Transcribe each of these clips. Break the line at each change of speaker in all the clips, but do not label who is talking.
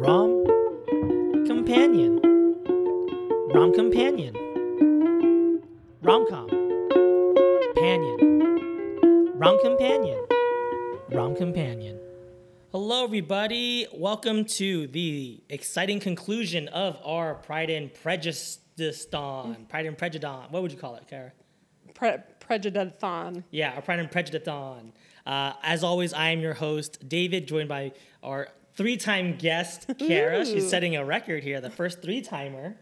Rom Companion. Rom Companion. Rom com. Panion. Rom Companion. Rom Companion. Hello, everybody. Welcome to the exciting conclusion of our Pride and Prejudice. Pride and Prejudice. What would you call it, Kara?
Pre- Prejudice-thon.
Yeah, our Pride and Prejudice on. Uh, as always, I am your host, David, joined by our three time guest, Kara. She's
Ooh.
setting a record here, the first three timer.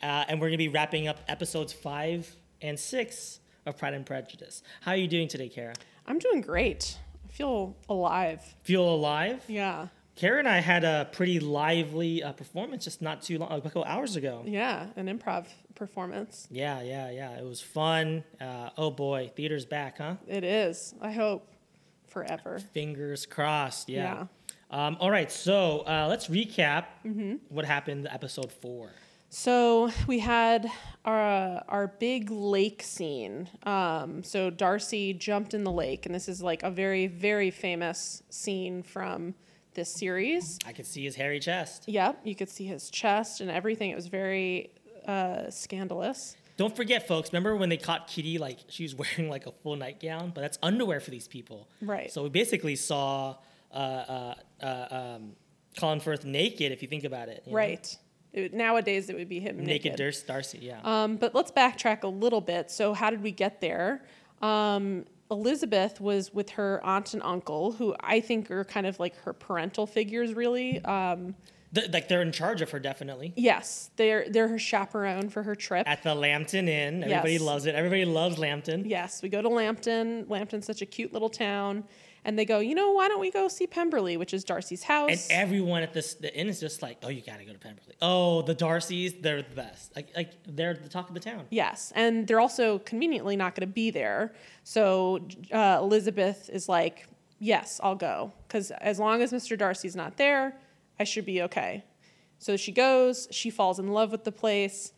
Uh, and we're going to be wrapping up episodes five and six of Pride and Prejudice. How are you doing today, Kara?
I'm doing great. I feel alive.
Feel alive?
Yeah.
Kara and I had a pretty lively uh, performance just not too long, a couple hours ago.
Yeah. An improv performance.
Yeah, yeah, yeah. It was fun. Uh, oh boy, theater's back, huh?
It is. I hope forever.
Fingers crossed. Yeah. Um, all right, so uh, let's recap what happened in episode four.
So we had our our big lake scene. Um, so Darcy jumped in the lake, and this is like a very very famous scene from this series.
I could see his hairy chest.
Yep, you could see his chest and everything. It was very uh, scandalous.
Don't forget, folks. Remember when they caught Kitty? Like she was wearing like a full nightgown, but that's underwear for these people.
Right.
So we basically saw uh, uh, uh, um, Colin Firth naked. If you think about it. you know?
Right. It, nowadays, it would be him
Naked,
naked.
Durst Darcy. Yeah.
Um, but let's backtrack a little bit. So, how did we get there? Um, Elizabeth was with her aunt and uncle, who I think are kind of like her parental figures, really. Um,
Th- like they're in charge of her definitely.
yes, they're they're her chaperone for her trip.
At the Lambton Inn, everybody
Yes.
loves it. Everybody loves Lambton.
yes, we go to Lambton. Lambton's such a cute little town, and they go, you know, why don't we go see Pemberley, which is Darcy's
And
house?
everyone at this the inn is just like, oh, you gotta go to Pemberley. Oh, the Darcys, they're the best. Like, like they're the talk of the town.
Yes, and they're also conveniently not going to be there. So uh, Elizabeth is like, "Yes, I'll go because as long as Mr. Darcy's not there, I should be okay." So she goes. She falls in love with the place.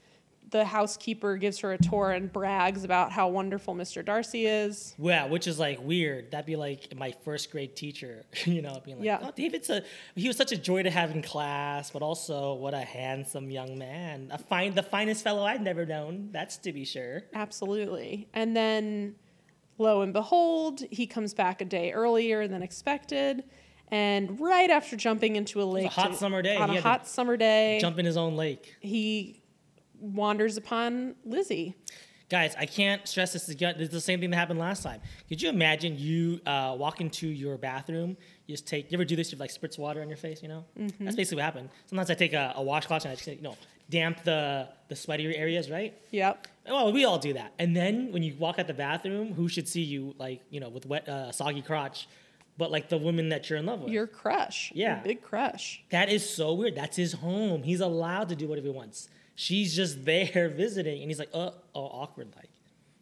The housekeeper gives her a tour and brags about how wonderful Mr. Darcy is.
Yeah, which is like weird. That'd be like my first grade teacher, you know, being like,
Yeah.
"Oh, David's a he was such a joy to have in class, but also what a handsome young man, a fine, the finest fellow I'd never known. That's to be sure."
Absolutely. And then lo and behold, he comes back a day earlier than expected. And right after jumping into a lake
hot
to-
summer day.
on
He
a
had to
hot summer day,
Jump in his own lake,
he wanders upon Lizzie.
guys. I can't stress this again. This is the same thing that happened last time. Could you imagine you uh, walk into your bathroom, you just take. You ever do this? You like spritz water on your face, you know. That's basically what happened. Sometimes I take a, a washcloth and I just you know damp the the sweatier areas, right?
Yep.
Well, we all do that. And then when you walk out the bathroom, who should see you like you know with wet, uh, soggy crotch, but like the woman that you're in love with.
Your crush. Your
Yeah.
big crush.
that is so weird. That's his home. He's allowed to do whatever he wants. She's just there visiting, and he's like, uh, oh, awkward, like.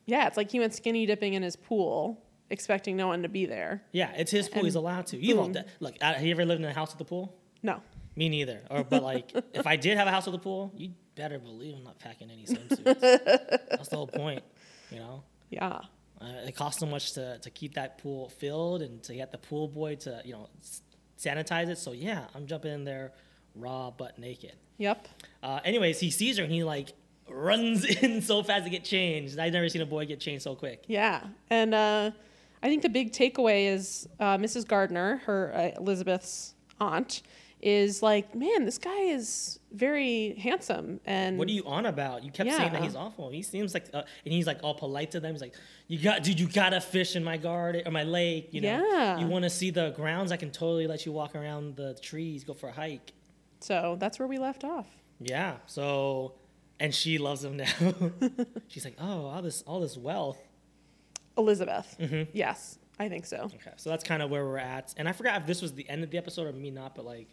Yeah, it's like he went skinny dipping in his pool, expecting no one to be there.
Yeah, it's his pool. he's allowed to. You love that. Look, uh, have you ever lived in a house with a pool?
No.
Me neither. Or but like, if I did have a house with a pool, you better believe I'm not packing any swimsuits. That's the whole point, you know.
Yeah.
Uh, it costs so much to, to keep that pool filled and to get the pool boy to you know s- sanitize it. So yeah, I'm jumping in there raw butt naked.
Yep.
Uh, anyways, he sees her and he like runs in so fast to get changed. I've never seen a boy get changed so quick.
Yeah. And uh, I think the big takeaway is uh, Mrs. Gardner, her uh, Elizabeth's aunt, is like, man, this guy is very handsome. And
What are you on about? You kept saying that
Yeah.
he's awful. He seems like, uh, and he's like all polite to them. He's like, "You got, dude, you gotta fish in my garden or my lake. You know,
Yeah.
you want to see the grounds? I can totally let you walk around the trees, go for a hike.
so that's where we left off.
Yeah. So, and she loves him now. She's like, oh, all this, all this wealth.
Elizabeth.
Mm-hmm.
Yes, I think so.
Okay. So that's kind of where we're at. And I forgot if this was the end of the episode or me not, but like,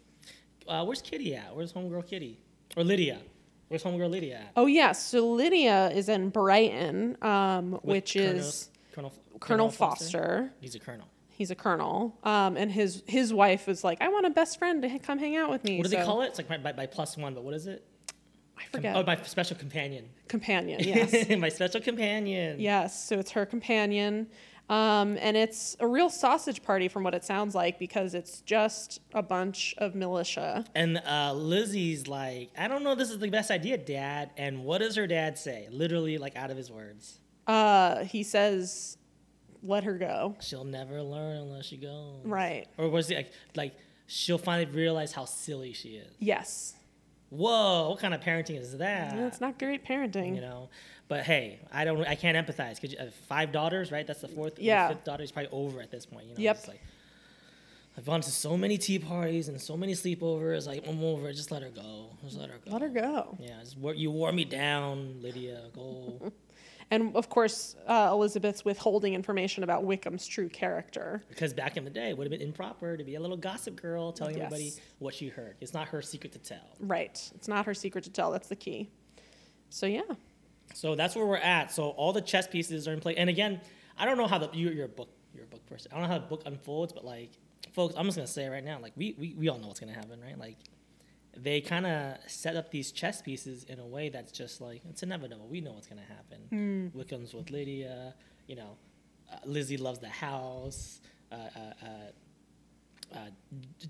uh, where's Kitty at? Where's homegirl Kitty or Lydia? Where's homegirl Lydia at?
Oh yeah, so Lydia is in Brighton, um,
With
which
Colonel-
is
Colonel,
Colonel Foster.
He's a colonel.
He's a colonel, um, and his his wife was like, "I want a best friend to h- come hang out with me."
What do they
So-
call it? It's like by, by, by plus one, but what is it?
I
Com-
forget.
Oh, my special companion.
companion. Yes,
my special companion.
yes. So it's her companion, Um, and it's a real sausage party from what it sounds like because it's just a bunch of militia.
And uh, Lizzie's like, I don't know, this is the best idea, Dad. And what does her dad say? Literally, like out of his words,
Uh, he says, let her go.
she'll never learn unless she goes.
Right.
Or was it like, like she'll finally realize how silly she is?
Yes.
Whoa, what kind of parenting is that?
That's not great parenting.
you know, but hey, I don't, I can't empathize because uh, five daughters, right? That's the fourth. the
Yeah.
fifth daughter is probably over at this point. You know,
Yep.
it's like I've gone to so many tea parties and so many sleepovers. Like I'm over. Just let her go. Just let her go.
Let her go.
Yeah, it's wor- you wore me down, Lydia. Go.
And of course, uh, Elizabeth's withholding information about Wickham's true character.
because back in the day, it would have been improper to be a little gossip girl telling
Yes.
everybody what she heard. It's not her secret to tell.
Right. It's not her secret to tell. That's the key. So, yeah.
So that's where we're at. So all the chess pieces are in play. And again, I don't know how the you, you're a book you're a book person. I don't know how the book unfolds, but like, folks, I'm just gonna say it right now. Like we we, we all know what's gonna happen, right? Like they kind of set up these chess pieces in a way that's just like it's inevitable. We know what's gonna happen. Wickham's with Lydia. You know, uh, Lizzie loves the house. Uh, uh, uh, uh,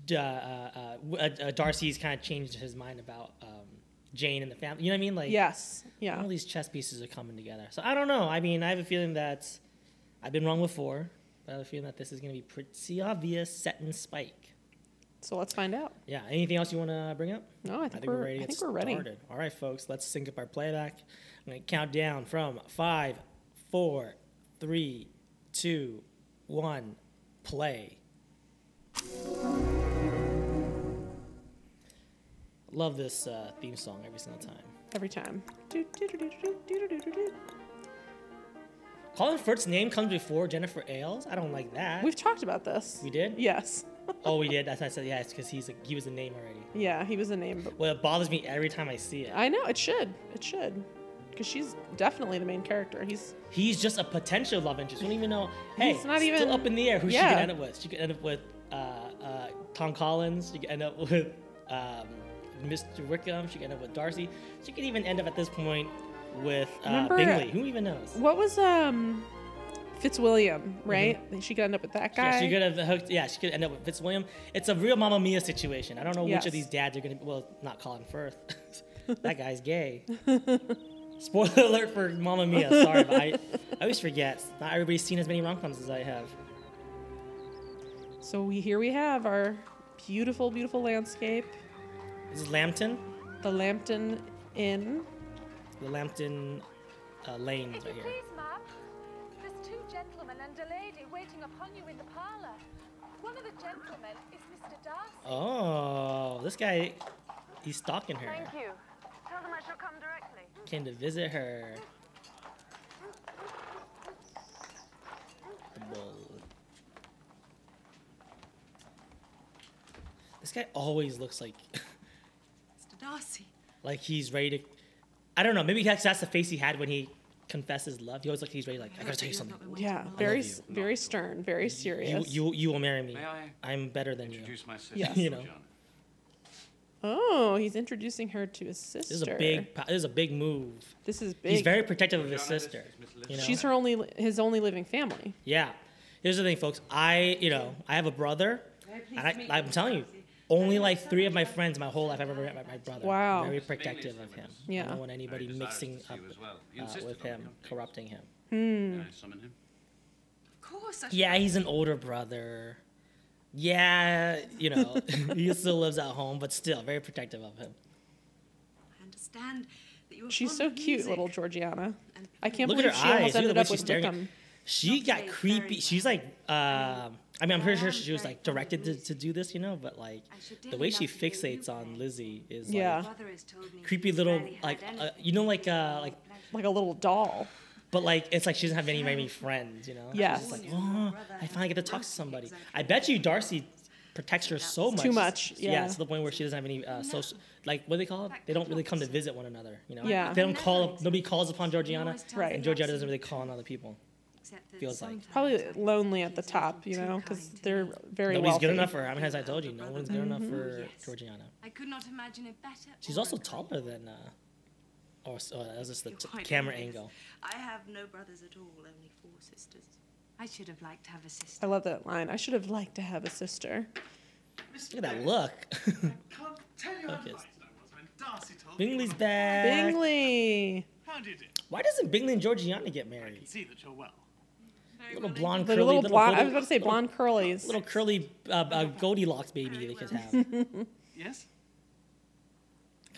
d- uh, uh, uh, w- uh, uh, Darcy's kind of changed his mind about um, Jane and the family. You know what I mean? Like,
yes.
all
Yeah.
these chess pieces are coming together. So I don't know. I mean, I have a feeling that I've been wrong before, but I have a feeling that this is going to be pretty obvious, set in spike.
So, let's find out.
Yeah. Anything else you want to bring up?
No, I think, we're, I
to get
think we're ready.
started. All right, folks, let's sync up our playback. I'm going to count down from five, four, three, two, one, play. Love this uh, theme song every single time.
Every time. Do, do, do, do, do, do, do, do, do.
Colin Firth's name comes before Jennifer Ailes. I don't like that.
We've talked about this.
we did?
Yes.
Oh, we did. That's what I said. Yeah, it's because he's a, he was a name already.
Yeah, he was a name, but
Well, it bothers me every time I see it.
I know it should. It should. Because she's definitely the main character. He's
He's just a potential love interest. We don't even know. Hey,
He's not
still
even-
up in the air who she
Yeah.
could end up with. She could end up with uh, uh, Tom Collins. She could end up with um, Mr. Wickham. She could end up with Darcy. She could even end up at this point with uh,
Remember-
Bingley. Who even knows?
what was um Fitzwilliam, right? She could end up with that guy.
Yeah, Mm-hmm. she could have hooked. Yeah, she could end up with Fitzwilliam. It's a real Mamma Mia situation. I don't know which
Yes.
of these dads are gonna. be Well, not Colin Firth. that guy's gay. Spoiler alert for Mamma Mia. Sorry, but I, I always forget. Not everybody's seen as many rom coms as I have.
So we here we have our beautiful, beautiful landscape,
This is Lambton.
the Lambton Inn.
The Lambton uh, lanes
If
right
you
here.
please, ma'am, there's two gentlemen and a lady waiting upon you in the parlour. One of the gentlemen is Mr. Darcy.
Oh, this guy, he's stalking her.
you. Tell them I shall come directly.
Came to visit her. The bull. This guy always looks like
Mr. Darcy.
like he's ready to. I don't know. Maybe that's, that's the face he had when he confesses love. He always looks like he's ready. Like I gotta tell you something.
Yeah, very,
you.
s- very stern, very
You
serious.
you you will marry me.
May I
I'm better than you.
introduce my sister?
Yes.
You know.
Georgiana?
oh, he's introducing her to his sister.
This is a big. po- This is a big move.
This is big.
He's very protective of his
Georgiana, this
sister.
is Miss
You know?
Elizabeth.
She's her only, li- his only living family.
Yeah. Here's the thing, folks. I, you know, I have a brother, and I, I'm telling you, only like three of my friends my whole life I've ever met my, my brother.
Wow.
Very protective of him.
Yeah.
I don't want anybody
Very desirous
mixing
to see
up
you as well. You
uh,
insisted
with
on
him,
it.
corrupting him.
May I summon him?
Of course, I
Yeah, he's an older brother. Yeah, you know, he still lives at home, but still very protective of him.
I understand that you are
She's so cute, little Georgiana. I can't
Look at
believe
her
she
eyes. Look
almost
at
ended
the way
up
she's
with
staring. at-
Wickham.
She
Not
got
today,
creepy.
very
She's like, uh, I mean, I'm pretty sure she was like directed to, to do this, you know, but like the way she fixates on Lizzie is like,
Yeah.
creepy little like uh, you know like uh like
like a little doll.
but like it's like she doesn't have any many friends you know
Yes.
She's just like oh i finally get to talk to somebody i bet you darcy protects her so much
Too much, yeah.
to the point where she doesn't have any uh social like what do they call it they don't really come to visit one another you know
Yeah.
they don't call nobody calls upon georgiana
Right.
and georgiana doesn't really call on other people feels like.
Probably lonely at the top, you know, because they're very
nobody's
wealthy. Mm-hmm.
good enough for her i mean as i told you no one's good enough for georgiana
I could not imagine it better.
she's
or
also
a brother.
taller than uh or, or that was just the
You're
t-
quite
camera
right, yes.
angle
I have no brothers at all, only four sisters.
I should have liked to have a sister.
I love that line. I should have liked to have a sister.
Look at that look.
Can't tell you how
Okay.
delighted I was when Darcy told me.
Bingley's back.
Bingley.
How do you do?
Why doesn't Bingley and Georgiana get
I can
married?
see that you're well.
Little blonde,
The
curly,
little blonde. I
little-
was about to say blonde curlies.
little curly uh, uh, Goldilocks baby they could have.
Yes?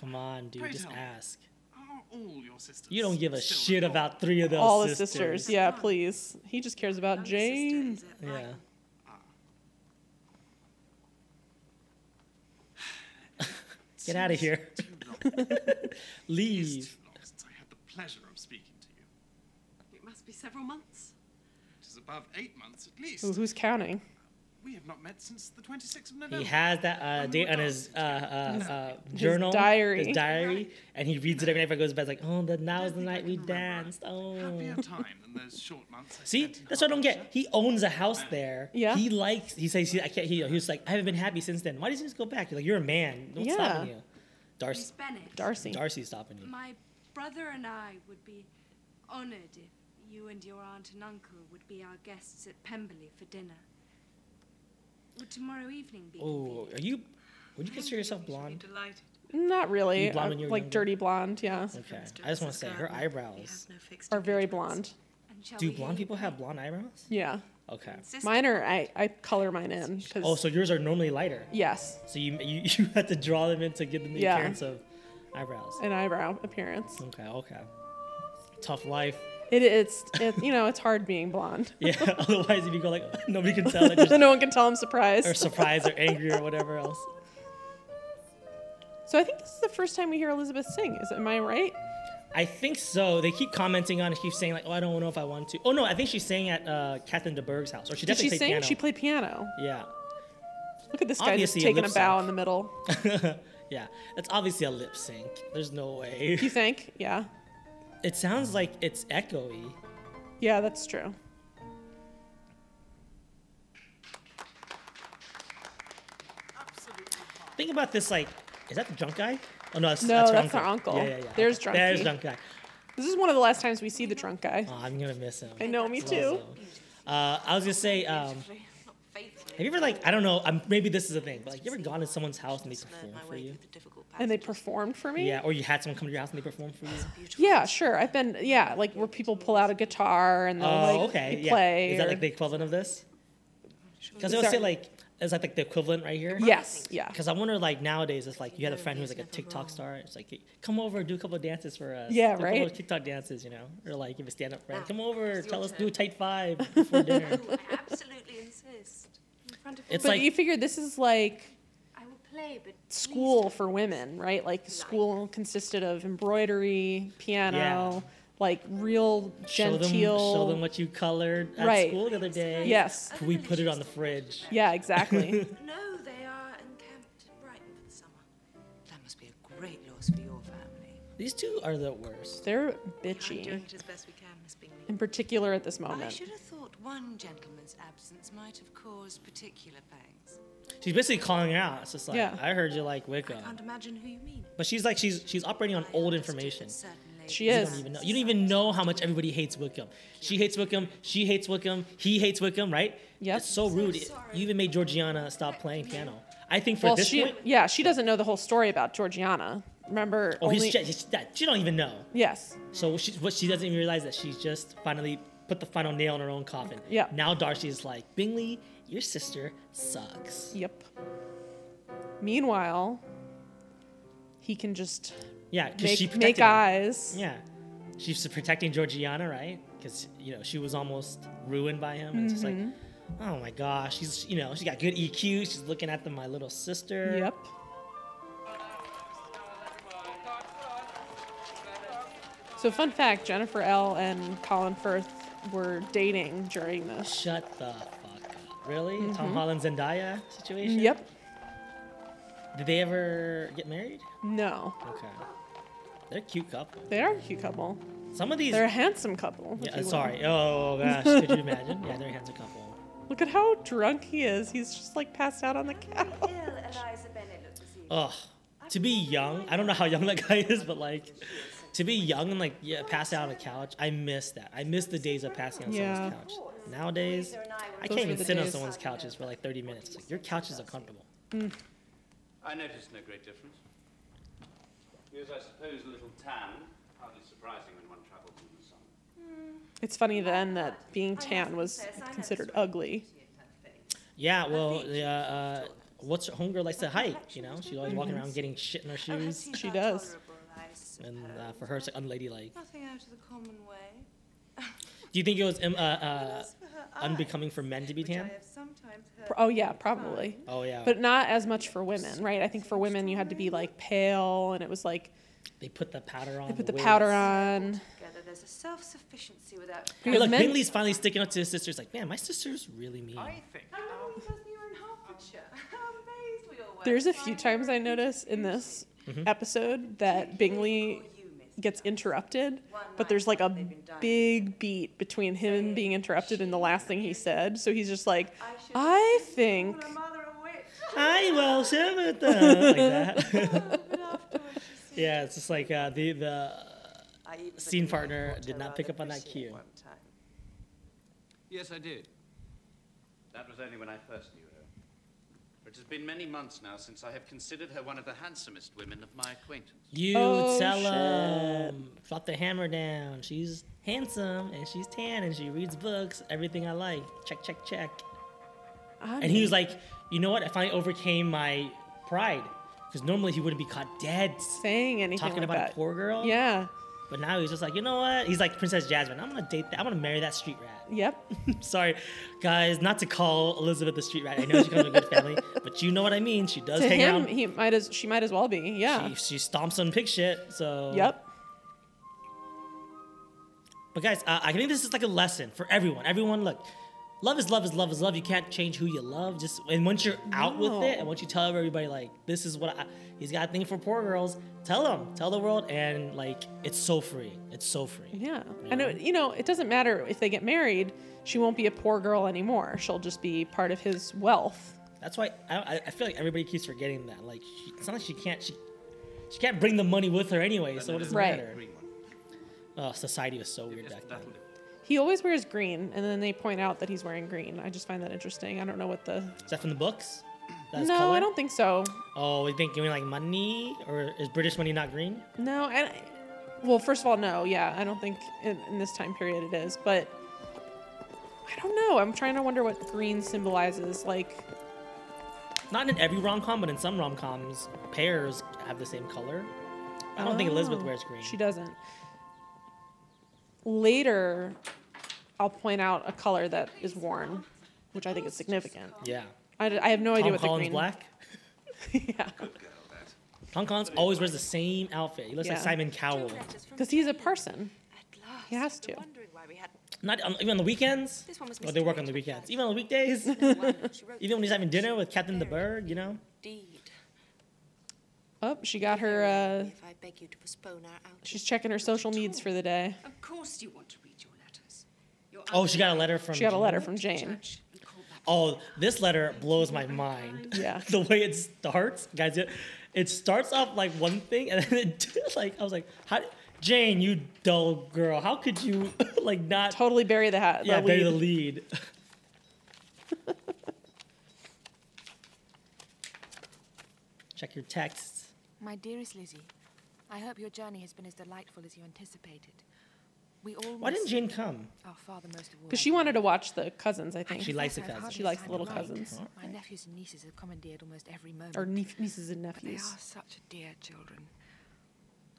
Come on, dude,
Pray
just
tell.
ask.
Are all your sisters?
You don't give a
still
shit
yours?
about three of those
All the
sisters.
sisters. Yeah, please. He just cares about
Younger sister
Jane.
is at
Yeah.
Brighton.
Get out of here.
Too long. It's
Leave.
too long since I had the pleasure of speaking to you.
It must be several months.
It is above eight months at least.
Ooh, who's counting?
We have not met since the 26th of November.
He has that uh, date on his uh, uh, uh, journal,
diary.
his diary, and he reads it every night before he goes to bed. It's like, oh, the, now's the night we danced. Oh,
Happier time than those short months. I
see,
spent in
that's what I don't get.
Hertfordshire. He
He owns a house there.
Yeah.
He likes. He says, he, I can't. He, he was like, I haven't been happy since then. Why does he just go back? You're like, you're a man. What's
Yeah.
stopping you?
Miss
Darcy.
Bennet.
Darcy.
Darcy's stopping you.
My brother and I would be honored if you and your aunt and uncle would be our guests at Pemberley for dinner. Would tomorrow evening be
Oh,
convenient?
are you? Would you consider yourself blonde?
Delighted.
Not really.
You blonde when
Uh,
you were
like
younger?
dirty blonde, yeah.
Okay. I just want to say her eyebrows.
Are very blonde.
And shall
Do
we
blonde
leave
people have
it?
blonde eyebrows?
Yeah.
Okay.
Insist-
Mine are I, I color mine in 'cause-
Oh, so yours are normally lighter.
yes,
So you you, you had to draw them in to give them the
Yeah.
appearance of eyebrows.
an eyebrow appearance.
Okay, okay. Tough life.
It, it's it, you know it's hard being blonde.
Yeah. Otherwise, if you go like nobody can tell, like,
then
just,
no one can tell I'm
or
surprised.
surprised or angry or whatever else.
So I think this is the first time we hear Elizabeth sing. Is am I right?
I think so. They keep commenting on it. Keep saying like, oh, I don't know if I want to. Oh no, I think she's saying at uh, Catherine de Bourgh's house, or she
Did
definitely
she
played
sing?
piano.
She played piano.
yeah.
Look at this guy
Obviously a
just taking a
lip
bow
sync.
in the middle.
yeah, that's obviously a lip sync. There's no way.
You think? Yeah,
It sounds like it's echoey.
yeah, that's true.
Think about this. Like, is that the drunk guy? Oh no, that's,
No,
that's, her
that's our uncle.
Yeah, yeah, yeah.
There's
Okay. There's
drunkie.
drunk guy.
This is one of the last times we see the drunk guy.
Oh, I'm gonna miss him.
I know, me too.
Uh, I was gonna say, um, have you ever like I don't know, um, maybe this is a thing, but like you ever gone to someone's house and they perform for you?
And they performed for me.
Yeah, or you had someone come to your house and they perform for you.
Yeah, sure. I've been yeah, like where people pull out a guitar and
Oh,
they'll like
okay.
they
Yeah.
play.
Is that
or-
like the equivalent of this? Because I would say
Sorry.
like is that like the equivalent right here?
yes, yeah.
Because I wonder like nowadays it's like you had a friend who's like a TikTok star. It's like come over, do a couple of dances for us.
Yeah,
do A couple
right.
of TikTok dances, you know, or like if a stand up friend, come over, tell us do a tight five before dinner.
I absolutely insist. In front of
It's
But
like
you figure this is like
I will play, but please
school for women, right? Like school consisted of embroidery, piano, like real
show them,
genteel.
show them what you colored at
Right.
school the other day.
yes.
We put it on the fridge.
Yeah, exactly.
No, they are encamped in Brighton for the summer.
That must be a great loss for your family.
These two are the worst.
They're
I'm
bitchy,
doing it as best we can, Miss Bingley.
in particular at this
I
moment.
should have thought one gentleman's absence might have caused particular pangs.
She's basically calling her out. It's just like
Yeah.
I heard you like
I
Wicca,
can't imagine who you mean.
but she's like she's she's operating on old information.
Certainly.
She
You don't
is.
even know. You don't even know how much everybody hates Wickham. She hates Wickham. She hates Wickham. He hates Wickham. Right?
Yep.
It's so rude. It- you even made Georgiana stop playing piano. I think for
Well,
this
she
point.
yeah, she doesn't know the whole story about Georgiana. Remember?
Oh,
only,
he's, she, she, that, she don't even know.
yes.
So she, what she doesn't even realize that she's just finally put the final nail in her own coffin.
Yeah.
Now Darcy is like Bingley, your sister sucks.
Yep. Meanwhile, he can just
Yeah, because
make,
she
make
protected her.
eyes.
Yeah. She's protecting Georgiana, right? Because, you know, she was almost ruined by him. And it's just like,
Mm-hmm.
oh my gosh, she's, you know, she got good EQ. She's looking at the, my little sister.
Yep. So, fun fact Jennifer L. and Colin Firth were dating during this.
Shut the fuck up. Really? Tom Holland Zendaya situation?
Mm-hmm. Yep.
Did they ever get married?
No.
Okay. They're a cute couple.
They are a cute couple.
Some of these.
They're a handsome couple. if
Yeah,
you will.
sorry. Oh gosh, could you imagine? Yeah, they're a handsome couple.
Look at how drunk he is. He's just like passed out on the couch.
Ill
Oh.
Eliza Bennet looked this evening.
Ugh. To be young, I don't know how young that guy is, but like, to be young and like yeah, pass out on a couch, I miss that. I miss the days of passing on
Yeah.
someone's couch. Nowadays, I
Those
can't
were
even
the
sit on
days.
someone's couches for like 30 minutes. It's like, your couch is uncomfortable.
I noticed no great difference. He was, I suppose, a little tan, hardly surprising when one travels in the sun.
It's funny then that being tan was considered ugly.
Yeah, well, yeah, uh, what's her homegirl likes to hike? You know, she's always walking around getting shit in her
Oh,
shoes,
She does.
and uh, for her, it's like unladylike.
Nothing out of the common way.
Do you think it was um, uh, uh,
As for her
unbecoming for men to be
eyes, which I
tan?
have sometimes heard
Pro- Oh yeah, probably.
Oh yeah,
But not as much for women, right? I think for women you had to be like pale and it was like
they put the powder on.
they put the
wigs.
powder on.
together, there's a self-sufficiency without.
Hey, look,
Men-
Bingley's finally sticking up to his sisters. Like, man, my sister's really mean.
I think
How many of us knew you were in Hertfordshire? How amazed we all were.
There's a few times I notice in this
Mm-hmm.
episode that Bingley gets interrupted, but there's like a big beat between him being interrupted and the last thing he said. So he's just like, I think
Mother of wit.
I will share with them like that. yeah, it's just like uh, the the
I even
scene
think I
partner
ought
did
to
not
rather
pick up on that
appreciate
cue.
one time.
Yes, I did. That was only when I first knew her. For it has been many months now since I have considered her one of the handsomest women of my acquaintance.
You
Oh,
tell
shit.
'em. Drop the hammer down. She's handsome and she's tan and she reads books. Everything I like. Check, check, check.
I'm
And he was like, you know what? I finally overcame my pride because normally he wouldn't be caught dead
saying anything
talking
like
about
that.
a poor girl.
Yeah.
But now he's just like, you know what? He's like Princess Jasmine. I'm gonna date. That. I'm gonna marry that street rat.
Yep.
Sorry, guys, not to call Elizabeth the street rat. I know she comes from a good family, but you know what I mean. She does
to
hang
him,
out.
he might as she might as well be. Yeah.
She, she stomps on pig shit. So.
Yep.
But guys, uh, I think this is like a lesson for everyone. Everyone, look, love is love is love is love. You can't change who you love. Just and once you're out
No.
with it, and once you tell everybody like this is what I, he's got a thing for poor girls, tell them, tell the world, and like it's so free. It's so free.
Yeah. And it, you know, it doesn't matter if they get married, she won't be a poor girl anymore. She'll just be part of his wealth.
That's why I, I- I feel like everybody keeps forgetting that. Like she, it's not like she can't she she can't bring the money with her anyway. So what does it
Right.
matter?
Green one.
Oh, society was so weird
Yes,
back then.
that'll do.
He always wears green, and then they point out that he's wearing green. I just find that interesting. I don't know what the.
Is that from the books? That's
no,
color?
I don't think so.
Oh, you think you mean like money, or is British money not green?
No, I. Well, first of all, no. Yeah, I don't think in, in this time period it is, but I don't know. I'm trying to wonder what green symbolizes. Like,
Not in every rom com, but in some rom coms, pairs have the same color. I don't think Elizabeth
Oh,
wears green.
She doesn't. Later, I'll point out a color that is worn, which I think is significant.
Yeah.
I, d- I have no idea
Tom
what the
Collins
green.
black.
yeah,
Tom Collins always wears the same outfit. He looks like
Yeah.
Simon Cowell.
because he's a parson.
At last,
Oh. He has to.
Not on, even on the weekends.
This one was
Well, they work on the
misread.
weekends. Even on the weekdays. even when he's having dinner with Captain the Bird, you know.
Indeed.
Oh, she got her. Uh,
If I beg you to postpone our outing.
she's checking her social needs for the day.
Of course you want to read your letters. Your
Oh, she got a letter from.
She got a
Jane?
letter from Jane.
judge and call back.
Oh, this letter blows my mind.
Yeah.
the way it starts, guys. It, it starts off like one thing, and then it did, like I was like, "How, Jane, you dull girl, how could you like not
Totally bury the hat.
yeah
the
bury the
lead.
lead?" Check your texts.
My dearest Lizzie, I hope your journey has been as delightful as you anticipated. We all
Why didn't
miss
Jane come?
Our father most of all.
Because she wanted to watch the cousins, I think.
She likes the
I've
cousins.
hardly
She likes the
had a
little
night.
cousins.
My nephews and nieces have commandeered almost every moment.
or nie- nieces and
but they are
nephews.
such dear children.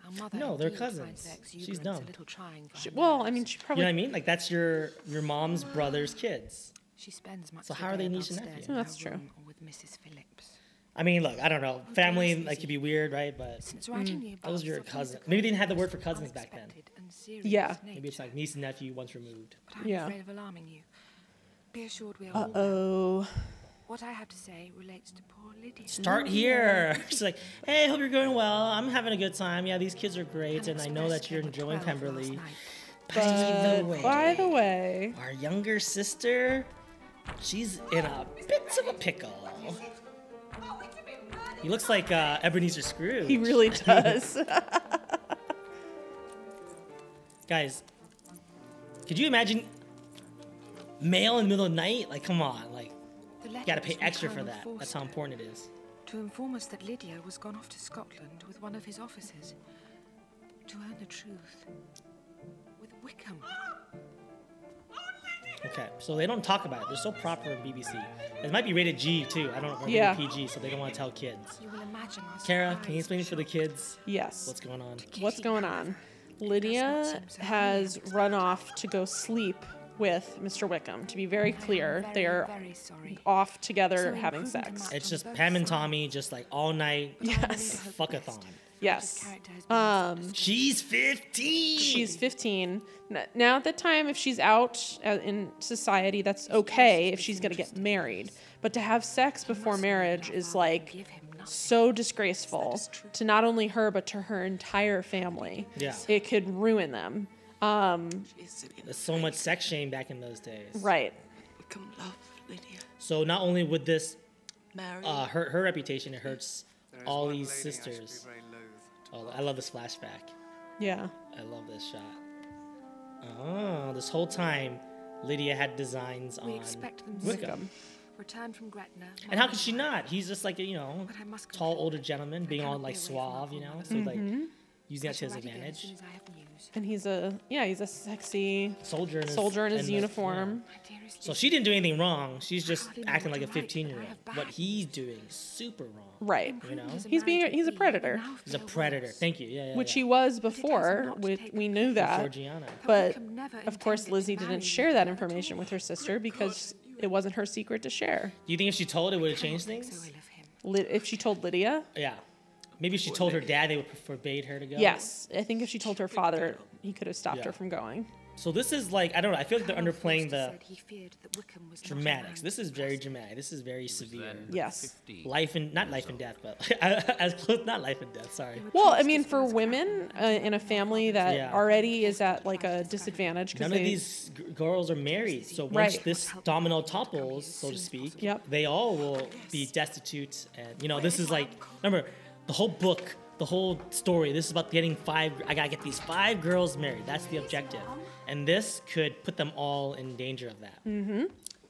Our mother
No, they're
indeed finds
cousins.
their
She's
exuberance
dumb.
A little trying for
She-
her
well, I
nerves.
mean, she
You know
probably.
what I mean? Like that's your your mom's brother's kids.
she spends much.
So
of
how
the
are they
day
niece and
downstairs
nephew?
in
Oh,
her
that's true.
room or With Mrs. Phillips.
I mean, look, I don't know. Family like could be weird, right? But
Since writing you about
Those were your
something
cousin-
occurred
maybe they didn't have the
of
word for
an
cousins back then.
unexpected and serious
Yeah.
maybe it's
nature,
like niece and nephew once removed.
But I'm
Yeah.
afraid of alarming you. Be assured we are
Uh
all
oh.
What I have to say relates to poor Lydia.
start here. She's like, hey, hope you're going well. I'm having a good time. Yeah, these kids are great,
An
and I know
express
that you're
came at
enjoying
12 last
Pemberley.
night.
By the way,
By the way.
our younger sister, she's in a bit of a pickle. He looks like uh, Ebenezer Scrooge.
He really does.
Guys, could you imagine mail in the middle of the night? Like, come on, like,
The letter
gotta
was
pay
from
extra for
Colonel
that. That's
Forster
how important it is.
To inform us that Lydia was gone off to Scotland with one of his officers to learn the truth. With Wickham.
Okay, so they don't talk about it. They're so proper in BBC. It might be rated G too. I don't know.
Yeah.
Yeah. PG, so they don't want to tell kids.
You will imagine our
Kara, can you
surprise.
explain for the kids
Yes.
what's going on?
What's going on? Lydia has run off to go sleep with Mr. Wickham. To be very clear, they are
Very sorry.
off together
So
having
imprudent
sex.
among
It's just Pam and Tommy, just like all night,
Yes.
fuckathon.
Yes.
Character has been
Um,
She's 15.
she's 15. N- Now, at the time, if she's out uh, in society, that's okay if she's going to get married. But to have sex before marriage is like
give him nothing.
so disgraceful to not only her, but to her entire family.
Yeah.
It could ruin them.
There's so much sex shame back in those days.
Right.
Come love, Lydia.
So not only would this
Mary.
Ah.
uh, hurt her reputation, it hurts
There is
all
one
these
lady I should be
sisters.
very loath to
Oh,
part
I love this flashback.
Yeah.
I love this shot. Oh, this whole time, Lydia had designs
We
on
expect them
Wickham.
soon. Return from Gretna.
And how could she not? He's just like a, you know,
But I must go
tall
now.
older gentleman,
I
being all
cannot
like
be away from
suave,
my
you know.
home.
So like using that to his
Write again As
advantage.
soon as I have news.
And he's a, yeah, he's a sexy
Soldier in his
soldier in his
the-
uniform.
yeah.
My dearest
So she didn't do anything wrong. She's just
hardly know
acting
what
like a
to write, but I
15 year
have
old.
bad
What he's doing is super wrong.
Right.
You know,
As a
He's being a-
married
he's a
would be,
predator.
now
he's a
feel
predator.
worse.
Thank you. Yeah, yeah.
Which
yeah.
he was
has
before.
not
With,
taken
we knew
From
that.
Georgiana.
But
Wickham never
of course,
intended to
Lizzie
marry
didn't share that
Lydia at all.
information with her sister because it wasn't her secret to share.
Do you think if she told it, would it
I don't
change
think so
things?
ill of him.
Ly- If she told Lydia,
Yeah. Maybe if she told her dad, they would forbade her to go.
yes, I think if she told her father, he could have stopped
Yeah.
her from going.
So this is like I don't know. I feel like they're
Colonel
underplaying
Forster
the
said he feared that Wickham was not a
dramatics.
man
This
to
is
be
very
trusted.
dramatic. This is very
was
severe.
then
Yes.
15
Life and not
years
life and
old.
death, but as close, not life and death. Sorry.
He would
Well, I
trust
mean,
his
for
first
women uh, in a family that
Yeah.
already is at like a disadvantage because
None
they
of these g- girls are married, so once
Right.
this domino topples, so to speak,
Yep.
they all will be destitute. And you know, this is like remember the whole book, the whole story. This is about getting five. I gotta get these five girls married. That's the objective, and this could put them all in danger of that, mm-hmm.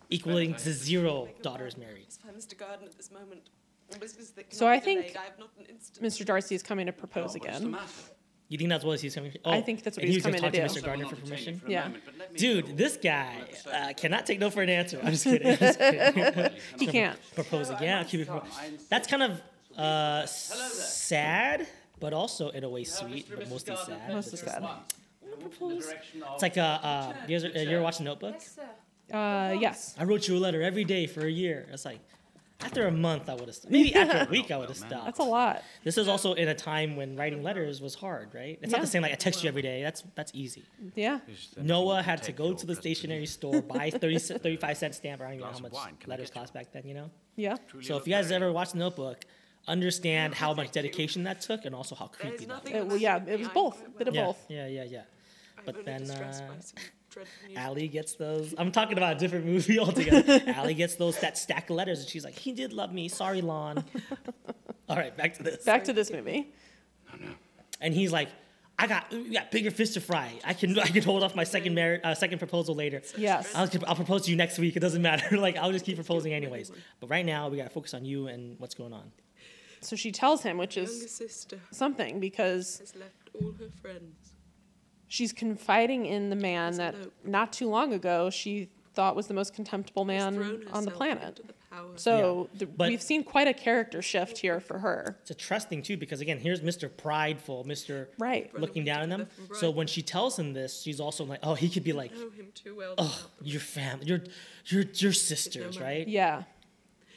equaling to zero daughters married.
It's by Mr. Garden at this moment. The business that
So
cannot
I
be
think
delayed. I have not an instant.
Mr. Darcy is coming to
Lord,
Oh,
propose
what's Oh, the
again.
matter?
You think that's what he's coming? Oh,
I think that's what
and
he's
he was
coming
gonna
to
talk
do.
I
to Mr.
will
Gardner
not
for
detain you
permission.
for a
Yeah.
moment, but let me know
Dude, this guy uh, cannot take no for an answer. I'm just kidding. I'm just kidding.
He can't.
propose again. I'll keep it. pro- That's kind of uh, sad, but also in a way sweet, but mostly sad.
Mostly sad.
Propose. It's like a. Uh, you guys are, uh, you ever watched Notebook?
Uh, yes.
I wrote you a letter every day for a year. It's like after a month, I would have maybe after a week, I would have stopped.
That's a lot.
This is also in a time when writing letters was hard, right? It's not the
Yeah.
same like I text you every day. That's that's easy.
Yeah.
Noah had to go to the stationery store, buy 30, 35 cent stamp. I don't even know
Glass
how
of
much
wine, can I
letters
get you?
cost back then, you know?
Yeah.
So if you guys ever watched Notebook, understand how much dedication that took and also how creepy
There's
that was.
nothing
It,
on
well,
that
yeah,
side
it was
behind
both.
you.
Bit of
yeah,
both.
yeah, yeah, yeah.
I'm
But
only
then
distressed
uh,
by some dreadful news.
Allie gets those. I'm talking about a different movie altogether. Allie gets those that stack of letters and she's like, "He did love me. Sorry, Lon." All right, back to this.
Back to this movie.
and he's like, "I got we got bigger fish to fry. I can I can hold off my second marriage uh, second proposal later.
Yes.
I'll, keep- I'll propose to you next week. It doesn't matter. like I'll just keep proposing anyways. But right now we gotta focus on you and what's going on.
So she tells him, which
Younger
is
sister
something because
has left all her friends.
she's confiding in the man that not too long ago she thought was the most contemptible
Has
man
thrown
on the
herself
planet.
into the power.
So the,
but-
we've seen quite a character shift here for her.
It's a trust thing too because again here's Mr. Prideful, Mr.
Right.
Looking down on them. So when she tells him this, she's also like, "Oh, he could be like."
know him too well.
Oh, your family, your your your sisters, right?
Yeah.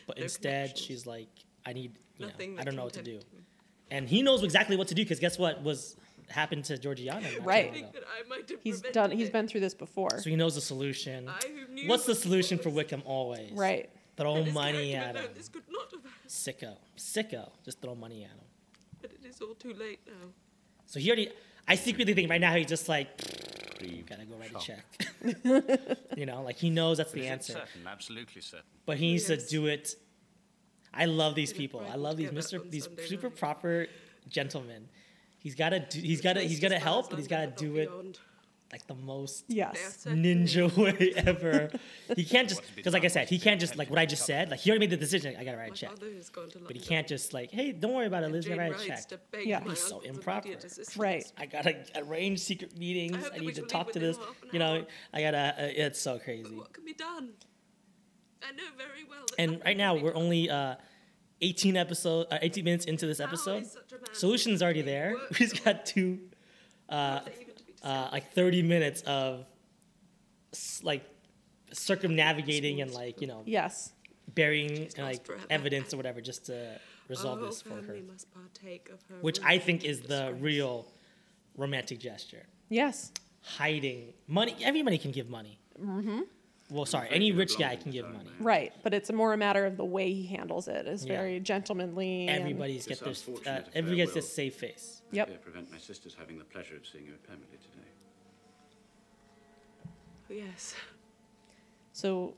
But
No
instead,
connections.
she's like, I need, you know,
Nothing
I
that
don't
can
know what to do.
tempt him.
And he knows exactly what to do because guess what was happened to Georgiana? not too
Right.
long
I think
ago.
that I might have
He's
prevented
done he's
it.
been through this before.
So he knows the solution.
I who knew
What's the
what it
solution for
was.
Wickham always?
Right.
Throw
This
money
character
at
alone,
him.
This could not have happened,
Sicko. Sicko. Just throw money at him.
but it is all too late now.
So he already, I secretly think right now he's just like, gotta go write a check. you know, like he knows that's the answer.
Certain, absolutely certain.
But he needs
Yes.
to do it. I love these
Get it
people.
right
I love these
together
Mr.
on
These
Sunday
super
night.
proper gentlemen. He's gotta do. He's gotta.
Choice
He's gotta
as far
help,
as
but he's
I'm
gotta
gathered,
do
or
it
beyond.
like the most
Yes.
ninja way ever. He can't just because, like I said, he can't just like what I just said. Like he already made the decision. like, I gotta write a check,
Father has gone to
but he
London.
can't just like, hey, don't worry about it, Liz. I
Jane
gotta write a
writes
check.
to beg
Yeah.
my
He's so
uncle's
improper.
immediate assistance.
Right.
I gotta arrange secret meetings.
hope
I
that we
need to
will leave
talk to
within
this.
half an
You know,
hour.
I gotta. Uh, it's so
But
crazy.
what can be done? I know very well. That
And
nothing
right
can
now
be
we're
done.
only uh, 18 episode, uh, 18 minutes into this
How is
episode.
such a man
Solution's already there.
work
We just got two, uh,
Not even to be
uh, like 30 minutes of s- like circumnavigating and like you know
Yes.
burying
lost
like
forever.
evidence or whatever just to resolve
Our
this for
whole
her,
family must partake of her
which I
ruin
think
and
is the
disgrace.
real romantic gesture.
Yes.
Hiding money. Everybody can give money. Mm-hmm. Well, sorry, any rich guy can give money.
Right. But it's more a matter of the way he handles it is
Yeah.
very gentlemanly. and-
Everybody's
This
get their uh,
unfortunate affair
everybody gets
will-
their safe face.
I
Yep.
prevent my sisters having the pleasure of seeing you at Pemberley today.
Oh, yes.
So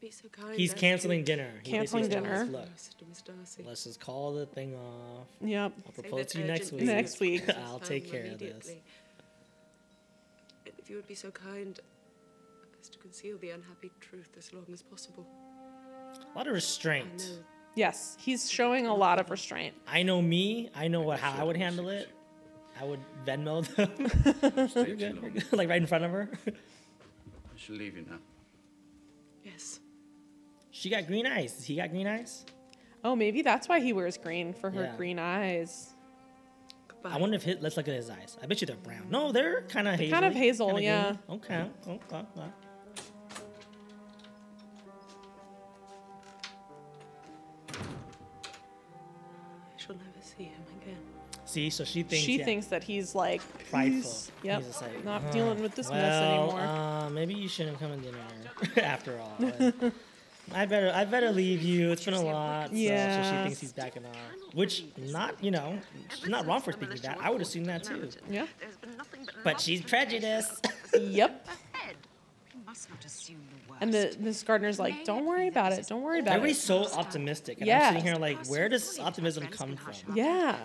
Be so kind.
He's
as
canceling
to-
dinner. He basically
Canceling
tells us,
dinner.
Look,
Mr. Miss Darcy.
let's just call the thing off.
yep.
I'll
Say
propose
that
to you next
urgent
week.
business
Next week.
is
I'll
found
take care of this.
immediately. And if you would be so kind as to conceal the unhappy truth as long as possible.
A lot of
I know
restraint.
Yes. He's showing a lot of restraint.
I know me. I know what, how I would handle it. I would Venmo them,
Stay too long.
like right in front of her.
I shall leave you now.
Yes.
She got green eyes. He got green eyes.
Oh, maybe that's why he wears green for her
Yeah.
green eyes.
Goodbye.
I wonder if his, let's look at his eyes. I bet you they're brown. No, they're kind of hazel.
kind of hazel, yeah.
Okay. Okay. okay.
I shall never see him again.
See, so she thinks
she
yeah,
thinks that he's like
prideful.
"Peace." Yep.
He's just like,
Not
"Huh,
dealing with this mess
well,
anymore.
Uh, maybe you shouldn't come to dinner after all. Like, I better, I better leave you. It's been a lot. So, so she
Yeah.
thinks he's backing off, which not, you know, she's not wrong for thinking that. I would assume that too.
yeah.
But she's prejudiced.
Yep.
You must not assume the worst.
And the Miss Gardner's like, "Don't worry about it. Don't worry about
Everybody's
it."
so optimistic, and I'm sitting
Yes.
here like, where does this optimism come from?
Yeah.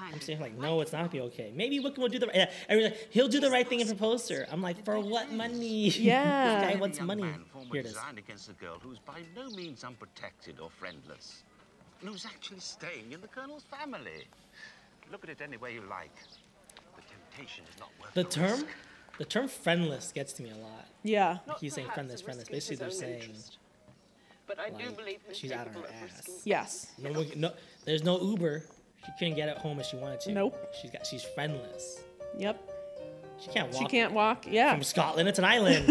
I'm sitting here like, no, it's not gonna be okay. Maybe Wickham will do the right. Yeah. everybody's like, he'll do the right thing and propose to her. I'm like, for what money? this guy
Yeah.
wants
young
money.
man formed
Here
a
it is.
design against a girl who's by no means unprotected or friendless, and who's actually staying in the colonel's family. Look at it any way you like. The temptation is not worth
The
the,
term,
risk.
the term friendless gets to me a lot.
Yeah.
Like he's saying friendless, friendless. Basically, they're saying
But I do
like,
believe him
she's out of
capable
her
of risking
ass.
Yes.
no one, no, there's no Uber. She couldn't get it home if she wanted to.
Nope.
She's got, she's friendless.
Yep.
She can't walk.
She can't walk. Yeah.
from Scotland. It's an island.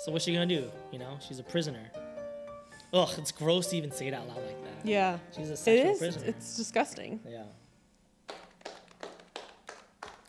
so what's she gonna do? You know, she's a prisoner. Ugh, it's gross to even say it out loud like that.
Yeah.
She's a
It
sexual
is.
prisoner.
It's disgusting.
Yeah.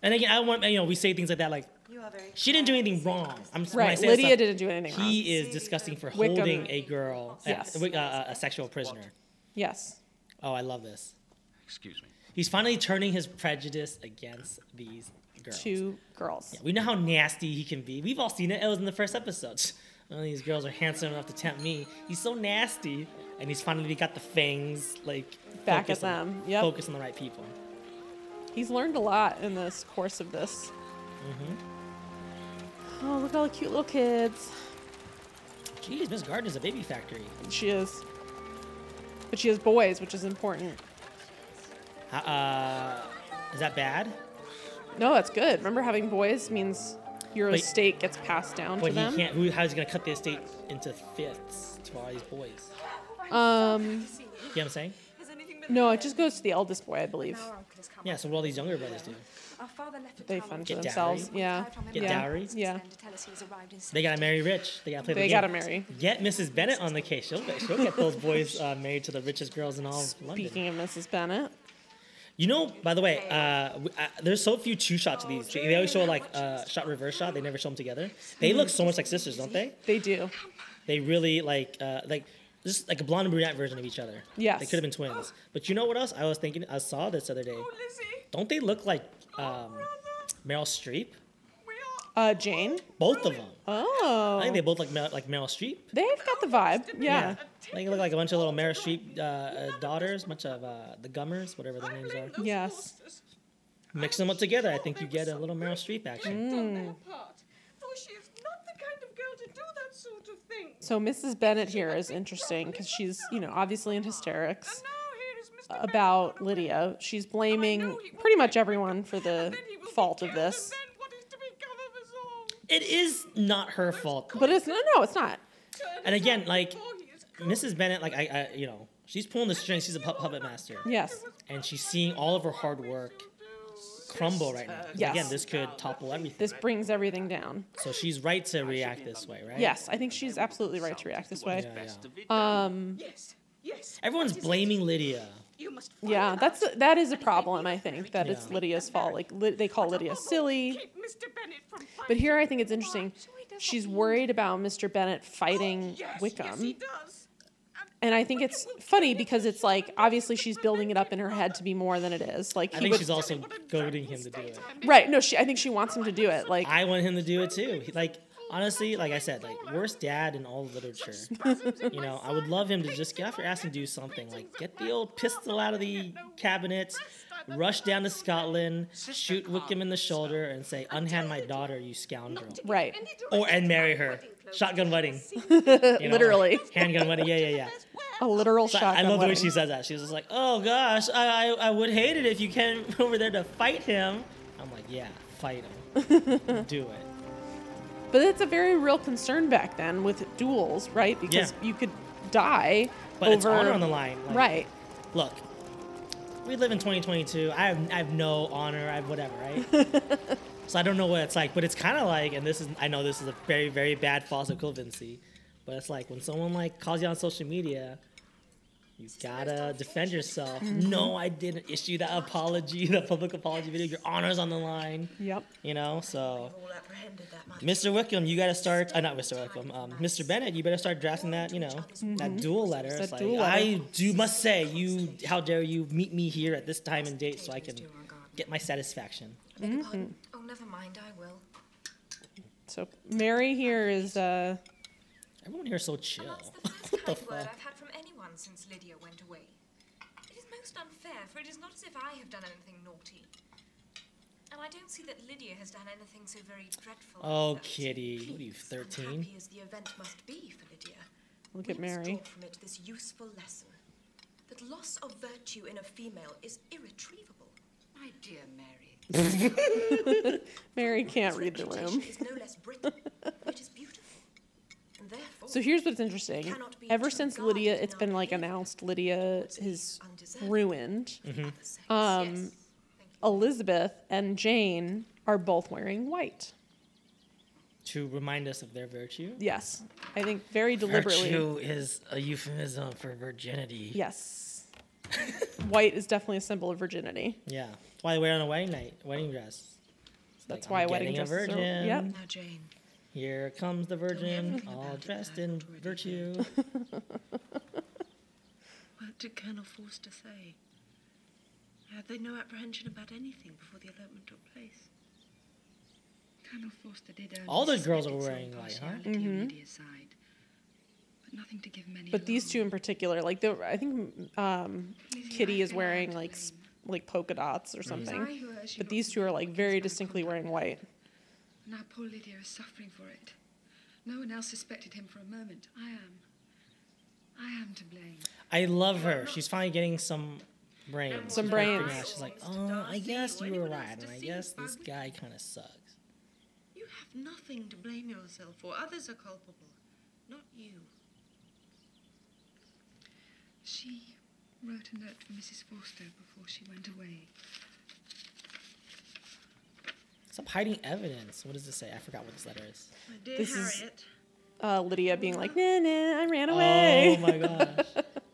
And again, I want you know we say things like that like
You are very
she didn't do anything wrong. I'm when I
Right.
say
Lydia
stuff,
didn't do anything wrong.
He is disgusting for
Wickham-
holding a girl, a-
Yes.
a, a- a sexual prisoner.
Yes.
Oh, I love this.
Excuse me.
He's finally turning his prejudice against these girls.
Two girls.
Yeah, we know how nasty he can be. We've all seen it. It was in the first episode. None of these girls are handsome enough to tempt me. He's so nasty, and he's finally got the fangs like
Back
focus
at
on-
them, yep.
Focus on the right people.
He's learned a lot in this course of this.
Mm-hmm.
Oh, look at all the cute little kids.
Jeez, Miss Gardner's a baby factory.
She is. But she has boys, which is important.
Uh, uh, is that bad?
No, that's good. Remember, having boys means your
Wait.
estate gets passed down
But
to
he
them.
can't. Who, how's he gonna cut the estate into fifths to all these boys?
Um,
You know what I'm saying?
no, it just goes to the eldest boy, I believe.
Yeah. So what all these younger brothers do?
Our father left the
They
town
fund
on
for
Get
themselves.
dowry.
Yeah.
Get
yeah.
dowry.
Yeah.
to tell us he has arrived in
They gotta marry rich. They gotta play.
They
the
gotta
game.
marry.
Get Mrs. Bennett on the case. She'll, she'll get those boys uh, married to the richest girls in all of London.
Speaking of Mrs. Bennett,
You know, by the way, uh, w- uh, there's so few two shots of these. They they always show like uh, shot reverse shot. They never show them together. They look so much like sisters, don't they?
they do.
They really like uh, like just like a blonde and brunette version of each other.
Yes.
they could have been twins. But you know what else? I was thinking. I saw this other day.
Oh,
Don't they look like um, Meryl Streep?
Uh, Jane.
Both of them.
Oh.
I think they both look Mer- like Meryl Streep.
They've got the vibe. Yeah.
They look like a bunch of little Meryl Streep uh, uh, daughters, bunch of uh, the Gummers, whatever their names are.
Yes.
Mix them up together. I think you get a little Meryl Streep
Mm.
action.
Act
Hmm.
on their part, for she is not the kind of girl to do that sort of thing.
So Mrs. Bennett here is interesting because she's, you know, obviously in hysterics Uh. about Lydia. She's blaming pretty much everyone for the fault of this.
It is not her fault.
But it's no, no, it's not.
And again, like Mrs. Bennett, like I, I you know, she's pulling the strings. She's a pu- puppet master.
Yes.
And she's seeing all of her hard work crumble right now. 'Cause
Yes.
Again, this could topple everything.
This brings everything down.
So she's right to react this way, right?
Yes, I think she's absolutely right to react this way.
Yeah,
Um,
Yes, yes.
Everyone's blaming Lydia.
You must find
yeah, that's a, that is a problem. I think that it's
Yeah.
Lydia's fault. Like Ly- they call Lydia silly. But here, I think it's interesting. She's worried about Mr. Bennett fighting Wickham. And I think it's funny because it's like obviously she's building it up in her head to be more than it is. Like
I
he
think
would-
she's also goading him to do it.
right. No, she. I think she wants him to do it. Like
I want him to do it too. He- Like honestly, like I said, like worst dad in all literature. You know, I would love him to just get off your ass and do something. Like get the old pistol out of the cabinets, rush down to Scotland, shoot Wickham in the shoulder, and say, "Unhand my daughter, you scoundrel."
right.
Or Oh, and marry her. Shotgun wedding. You know,
Literally
handgun wedding. Yeah, yeah, yeah.
a literal
So
shotgun.
I love the way
wedding.
she says that. She's just like, "Oh gosh, I, I I would hate it if you came over there to fight him." I'm like, "Yeah, fight him, do it."
But that's a very real concern back then with duels, right? Because
Yeah.
you could die
But it's
over
honor on the line, like-
right?
Look, we live in 2022. I have, I have no honor. I have whatever, right? so I don't know what it's like, but it's kind of like, and this is I know this is a very very bad false equivalency, but it's like when someone like calls you on social media. You gotta defend yourself.
Mhm.
No, I didn't issue that apology, the public apology video. Your honor's on the line.
Yep.
You know, so
all apprehended that much.
Mr. Wickham, you got to start. Uh, not Mr. Wickham. Um, Mr. Bennett, you better start drafting that. You know that
Mhm.
dual letter.
That
It's like,
dual letter.
I do must say, you how dare you meet me here at this time and date so I can get my satisfaction.
Mhm.
Oh, never mind, I will.
So Mary here is uh,
Everyone here is so chill.
What
the
kind word
fuck?
I've had from anyone since Lydia went away. It is most unfair, for it is not as if I have done anything naughty. And I don't see that Lydia has done anything so very dreadful.
Oh,
either.
kitty, what are you, thirteen?
Happy as the event must be for Lydia.
Look at
we must
Mary.
draw from it this useful lesson that loss of virtue in a female is irretrievable. My dear Mary.
Mary can't read the room.
Is no less brittle. It is beautiful. And therefore,
So here's what's interesting. Ever since Lydia, it's been like announced Lydia is ruined.
Mm-hmm.
Um, Elizabeth and Jane are both wearing white.
To remind us of their virtue.
Yes, I think very deliberately.
Virtue is a euphemism for virginity.
Yes, white is definitely a symbol of virginity.
Yeah, that's why they wear it on a wedding night, wedding dress. It's
That's
like,
why
I'm
wedding
getting
dresses
a
are-
virgin.
yep.
Now, Jane.
Here comes the virgin, all dressed in virtue.
What did Colonel Forster say? Had they no apprehension about anything before the elopement took place?
Colonel Forster did only
All the girls
suspected
are
some
wearing white, huh?
partiality on
Mhm.
Lydia's side, but nothing to give many
But these two in particular, like the, I think um, Kitty is wearing like s- like polka dots
Mm.
or something. But these two are like very distinctly wearing white.
alarm. Now poor Lydia is suffering for it. No one else suspected him for a moment. I am. I am to blame.
I love her. She's finally getting some brains.
Some
She's working
brains.
out. She's like, oh, I guess you were right, and I guess this guy kind of sucks.
You have nothing to blame yourself for. Others are culpable, not you.
She wrote a note for Mrs. Forster before she went away.
Stop hiding evidence. What does this say? I forgot what this letter is.
Dear
This is-
Harriet,
Uh, Lydia being like, nah, nah, I ran away.
Oh my gosh.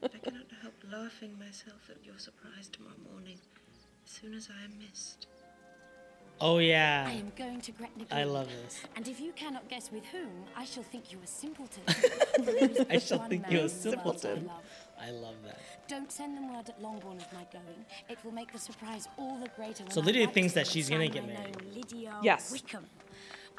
I cannot help laughing myself at your surprise tomorrow morning as soon as I am missed.
Oh yeah.
I am going to Gretna
I
Green,
love this.
And if you cannot guess with whom, I shall think you a simpleton.
I shall think you're a simpleton.
simpleton.
I love that.
Don't send them word at Longbourn of my going. It will make the surprise all the greater. when
So
I
Lydia
write
thinks
to
that
the
she's gonna
son
get
I
married.
know, Lydia
Yes.
Wickham.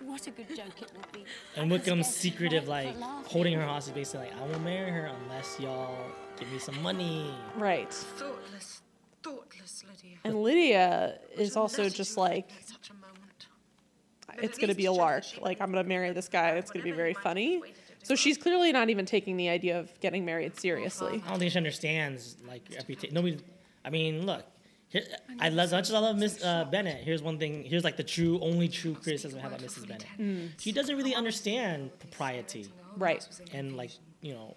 What a good joke it will be. I
And
can
Wickham's
scarcely
secretive,
wait
like
for laughing.
holding her hostage, basically like, I won't marry her unless y'all give me some money.
Right.
Thoughtless,
thoughtless, Lydia.
And Lydia is
Would you
also
let
just
you have
like,
Such a moment.
it's going to be a lark. Like, I'm going to marry this guy. It's going to be very funny. So she's clearly not even taking the idea of getting married seriously.
I don't think she understands like reputation. Nobody. I mean, look. Here, I love as much as I love Miss uh, Bennett. Here's one thing. Here's like the true, only true criticism I have about Mrs. Bennett.
Mm.
She doesn't really understand propriety,
right?
And like you know,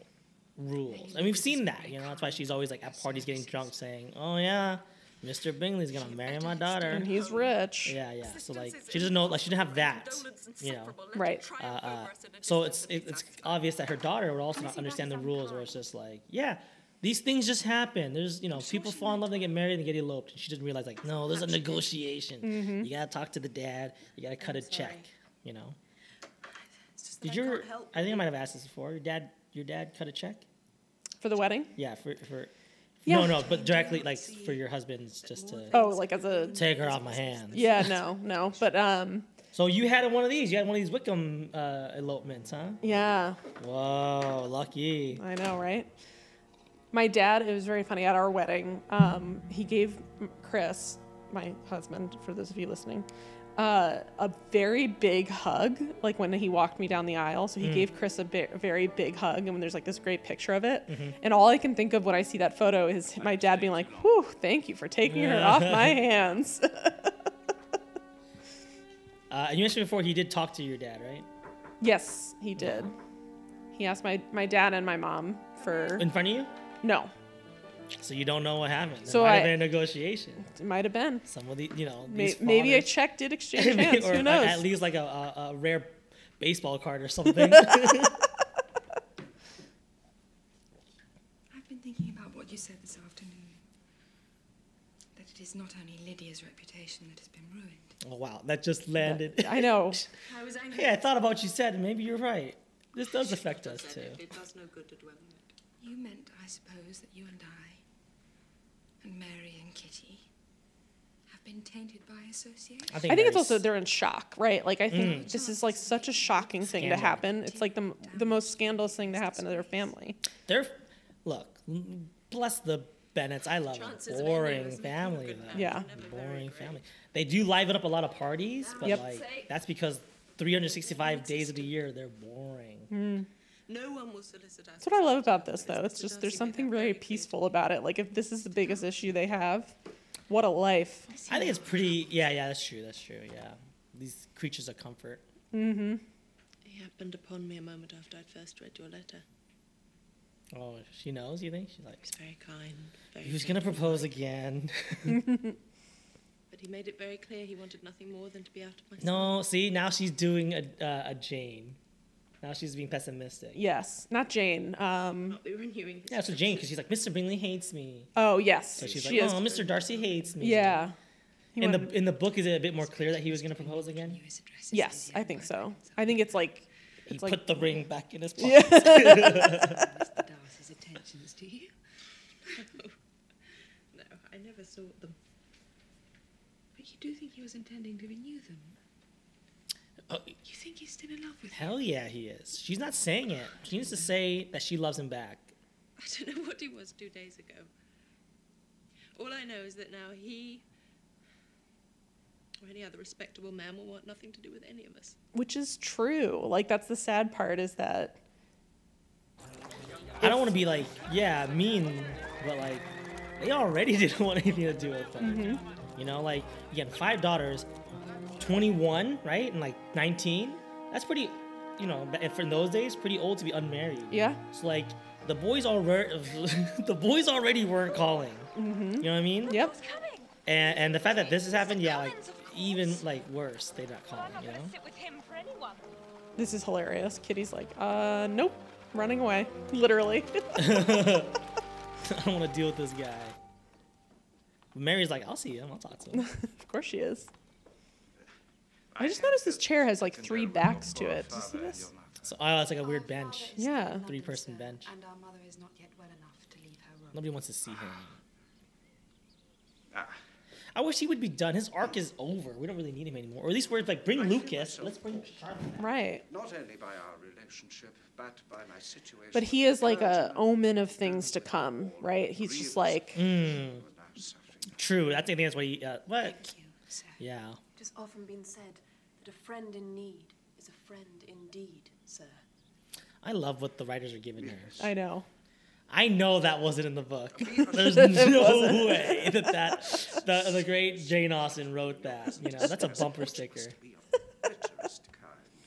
rules. And we've seen that. You know, that's why she's always like at parties getting drunk, saying, "Oh yeah, Mr. Bingley's gonna marry my daughter,
And he's rich."
Yeah, yeah. So like, she doesn't know. Like, she didn't have that. You know.
Right.
Uh, uh, so it's it, it's obvious that her daughter would also not understand the rules, where it's just like, yeah, these things just happen. There's you know, people fall in love, they get married, and get eloped, and she doesn't realize like, no, there's a negotiation.
Mhm.
Mm-hmm.
You gotta talk to the dad. You gotta cut a check. You know. Did
I
your?
can't help
I think I might have asked this before. Your dad, your dad cut a check.
For the wedding?
Yeah, for for.
Yeah.
No, no, but directly like for your husband's just to.
Oh, like as a
Take her off my hands.
Yeah, no, no, but um,
So you had one of these. You had one of these Wickham uh, elopements, huh?
yeah.
Whoa, lucky.
I know, right? My dad, it was very funny at our wedding. Um, he gave m- Chris, my husband, for those of you listening, uh, a very big hug, like when he walked me down the aisle. So he
Mm.
gave Chris a, bi- a very big hug, and when there's like this great picture of it.
Mhm.
And all I can think of when I see that photo is my dad being Mm-hmm. like, whew, thank you for taking her off my hands.
Uh, and you mentioned before he did talk to your dad, right?
yes, he did. He asked my, my dad and my mom for.
In front of you?
No.
So you don't know what happened.
So
So might
I-
have been a negotiation.
It might have been.
Some of the, you know,
May-
these
maybe a
fathers-
check did exchange hands.
or
Who
a-
knows?
At least like a, a, a rare baseball card or something. Oh,
I've been thinking about what you said this afternoon. That it is not only Lydia's reputation that has been ruined.
oh wow, that just landed.
I know.
I was angry.
yeah, I thought about what you said, and maybe you're right. This does affect us too.
It does no good to dwell on it.
You meant, I suppose, that you and I, and Mary and Kitty, have been tainted by association.
I think, it's also they're in shock, right? Like I think
Mm.
this is like such a shocking thing to
Scandal.
happen. It's like the m- the most scandalous thing to happen to their family.
They're look, bless the Bennetts. I love
Chances
them.
of any of
Boring
us making a
family though.
Yeah.
Boring family. They do liven up a lot of parties, but
Yep.
like that's because 365 days of the year they're boring.
Mm-hmm.
No one will solicit us.
That's what I love about this, though. It's just there's something very peaceful about it. Like if this is the biggest issue they have, what a life.
I think it's pretty. Yeah, yeah, that's true. That's true. Yeah, these creatures of comfort.
Mm-hmm.
He happened upon me a moment after I'd first read your letter.
Oh, she knows. You think she's like
He's very kind. Very
he was gonna propose again.
But he made it very clear he wanted nothing more than to be out of my sight.
no, see now she's doing a uh, a Jane. Now she's being pessimistic.
Yes, not Jane. Um,
They were renewing his
Yeah, so Jane, because she's like Mr. Bingley hates me.
oh yes,
So she's
she
like,
is.
oh, Mr. Darcy hates me.
Yeah. He
In the
wanted-
in the book, is it a bit more clear that he was going to propose again?
Yes, I think so. I think it's like
He
it's like
put the ring back in his
Yeah.
pocket. Yeah.
Darcy's attentions to you. no, no, I never sought them.
But you do think he was intending to renew them?
Oh.
You think he's still in love with
Hell yeah, he is. She's not saying it. She needs to say that she loves him back.
I don't know what he was two days ago. All I know is that now he or any other respectable man will want nothing to do with any of us.
which is true. Like that's the sad part is that
I don't want to be like, yeah, mean, but like, they already didn't want anything to do with them.
Mhm.
You know, like, again, five daughters, 21, right? And like 19. That's pretty, you know, ba- for those days, pretty old to be unmarried.
Yeah.
So, like, the boys already, the boys already weren't calling.
Mm-hmm.
You know what I mean?
Yep.
And, and the fact that this has happened, yeah, like, even like worse, they're not calling, you know?
Sit with him for anyone.
this is hilarious. Kitty's like, uh, nope, running away, literally.
I don't want to deal with this guy. Mary's like, I'll see him. I'll talk to him.
of course she is. I just noticed this chair has like three backs to it. Do you see this?
So, oh, it's like a weird bench.
Yeah.
Three person bench.
And our mother is not yet well enough to leave her room.
Nobody wants to see him. I wish he would be done. His arc is over. We don't really need him anymore. Or at least we're like, bring Lucas. Let's bring Charlotte.
Right.
Not only by our relationship, but by my situation.
But he is like a omen of things to come, right? He's just like,
Mm. True. That's, I think that's what he. Uh, what?
Thank you, sir.
Yeah.
It has often been said that a friend in need is a friend indeed, sir.
I love what the writers are giving here.
I know.
I know that wasn't in the book. There's
It
no
wasn't.
way that that the, the great Jane Austen wrote that. You know, Oh, that's a bumper sticker.
bitterest kind,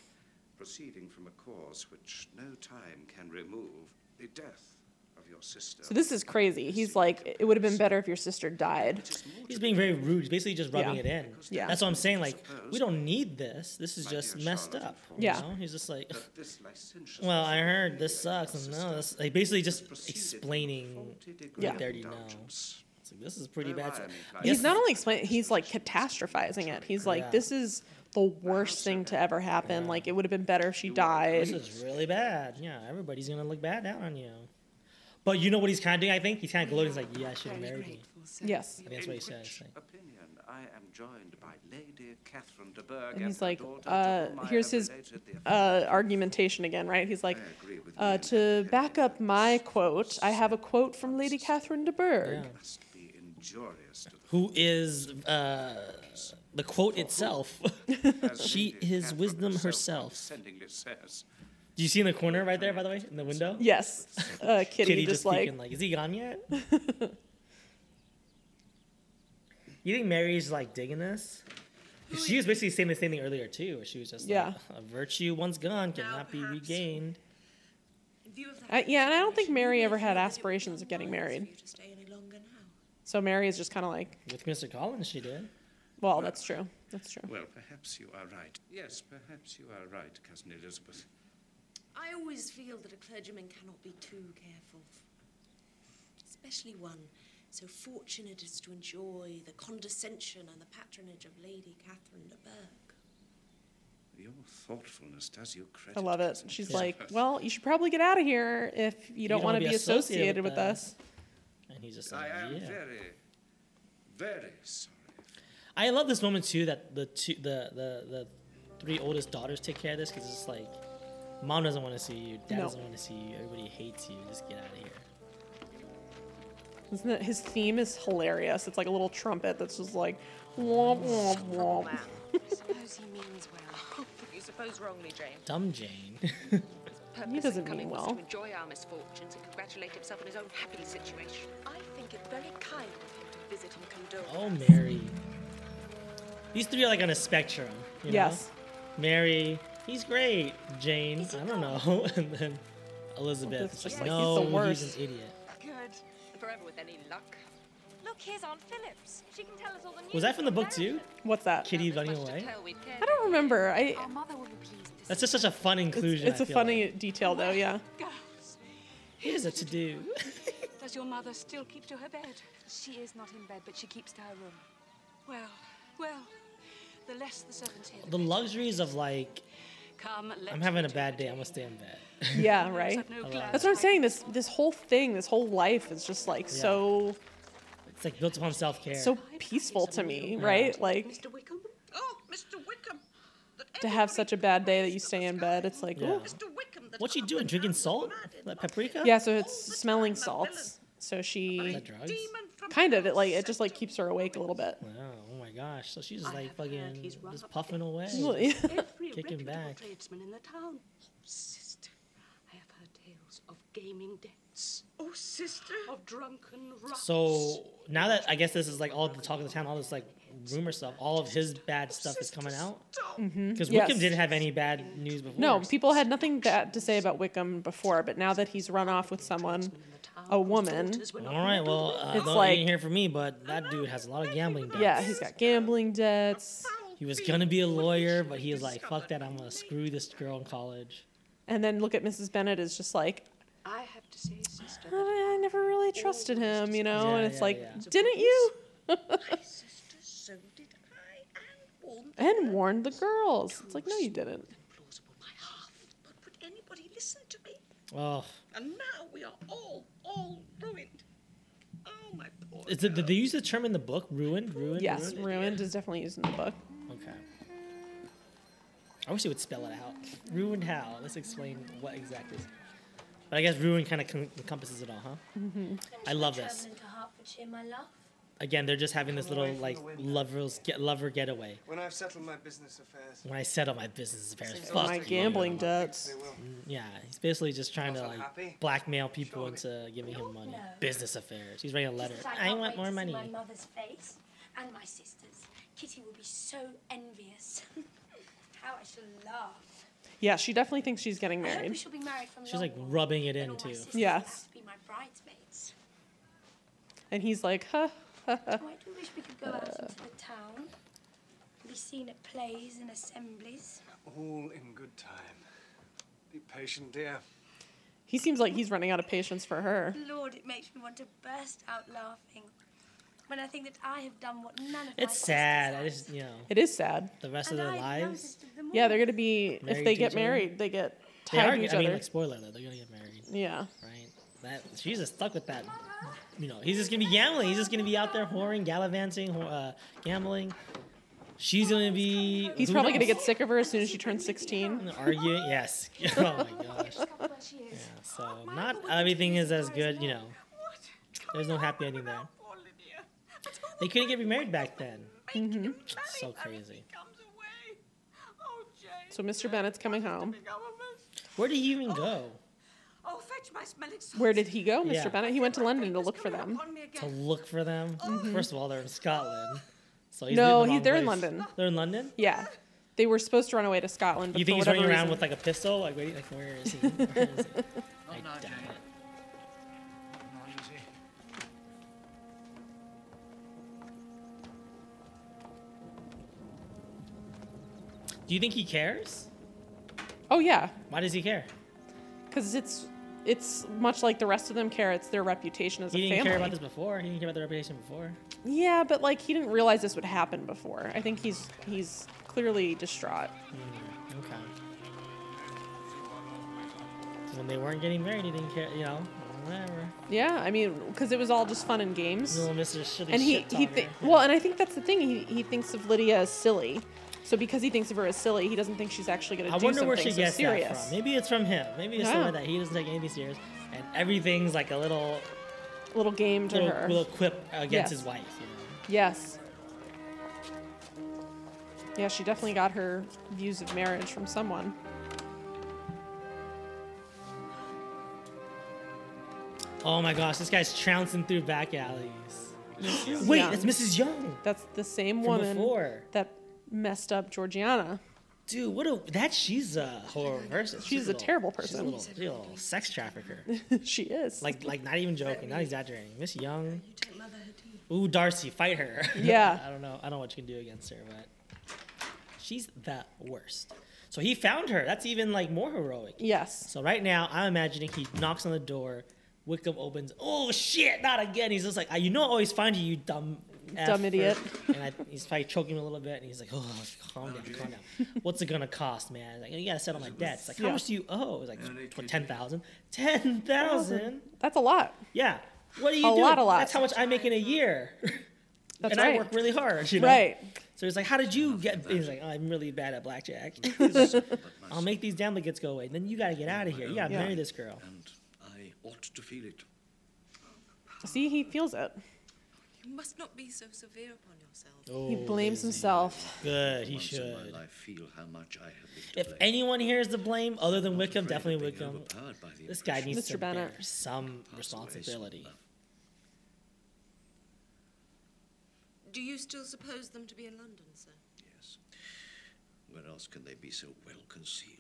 proceeding from a cause which no time can remove, the death of your sister.
So this is crazy. He's like, it would have been better if your sister died.
He's being very rude. He's basically just rubbing
Yeah.
it in.
Yeah.
That's what I'm saying. Like, we don't need this. This is just messed up. you
Yeah.
know? He's just like,
That this licentious
well, I heard this sucks. And no, this, like, basically just explaining
Yeah.
what they already know. It's like, this is pretty bad.
He's not only explaining, he's like catastrophizing it. He's like,
Yeah.
this is the worst thing to ever happen. Like, it would have been better if she died.
This is really bad. Yeah, everybody's gonna look bad down on you. But you know what he's kind of doing? I think he's kind of gloating. He's like, "Yeah, I should have
Very
married you."
grateful, sir.
Yes.
I think that's
In
what he says.
which opinion I am joined by Lady Catherine de Bourgh
And he's
her
like,
daughter, to
uh,
whom I
here's
have
his
related the
uh, argumentation again, right? He's like,
agree with
uh,
you.
to back up my quote, I have a quote from Lady Catherine de Bourgh.
Yeah.
must be injurious to
Who is uh, the quote itself? she is wisdom herself.
sending this says.
Do you see in the corner right there, by the way, in the window?
Yes. Uh, Kitty, just, like,
peeking, like, is he gone yet? you think Mary's like digging this? 'Cause She was basically saying the same thing earlier too, where she was just
Yeah.
like, "A virtue once gone cannot be regained."
I, yeah, and I don't think Mary ever had aspirations of getting married. So Mary is just kind of like,
With Mr. Collins, she did.
well, that's true. That's true.
Well, perhaps you are right. Yes, perhaps you are right, cousin Elizabeth.
I always feel that a clergyman cannot be too careful, especially one so fortunate as to enjoy the condescension and the patronage of Lady Catherine de Bourgh.
Your thoughtfulness does you credit.
I love it.
cousin
She's
Elizabeth.
like, well, you should probably get out of here if you don't,
don't
want
wanna
to
be
be
associated
associated
with
with us.
And he's just
I
like,
am
"Yeah."
very, very sorry.
I love this moment too that the two, the, the the three oldest daughters take care of this because it's like, mom doesn't want to see you, dad
No.
doesn't want to see you, everybody hates you. Just get out of here.
Isn't it, his theme is hilarious. It's like a little trumpet that's just like, womp, womp, womp.
suppose he means well. You suppose wrongly, Jane.
Dumb Jane.
Purpose
He doesn't
in coming
mean
was
well.
to enjoy our misfortunes and congratulate himself on his own happy situation.
I think it very kind of him to visit and condole.
oh, Mary. These three are like on a spectrum. You
Yes.
Know? Mary, he's great. Jane, I don't know, and then Elizabeth.
Elizabeth's
it's
just
like,
like, he's
no,
the
he's,
worst."
an idiot.
Good. Forever with any luck.
Look, here's Aunt Phillips. She can tell us all the news.
Was that from the book too?
What's that?
Kitty running away.
I don't remember. I,
That's just such a fun inclusion.
it's
I
a
feel
funny detail, though, yeah.
Girls,
Like. Here's a to do.
does your mother still keep to her bed? She is not in bed, but she keeps to her room. Well, well, the less the servants hear.
The luxuries of like,
Come, let
I'm having a bad day. I'm gonna stay in bed.
Yeah, right?
I love it.
That's what I'm saying. This this whole thing, this whole life is just like
Yeah.
so
It's like built upon self care.
so peaceful to me,
Yeah.
right? Like
Mr. Wickham? Oh, Mr. Wickham!
to have such a bad day that you stay in bed, it's like, ooh.
What's she doing? Drinking salt? Like paprika?
Yeah, so it's smelling salts. So
Is
she
that drugs?
kind of it like it just like keeps her awake a little bit.
Wow. Oh my gosh. So she's just like fucking just puffing away,
Really?
kicking back.
tradesman in the town. Oh, sister, I have heard tales of gaming debts. Oh, sister! Of drunken rust.
So now that I guess this is like all the talk of the town, all this like rumor stuff, all of his
Oh,
bad stuff is coming out. Mm-hmm.
Mhm.
Because
Yes.
Wickham didn't have any bad news before.
No, people had nothing bad to say about Wickham before, but now that he's run off with someone, a woman,
All right. Well, uh,
It's
don't
like-
you didn't hear from me, but that dude has a lot of gambling debts.
yeah, he's got gambling debts.
He was gonna be a lawyer, but he was like, "Fuck that! I'm gonna screw this girl in college."
And then look at Mrs. Bennett is just like,
I have to say, sister,
"Oh, I never really trusted him, you know?
Yeah,
and it's
yeah,
like,
yeah.
didn't you?
so did I, and warned
and warned the girls. It's like, no, you didn't.
my half. But would anybody listen to me?
Oh,
And now we are all, all ruined. Oh, my poor.
is it, did they use the term in the book? Ruined, ruined.
Yes, ruined is definitely used in the book.
Okay. I wish they would spell it out. Ruined how? Let's explain what exactly. is- But I guess ruin kind of com- encompasses it all, huh?
Mhm.
I love this.
Travelling to Hertfordshire, my love.
again, they're just having this
Come
little
away from
like
the window.
lovers get lover getaway.
When I've settled my business affairs.
When I settle my business affairs,
Seems
fuck
almost
Oh, My
like you
gambling
know.
debts.
Yeah, he's basically just trying to like
unhappy?
blackmail people into giving him money.
know.
Business affairs. He's writing a letter.
Just as
I
can't
want
wait
more
to see
money.
my mother's face and my sister's. Kitty will be so envious. How I shall laugh.
Yeah, she definitely thinks she's getting
I hope we
married.
shall be married from
She's like rubbing it in
my
too.
sisters will
Yes.
have to be my bridesmaids.
And he's like, huh, huh, huh.
Oh, I do wish we could go out into the town, be seen at plays and assemblies.
All in good time. Be patient, dear.
He seems like he's running out of patience for her.
Lord, it makes me want to burst out laughing when I think that I have done what none of my
It's sad. I just you know.
It is sad.
The rest of their lives.
Yeah, they're gonna be
Married
if
to
they get
each other?
married, they get
They
tied
are.
to each
I mean,
other.
like spoiler though, they're gonna get married.
Yeah.
Right. That she's just stuck with that. You know, he's just gonna be gambling. He's just gonna be out there whoring, gallivanting, whor- uh, gambling. She's gonna be.
He's
who
probably gonna
knows?
get sick of her as soon as she turns sixteen.
arguing. Yes. Oh my gosh. Yeah, so not everything is as good, you know. There's no happy ending there. They couldn't get remarried back then.
Mhm.
So crazy.
Oh,
So Mr. Bennett's coming home.
Where did he even go?
Oh, fetch my smelling salts.
Where did he go, Mr.
Yeah.
Bennett? He went to London to look for them.
Upon me again.
To look for them?
Mhm.
First of all, they're in Scotland. So he's
No,
in the
he,
wrong
they're in
place.
London.
They're in London.
Yeah, they were supposed to run away to Scotland. But
You think
for
he's running
whatever
around with
reason-
like a pistol? Like, wait, like where is he? Where is he? I doubt it. Do you think he cares?
Oh yeah,
Why does he care?
because it's it's much like the rest of them care. It's their reputation as
He
a
didn't
family.
care about this before. He didn't care about the reputation before.
Yeah, but like he didn't realize this would happen before. I think he's he's clearly distraught.
Okay. When they weren't getting married, he didn't care. You know, whatever.
Yeah, I mean, because it was all just fun and games.
Little Mr. Shitty
and he
shit
he
talker.
thi- well, and I think that's the thing. He he thinks of Lydia as silly, so because he thinks of her as silly, he doesn't think she's actually going to
I
do
wonder
something
where she
so
gets
serious.
that from. Maybe it's from him. Maybe it's
Yeah.
something that he doesn't take anything serious, and everything's like a little
Little game to
little,
her.
little quip against
Yes.
his wife. You know?
Yes. Yeah, she definitely got her views of marriage from someone.
Oh my gosh, this guy's trouncing through back alleys. Wait,
Yeah.
it's Mrs. Young.
That's the same
From
woman
before.
that messed up Georgiana.
Dude, what a that she's a horror person.
She's a terrible
She's a
person.
little, she's a little sex trafficker.
she is.
Like like not even joking, not exaggerating. Miss Young.
Take mother her tea.
Ooh, Darcy, fight her.
Yeah.
I don't know. I don't know what you can do against her, but she's the worst. So he found her. That's even like more heroic.
Yes.
So right now, I'm imagining he knocks on the door. Wickham opens. Oh shit! Not again. He's just like, "I- you know, I always find you, you dumb,
Dumb idiot.
And I, he's probably choking him a little bit, and he's like, "Oh, calm down, calm down. What's it gonna cost, man? Like, you gotta settle my debts. Like, how
Yeah.
much do you owe? It's like ten thousand. Ten thousand.
That's a lot.
Yeah. What do you
A
do?
lot, a lot.
That's how much I make in a year.
That's
and I
right.
work really hard. You know?
Right.
So he's like, "How did you get?" He's like, "I'm really bad at blackjack. I'll make these damn tickets go away. Then you gotta
Oh
get out of here. You gotta
Yeah.
marry this girl."
I ought to feel it.
See, he feels it.
You must not be so severe upon yourself.
Oh,
he blames himself.
Good, he
Once in my
should.
life, feel how much I have been to
If
blame.
anyone here is to blame other than Wickham, definitely
of being
Wickham.
overpowered by the
This guy
impression.
needs
Mr.
to bear
Bennett.
some responsibility.
Do you still suppose them to be in London, sir?
Yes. Where else can they be so well concealed?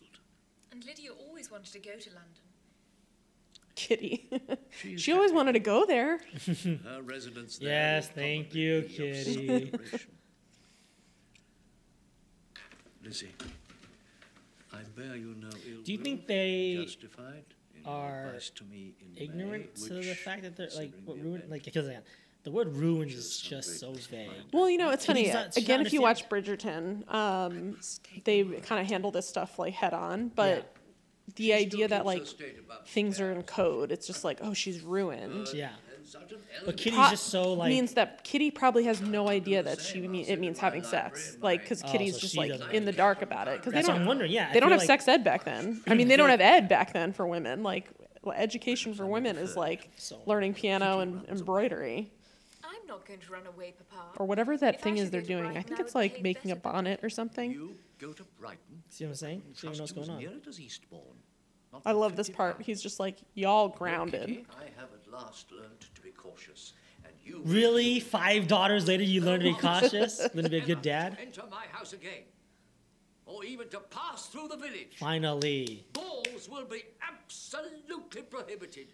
And Lydia always wanted to go to London.
Kitty. she always wanted to go there.
Her residence there.
Yes, thank you, Kitty.
Lizzie, I bear you no ill
Do you
will,
think they
justified in your
are
advice to me in May,
ignorant to the
which,
fact that they're like
considering
what
the
ruin like because again, the word ruins is just so vague.
Well, you know, it's
Kitty's
funny.
not- she's
Again,
not
if you
understand-
watch Bridgerton, um, they kind of handle this stuff like head on, but the idea that like things are in code, it's just like, oh, she's ruined.
Yeah.
Uh,
But Kitty's
Pro-
just so like
means that Kitty probably has no idea that she mean, it means having sex, like because
Oh,
Kitty's
so
just
she
like
doesn't-
in the dark about it because they
That's what
don't.
I'm wondering, yeah, I
they don't
feel
have
like-
sex ed back then. I mean, they don't have ed back then for women. Like education for women is like learning piano and embroidery.
I'm I'm not going to run away, Papa.
or whatever that
If I
thing is
should
they're
go to
doing. I
Brighton,
think
would
it's like
behave
making a
better than-
bonnet or something.
Go to Brighton.
See what I'm saying? She even knows what's going on.
Near it is Eastbourne. Not
I
but
love this
50
part.
pounds.
He's just like, y'all
Look,
grounded.
Kitty, I have at last learned to be cautious, and you
Really? Five daughters later, you learn to be cautious? Learn to be a good dad?
Enter my house again, or even to pass through the village.
Finally.
Balls will be absolutely prohibited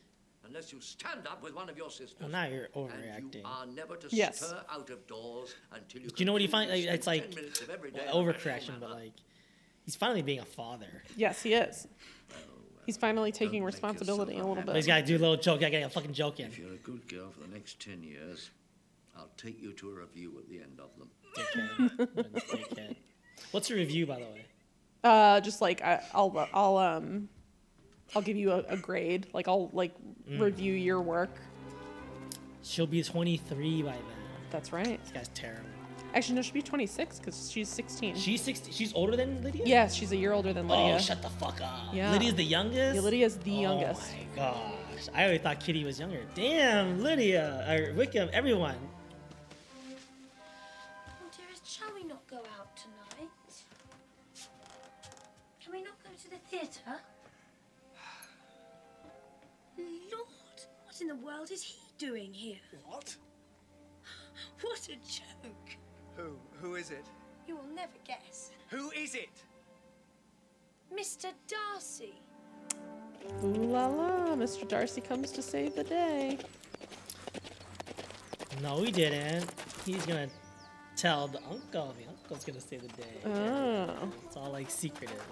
unless you stand up with one of your sisters.
Well, now you're
And you
overreacting.
are never to
Yes.
stir out of doors until you.
Do you know what he
completely
finds? Like,
spend
it's like
10 minutes of every day
well, overcorrection, but like he's finally being a father.
Yes, he is. He's finally taking responsibility a little
But he's
bit.
got to do a little joke. I got to get a fucking joke in.
If you're a good girl for the next ten years, I'll take you to a review at the end of them.
What's your review, by the way?
Uh, just like I, I'll, I'll, um, I'll give you a, a grade. Like I'll like
Mm.
review your work.
She'll be 23 by then.
That's right.
This guy's terrible.
Actually, no, she'll be 26 because she's 16.
She's 16. She's older than Lydia.
Yes, she's a year older than Lydia.
Oh, shut the fuck up.
Yeah.
Lydia's the youngest.
Yeah, Lydia's the youngest.
Oh my gosh, I already thought Kitty was younger. Damn, Lydia, or Wickham, everyone.
Oh, dearest, shall we not go out tonight? Can we not go to the theatre? Lord, what in the world is he doing here?
What?
What a joke!
Who? Who is it?
You will never guess.
Who is it?
Mr. Darcy.
Ooh la la, Mr. Darcy comes to save the day.
No, he didn't. He's gonna tell the uncle. The uncle's gonna save the day.
Oh.
It's all like secretive.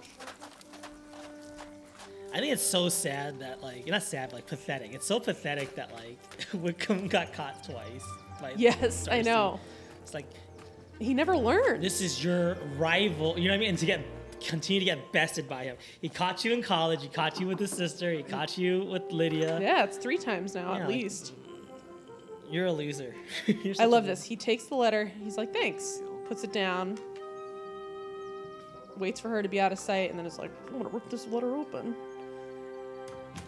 I think it's so sad that like not sad, but, like pathetic. It's so pathetic that like Wickham got caught twice. By
Yes, I
Darcy.
know.
It's like
he never learned.
This is your rival. You know what I mean? And to get continue to get bested by him. He caught you in college. He caught you with his sister. He caught you with Lydia.
Yeah, it's three times now
Yeah,
at
like,
least.
You're a loser.
I love this. He takes the letter. He's like, thanks. Puts it down. Waits for her to be out of sight, and then is like, I'm gonna rip this letter open.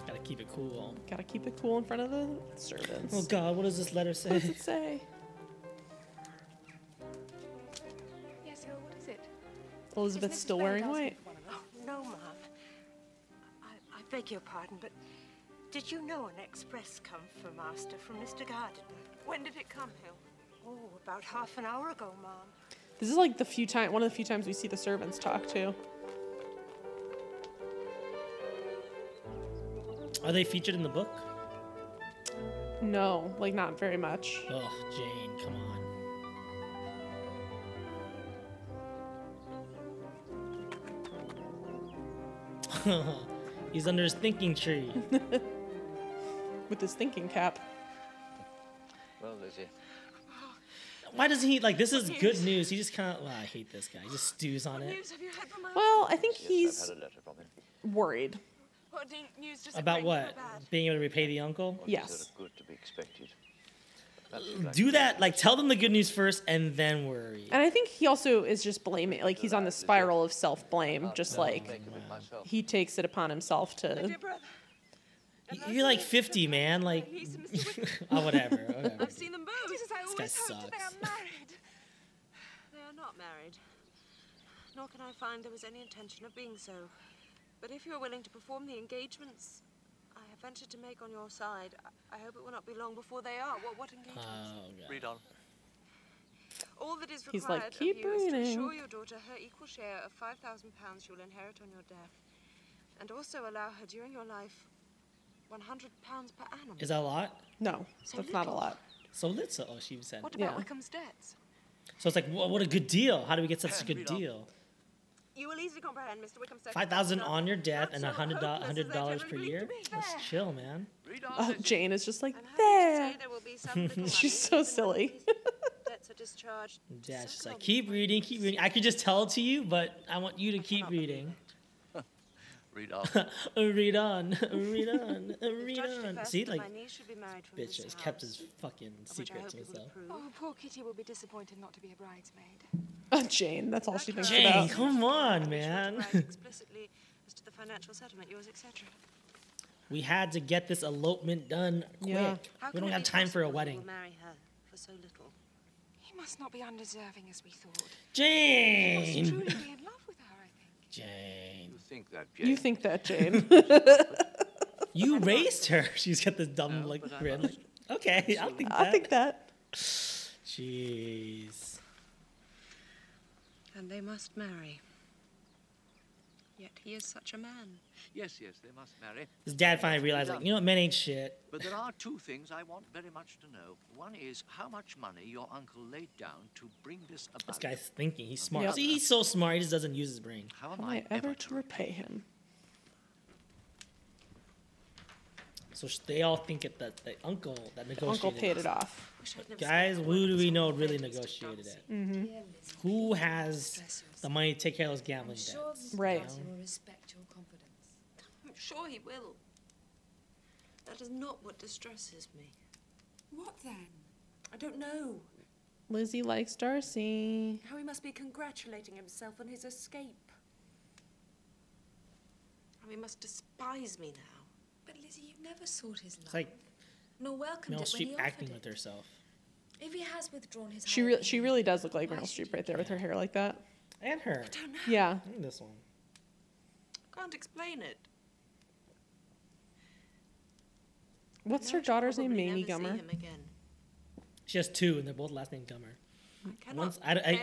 Gotta keep it cool.
Gotta keep it cool in front of the servants.
Oh God, what does this letter say?
What does it say?
Yes, oh, what is it?
Elizabeth's still wearing white.
Oh, no, Mom. I, I beg your pardon, but did you know an express come for Master from Mr. Gardiner? When did it come, Hill? Oh, about half an hour ago, Mom.
This is like the few time, one of the few times we see the servants talk too.
Are they featured in the book?
No, like not very much.
Ugh, Jane, come on. He's under his thinking tree.
With his thinking cap.
Well, Lizzie,
Why doesn't he like? This is good news. He just kind of. Well, I hate this guy. He just stews on it.
News have you heard from her?
Well, I think
I've
he's
had a letter from him.
worried.
What do you- news does it
About
bring?
what?
Bad.
Being able to repay the uncle?
What is there of good to be expected? Perhaps you'd like
Do
to-
that. Like, tell them the good news first, and then worry.
And I think he also is just blaming, like he's on the spiral of self blame, just like he takes it upon himself to.
You're like 50, man. Like, oh, whatever. whatever.
I've seen them both. Jesus, I
This guy
always hoped they are
sucks.
married.
They are not married. Nor can I find there was any intention of being so. But if you are willing to perform the engagements I have ventured to make on your side, I, I hope it will not be long before they are. What, what engagement?
Read on.
All that is
He's like,
required
"Keep
of you is to
reading."
ensure your daughter her equal share of five thousand pounds you'll inherit on your death, and also allow her during your life one hundred pounds per annum.
Is that a lot?
No,
So that's not a little. lot.
So little. Oh, she said.
What
it.
about Yeah.
Wickham's debts.
So it's like, wha- what a good deal. How do we get such a good
Read on.
deal?
You will easily comprehend, Mmr. Wickham. said-
Five thousand on your death and a hundred do- hundred dollars per year. That's chill, man.
Oh, Jane is just like
Say
there.
there will be some little
She's so silly.
debts are discharged.
Yeah, she's like, keep reading, keep reading. I could just tell it to you, but I want you to keep reading.
Read on.
read on, read on, read
Judge
on.
Jefferson
See,
and
like,
my niece should be married from
bitch
this
has kept his fucking
which I
secret
hope
to
you will
himself.
Oh, poor Kitty will be disappointed not to be a bridesmaid.
Oh, Jane, that's all she thinks
Jane,
about.
come on, man.
explicitly as to the financial settlement, yours, etc.
we had to get this elopement done quick.
Yeah. How
We
can
don't
it
have
be
time for a
possible that you
wedding.
will marry her? for so little.
He must not be undeserving as we thought. He
Jane.
must truly be in love with her, I think.
Jane.
You think that, Jane?
You think that, Jane?
you raised her. She's got this dumb like grin. Like, okay, I'll think that.
I think that.
Jeez.
And they must marry. Yet he is such a man.
Yes, yes, they must marry.
His dad finally realized, like, you know what, men ain't shit.
But there are two things I want very much to know. One is how much money your uncle laid down to bring this about.
This guy's thinking. He's smart.
Yep.
See, he's so smart. He just doesn't use his brain.
How
Am I ever to repay him?
So sh- they all think it that the uncle that
The
negotiated.
uncle paid it off.
But guys, who do we know really negotiated it?
Mm-hmm.
Who has the money to take care of those gambling debts?
Sure, Mr.
Right.
Darcy will respect your confidence.
I'm sure he will. That is not what distresses me.
What then? I don't know.
Lizzie likes Darcy.
How he must be congratulating himself on his escape.
How he must despise me now.
But Lizzie, you never sought his love,
It's like
nor welcomed
Meryl
it when he
Streep
offered
acting
it.
with herself.
If he has withdrawn his
She
high
really, she
opinion,
really does look like
why
Meryl
should
Streep right there with her hair like that.
And her.
Yeah.
I think this one.
Can't explain it.
What's her daughter's name?
Probably
Mamie
never see
Gummer.
him again.
She has two, and they're both last name Gummer.
cannot
Once I, I,
bear
I,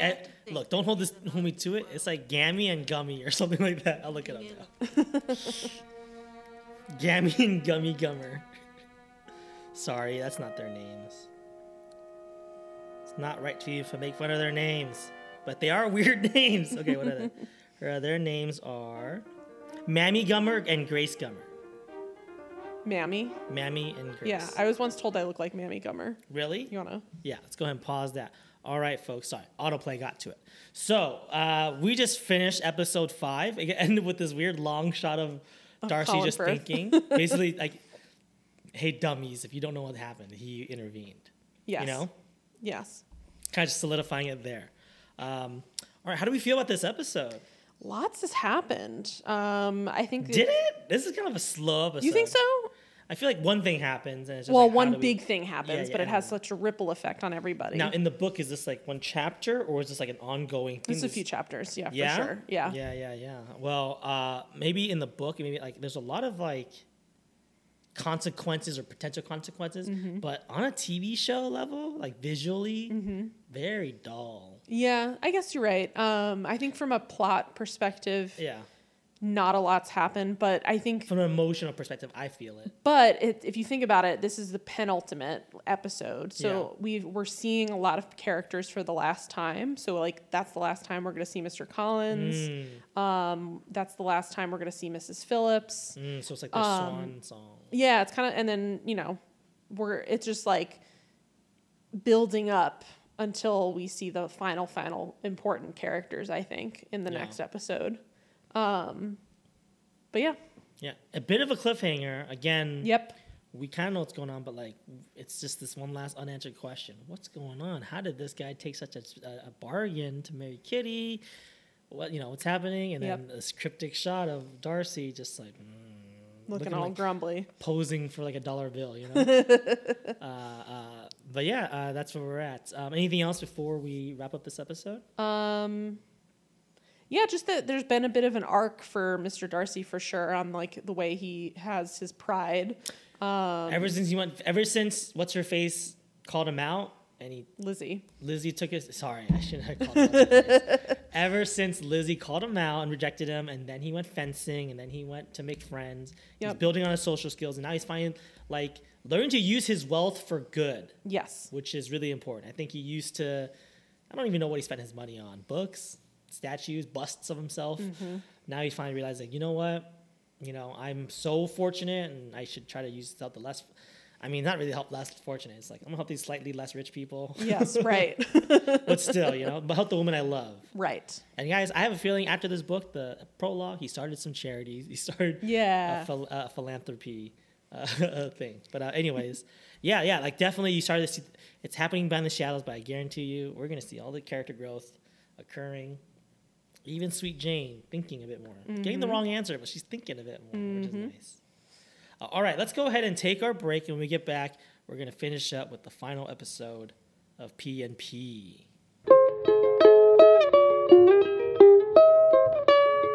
to
look,
think
don't hold this hold me to it. It's like Gammy and Gummy or something like that. I'll look it up. now. Gammy and Gummy Gummer. Sorry, that's not their names. It's not right to you to make fun of their names, but they are weird names. Okay, what are they? Her other names are Mammy Gummer and Grace Gummer.
Mammy.
Mammy and Grace.
Yeah, I was once told I look like Mammy Gummer.
Really?
You wanna?
Yeah, let's go ahead and pause that. All right, folks. Sorry, autoplay got to it. So uh, we just finished episode five. It ended with this weird long shot of
Of
Darcy
Colin
just
Firth.
thinking, basically like, "Hey, dummies! If you don't know what happened, he intervened."
Yes.
You know,
Yes.
kind of just solidifying it there. Um, all right, how do we feel about this episode?
Lots has happened. Um, I think.
Did it? This is kind of a slow episode.
You think so?
I feel like one thing happens, and it's just
Well,
like, how do
one
we-
big thing
Yeah,
happens,
yeah,
but it
and
has such a ripple effect on everybody.
Now, in the book, is this like one chapter or is this like an ongoing thing?
It's a few
that's-
chapters, yeah, for
yeah?
sure. Yeah.
Yeah, yeah, yeah. Well, uh, maybe in the book, maybe like there's a lot of like consequences or potential consequences,
Mm-hmm.
but on a TV show level, like visually,
Mm-hmm.
very dull.
Yeah, I guess you're right. Um, I think from a plot perspective,
Yeah.
not a lot's happened, but I think
From an emotional perspective, I feel it.
But it, if you think about it, this is the penultimate episode, so we we're seeing a lot of characters for the last time. So like that's the last time we're going to see Mr. Collins. Um, that's the last time we're going to see Mrs. Phillips.
Mm, so it's like the
Um,
swan song.
Yeah, it's kind of, and then you know, we're it's just like building up until we see the final, final important characters. I think in the
Yeah.
next episode. Um, but yeah,
Yeah. A bit of a cliffhanger. Again,
Yep.
we kind of know what's going on, but like, it's just this one last unanswered question: What's going on? How did this guy take such a, a bargain to marry Kitty? What you know? What's happening? And then uh,
Yep.
this cryptic shot of Darcy just like mm,
looking, all
like,
grumbly.
posing for like a dollar bill, you know. uh, uh, but yeah, uh, that's where we're at. Um, anything else before we wrap up this episode?
Um, yeah, just that there's been a bit of an arc for Mr. Darcy for sure on like the way he has his pride. Um,
ever since you went, ever since what's her face called him out, and he
Lizzie.
Lizzie took his. Sorry, I shouldn't have called him. what's her face. Ever since Lizzie called him out and rejected him, and then he went fencing, and then he went to make friends. He's
Yep.
building on his social skills, and now he's finding like learning to use his wealth for good.
Yes.
which is really important. I think he used to. I don't even know what he spent his money on: books, statues, busts of himself.
Mhm.
Now he's finally realizing, you know what? You know, I'm so fortunate, and I should try to use help the less. I mean, not really help less fortunate. It's like I'm gonna help these slightly less rich people.
Yes, right.
but still, you know, but help the woman I love.
Right.
And guys, I have a feeling after this book, the prologue, he started some charities. He started
Yeah.
a, phil- a philanthropy uh, thing. But uh, anyways, yeah, yeah, like definitely you started to see it's happening behind the shadows. But I guarantee you, we're gonna see all the character growth occurring. Even Sweet Jane thinking a bit more, getting the
Mm-hmm.
Mhm.
wrong answer, but she's thinking a bit more, which
Mhm.
is nice. Uh, all right, let's go ahead and take our break. And when we get back, we're gonna finish up with the final episode of P and P.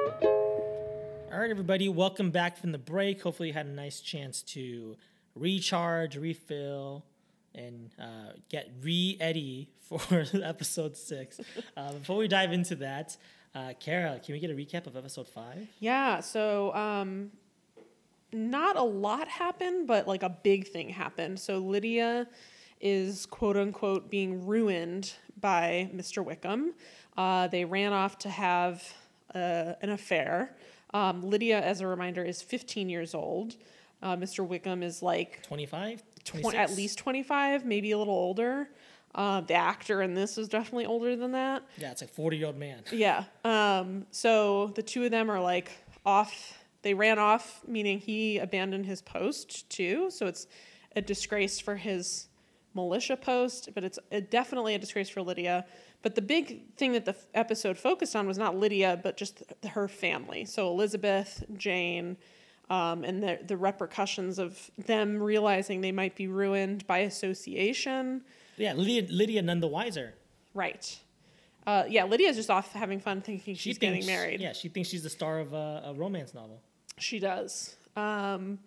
All right, everybody, welcome back from the break. Hopefully, you had a nice chance to recharge, refill, and uh, get re eddy for episode six. Uh, before we dive into that, uh, Kara, can we get a recap of episode five?
Yeah, so um, not a lot happened, but like a big thing happened. So Lydia is quote unquote being ruined by Mr. Wickham. Uh, they ran off to have uh, an affair. Um, Lydia, as a reminder, is 15 years old. Uh, Mr. Wickham is like
25?
twen- at
26?
least 25, maybe a little older. Uh, the actor in this is definitely older than that.
Yeah, it's a 40 year old man.
Yeah. Um, so the two of them are like off. They ran off, meaning he abandoned his post too. So it's a disgrace for his militia post, but it's uh definitely a disgrace for Lydia. But the big thing that the f- episode focused on was not Lydia, but just th- her family. So Elizabeth, Jane, um, and the, the repercussions of them realizing they might be ruined by association.
Yeah, Lydia, Lydia none the wiser.
Right. Uh, yeah, Lydia's just off having fun thinking she's getting
thinks-
married.
Yeah, she thinks she's the star of a, a romance novel.
She does. Um,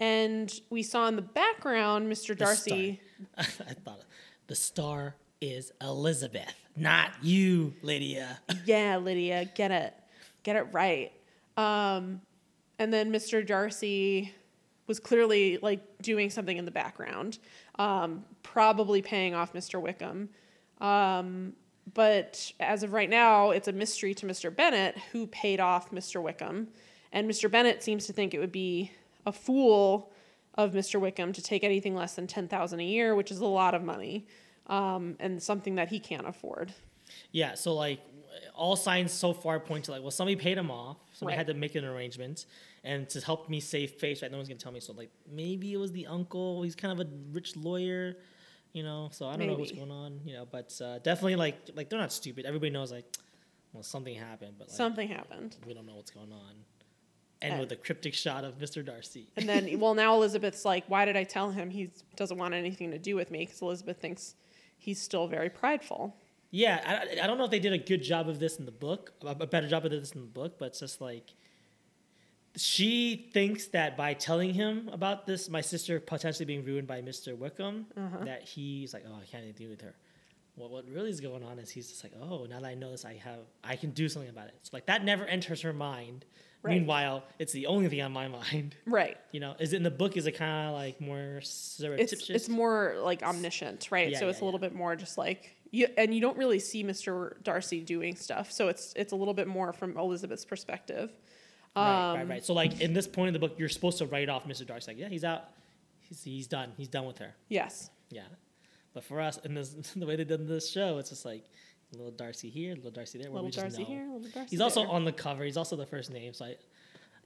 and we saw in the background Mr.
The
Darcy.
star. I thought the star is Elizabeth, not you, Lydia.
yeah, Lydia, get it. Get it right. Um, and then Mr. Darcy was clearly like doing something in the background, um, probably paying off Mr. Wickham. Um, but as of right now, it's a mystery to Mr. Bennett who paid off Mr. Wickham. And Mr. Bennett seems to think it would be a fool of Mr. Wickham to take anything less than 10,000 a year, which is a lot of money. Um, and something that he can't afford.
Yeah, so like all signs so far point to like, well, somebody paid him off, somebody
Right.
had to make an arrangement, and to help me save face, right? No one's gonna tell me. So like, maybe it was the uncle. He's kind of a rich lawyer, you know. So I don't know what's
Maybe.
going on, you know. But uh, definitely like, like they're not stupid. Everybody knows like, well, something happened, but like,
Something happened.
we don't know what's going on. And
Uh,
with a cryptic shot of Mr. Darcy.
And then, well, now Elizabeth's like, why did I tell him he doesn't want anything to do with me? Because Elizabeth thinks he's still very prideful.
Yeah, I- I, I don't know if they did a good job of this in the book, a a better job of this in the book, but it's just like she thinks that by telling him about this, my sister potentially being ruined by Mr. Wickham,
Uh-huh.
that he's like, oh, I can't deal with her. What what really is going on is he's just like, oh, now that I know this, I have I can do something about it. So like that never enters her mind.
Right.
Meanwhile, it's the only thing on my mind.
Right.
You know, is it in the book? Is it kind of like more surreptitious?
It's, it's more like omniscient, right?
Yeah,
so it's
yeah,
a little bit more just like you, and you don't really see Mr. Darcy doing stuff. So it's it's a little bit more from Elizabeth's perspective.
Right, right,
Um,
right. So like in this point in the book, you're supposed to write off Mr. Darcy. Like, yeah, he's out. He's, he's done. He's done with her.
Yes.
Yeah. But for us, in this the way they did this show, it's just like little Darcy here, little Darcy there. where we
Little
just
Darcy
know.
here, little Darcy
He's also
there.
on the cover. He's also the first name. So I,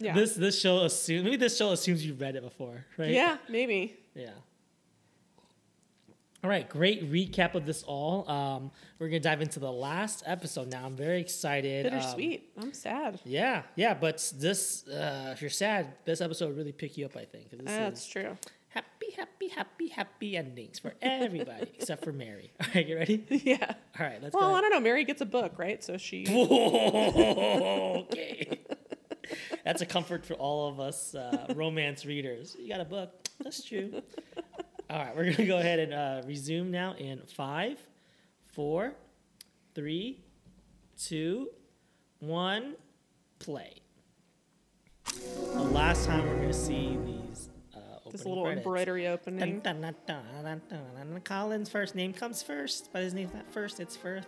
Yeah.
this this show assumes maybe this show assumes you've read it before, right?
Yeah, maybe.
Yeah. All right, great recap of this all. Um, we're gonna dive into the last episode now. I'm very excited. Um,
Bittersweet. I'm sad.
yeah, yeah, but this, uh, if you're sad, this episode will really pick you up, I think. 'cause This
That's
is
true.
happy, happy, happy, happy endings for everybody except for Mary. All right, you ready?
Yeah.
All right, let's go.
well, I
ahead.
don't know. Mary gets a book, right? So she.
okay. That's a comfort for all of us uh, romance readers. You got a book. That's true. All right, we're going to go ahead and uh, resume now in five, four, three, two, one, play. The last time we're going to see these. Uh, opening
This little
credits.
embroidery opening.
Dun, dun, dun, dun, dun, dun, dun, dun. Colin's first name comes first, but his name's not first, it's Firth.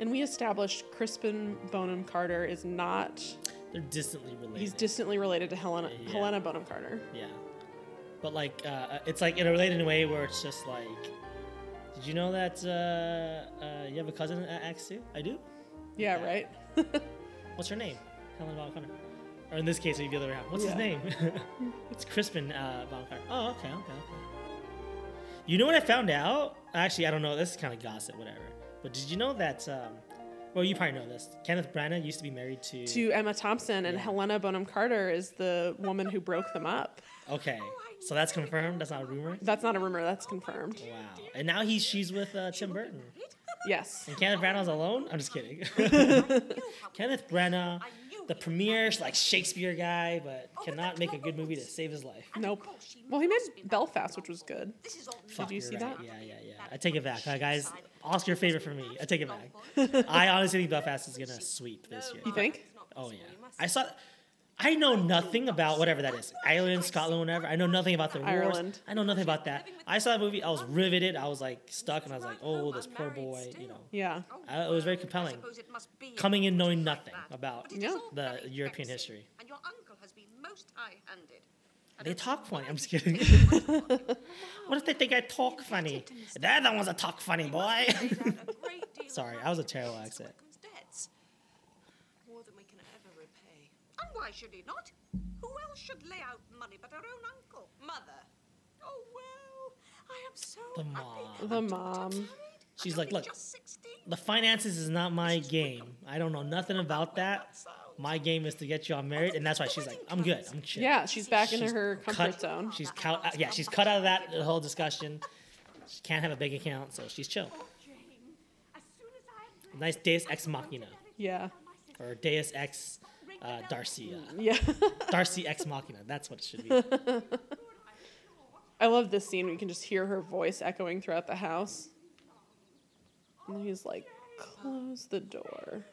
And we established Crispin Bonham Carter is not.
They're distantly related.
He's distantly related to Helena
Yeah.
Helena Bonham Carter.
Yeah. But like, uh, it's like in a related way where it's just like, did you know that uh, uh, you have a cousin at Axe 2? I do.
Yeah, right.
What's her name? Helen Von Connor. Or in this case, it'd be the other way around. What's
Yeah.
his name? it's Crispin uh, Von Connor. Oh, okay, okay, okay. You know what I found out? Actually, I don't know. This is kind of gossip, whatever. But did you know that um, Well, you probably know this. Kenneth Branagh used to be married to.
to Emma Thompson and
Yeah.
Helena Bonham Carter is the woman who broke them up.
Okay, so that's confirmed. That's not a rumor.
That's not a rumor. That's confirmed.
Wow. And now he's she's with uh, Tim Burton.
Yes.
And Kenneth Branagh's alone. I'm just kidding. Kenneth Branagh, the premier like Shakespeare guy,
Oh,
but cannot make a good movie to save his life.
Nope. Well, he made Belfast, which was good.
Fuck,
Did you
you're
see
right.
that?
Yeah, yeah, yeah. I take it back, uh, guys. Oscar favorite for me. I take it back. I honestly think Belfast is gonna sweep this year.
You think?
Oh yeah. I saw. I know nothing about whatever that is, Ireland, Scotland, whatever. I know nothing about the wars.
Ireland.
I know nothing about that. I saw that movie. I was riveted. I was like stuck, and I was like, "Oh, this poor boy," you know.
Yeah.
I, Uh, it was very compelling. Coming in knowing nothing about the European history.
and your uncle has been most high-handed.
They talk funny. I'm just kidding. what if they think I talk funny? They're the ones that talk funny, boy. Sorry, I was a terrible accent.
Debts. More than we can ever repay. And why should he not? Who else should lay out money but our own uncle? Mother. Oh, well, I am so
The mom.
happy.
The mom.
She's like, look, the finances is not my game. I don't know nothing about that. My game is to get y'all married, and that's why she's like, I'm good. I'm chill.
Yeah, she's back into her
cut-
comfort zone.
She's cut. uh, Yeah, she's cut out of that whole discussion. She can't have a big account, so she's chill. Nice Deus Ex Machina
Yeah.
or Deus Ex uh, Darcia.
Yeah.
Darcy Ex Machina. That's what it should be.
I love this scene. We can just hear her voice echoing throughout the house. And he's like, close the door.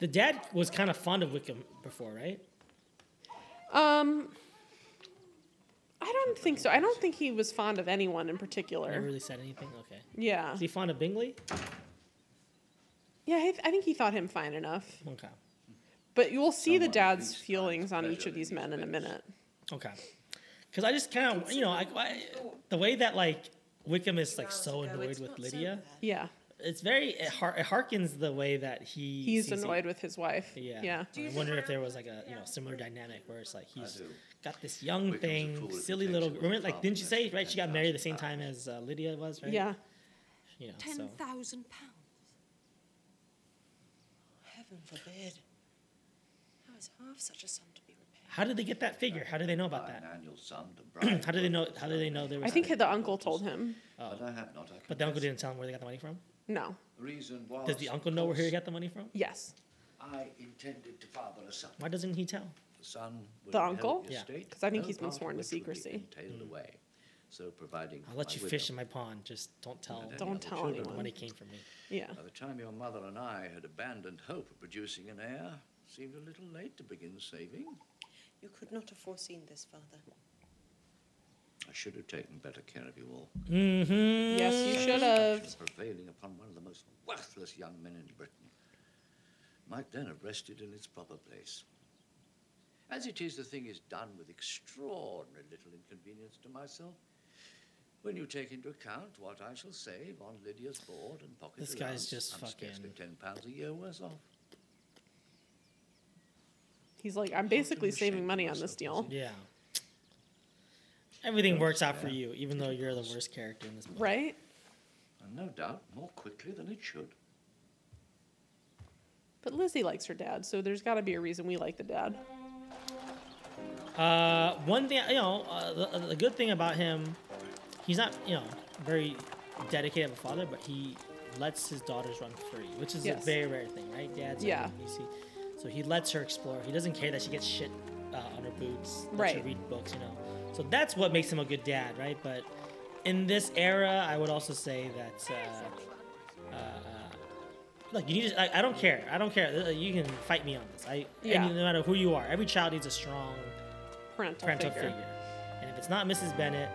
The dad was kind of fond of Wickham before, right?
Um, I don't think so. I don't think he was fond of anyone in particular.
Never really said anything. Okay.
Yeah.
Is he fond of Bingley?
Yeah, I, th- I think he thought him fine enough.
Okay.
But you will see the dad's feelings on each of these men in a minute.
Okay. Because I just kind of, you know, I, I, the way that like Wickham is like so annoyed with Lydia,
Yeah.
it's very it, har- it harkens the way that he
He's
sees
annoyed
it.
with his wife.
Yeah.
Yeah.
I wonder if there was like a you know similar dynamic where it's like he's got this young thing, silly little. Remember, like didn't you say right? She got married the same time as uh, Lydia was, right?
Yeah.
You know,
Ten
so
thousand pounds.
Heaven forbid. How is half such a sum to be repaid?
how did they get that figure? How do they know about that? how do they know? How do they know there was?
I think the uncle told him.
But
I have not. I
But the uncle didn't tell him where they got the money from.
No.
Reason was.
Does the uncle know where he got the money from?
Yes.
I intended to father a son.
Why doesn't he tell?
The son would
The
inherit
uncle?
the
Yeah. Hmm.
estate,
'Cause I think
no
he's been
part of
sworn to
which would be
secrecy.
entailed away. So providing.
I'll let
my
you
widow
fish in my pond. Just don't tell.
and any other children.
The money came from me.
Yeah.
By the time your mother and I had abandoned hope of producing an heir, it seemed a little late to begin saving.
You could not have foreseen this, Father.
I should have taken better care of you all.
Mm-hmm.
Yes, you should
Mm.
have.
Prevailing upon one of the most worthless young men in Britain might then have rested in its proper place. As it is, the thing is done with extraordinary little inconvenience to myself. When you take into account what I shall save on Lydia's board and pocket
This guy's
allowance,
just
I'm scarcely ten pounds a year worse off.
He's like, I'm basically saving money on this deal.
Yeah. Everything works out for you, even though you're the worst character in this book.
Right?
And no doubt more quickly than it should.
But Lizzie likes her dad, so there's got to be a reason we like the dad.
Uh, one thing, you know, uh, the, the good thing about him, he's not, you know, very dedicated of a father, but he lets his daughters run free, which is a
Yes.
very rare thing, right? Dad's
Yeah.
like, you see. So he lets her explore. He doesn't care that she gets shit uh, on her boots. lets
Right.
Her read books, you know. So that's what makes him a good dad, right? But in this era, I would also say that. Uh, uh, uh, Look, you need to. I, I don't care. I don't care. Uh, You can fight me on this. I,
Yeah.
any- no matter who you are, every child needs a strong
Parental,
parental
figure.
figure. And if it's not Mrs. Bennett,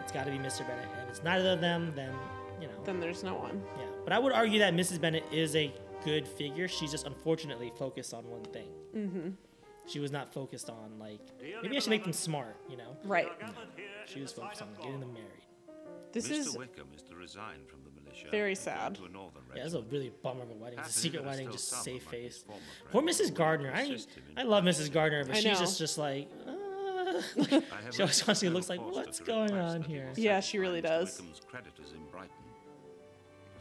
it's got to be Mr. Bennett. And if it's neither of them, then you know.
Then there's no one.
Yeah. But I would argue that Mrs. Bennett is a good figure. She's just unfortunately focused on one thing.
Mm-hmm.
She was not focused on like maybe I should make them smart. You know.
Right.
No. She was focused on getting them married.
This
Mr.
is
Wickham is to resign from the militia.
very
and go
sad.
To a northern
Yeah, that's a
regiment.
really bummer of a wedding. It's a
Happily
secret
there are
wedding,
still
just
some
save
among his
face.
former
Poor Mrs. Gardner. I, I love Mrs. Gardner, but
I
she's
know.
just just like. Uh, she always constantly looks like, what's going on here?
Yeah, she really does.
Wickham's creditors in Brighton.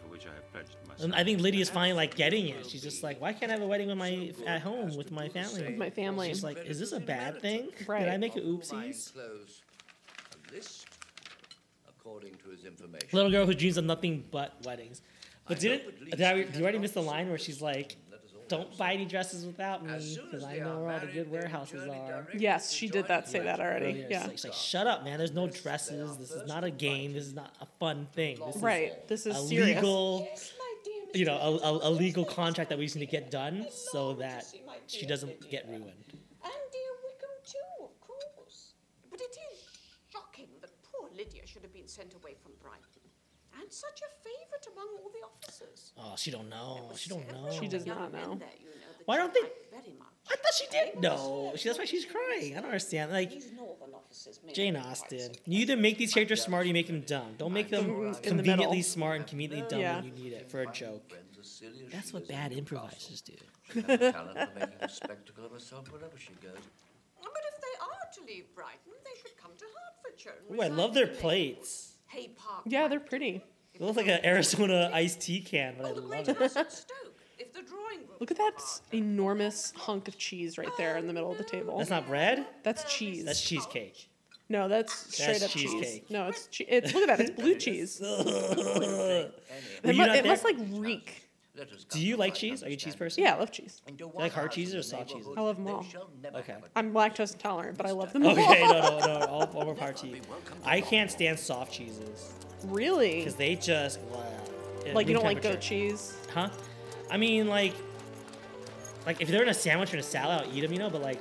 For which I have pledged myself.
And I think Lydia's finally like getting it. She's just like, why can't I have a wedding with my at home with my family?
With my family.
She's like, is this a bad thing? Did I
Right.
make it
Whom I
oopsies?
enclose a list according to his information.
Little girl who dreams of nothing but weddings. But
I hope at
didn't
least
did I,
we
did you already miss the line where she's like, don't buy any dresses without me
soon
because
as
I
they
know
are
where all the
married,
good warehouses are.
Yes, she did that. Say that
Earlier,
already.
she's
Yeah.
like- she's like, shut up, man. There's no dresses. This is not a game. This is not a fun thing. This
Right.
Is
This is
a
serious.
legal, you know, a, a, a legal contract that we just need to get done so that she doesn't get ruined.
And dear Wickham too, of course. But it is shocking that poor Lydia should have been sent away from Brighton. And such a favourite among all the officers.
Oh, she don't know. She don't know.
She does not know.
Why don't they?
Very much.
I thought she did know. She, that's why she's crying. I don't understand. Like
These northern officers may
Jane
not be quite
Austen, you either make these characters smart or you make them dumb. Don't make
In
them
the
conveniently
middle.
smart and conveniently dumb
Yeah.
when you need it for a joke. That's what bad improvisers do.
She has a talent for making a spectacle of herself wherever she goes.
But if they are to leave Brighton, they should come to Hertfordshire. and
Ooh, I
reside
love
in
their
the
plates.
Hay Park.
Yeah, they're pretty.
It looks like an Arizona iced tea can, but I
or the
love
Great
it.
House at Stoke. If the drawing room.
Look at that s- enormous hunk of cheese right there in the middle of the table.
That's not bread.
That's cheese.
That's cheesecake.
No, that's straight up cheese.
cheesecake.
No, it's che- it's look at that. It's blue cheese.
Were
It,
you
mu-
not
it
there?
must like reek.
Let us
Do you like cheese? Are you a cheese person?
Yeah, I love cheese.
Do you like hard cheeses or soft cheeses?
I love them all.
Okay.
I'm lactose intolerant, but I love them all.
Okay, no, no, no. All, all more hard cheese. I can't stand soft cheeses
Really?
because they just at
Like you
room
don't like
temperature.
goat cheese?
Huh? I mean, like, like if they're in a sandwich or in a salad, I'll eat them, you know. But like,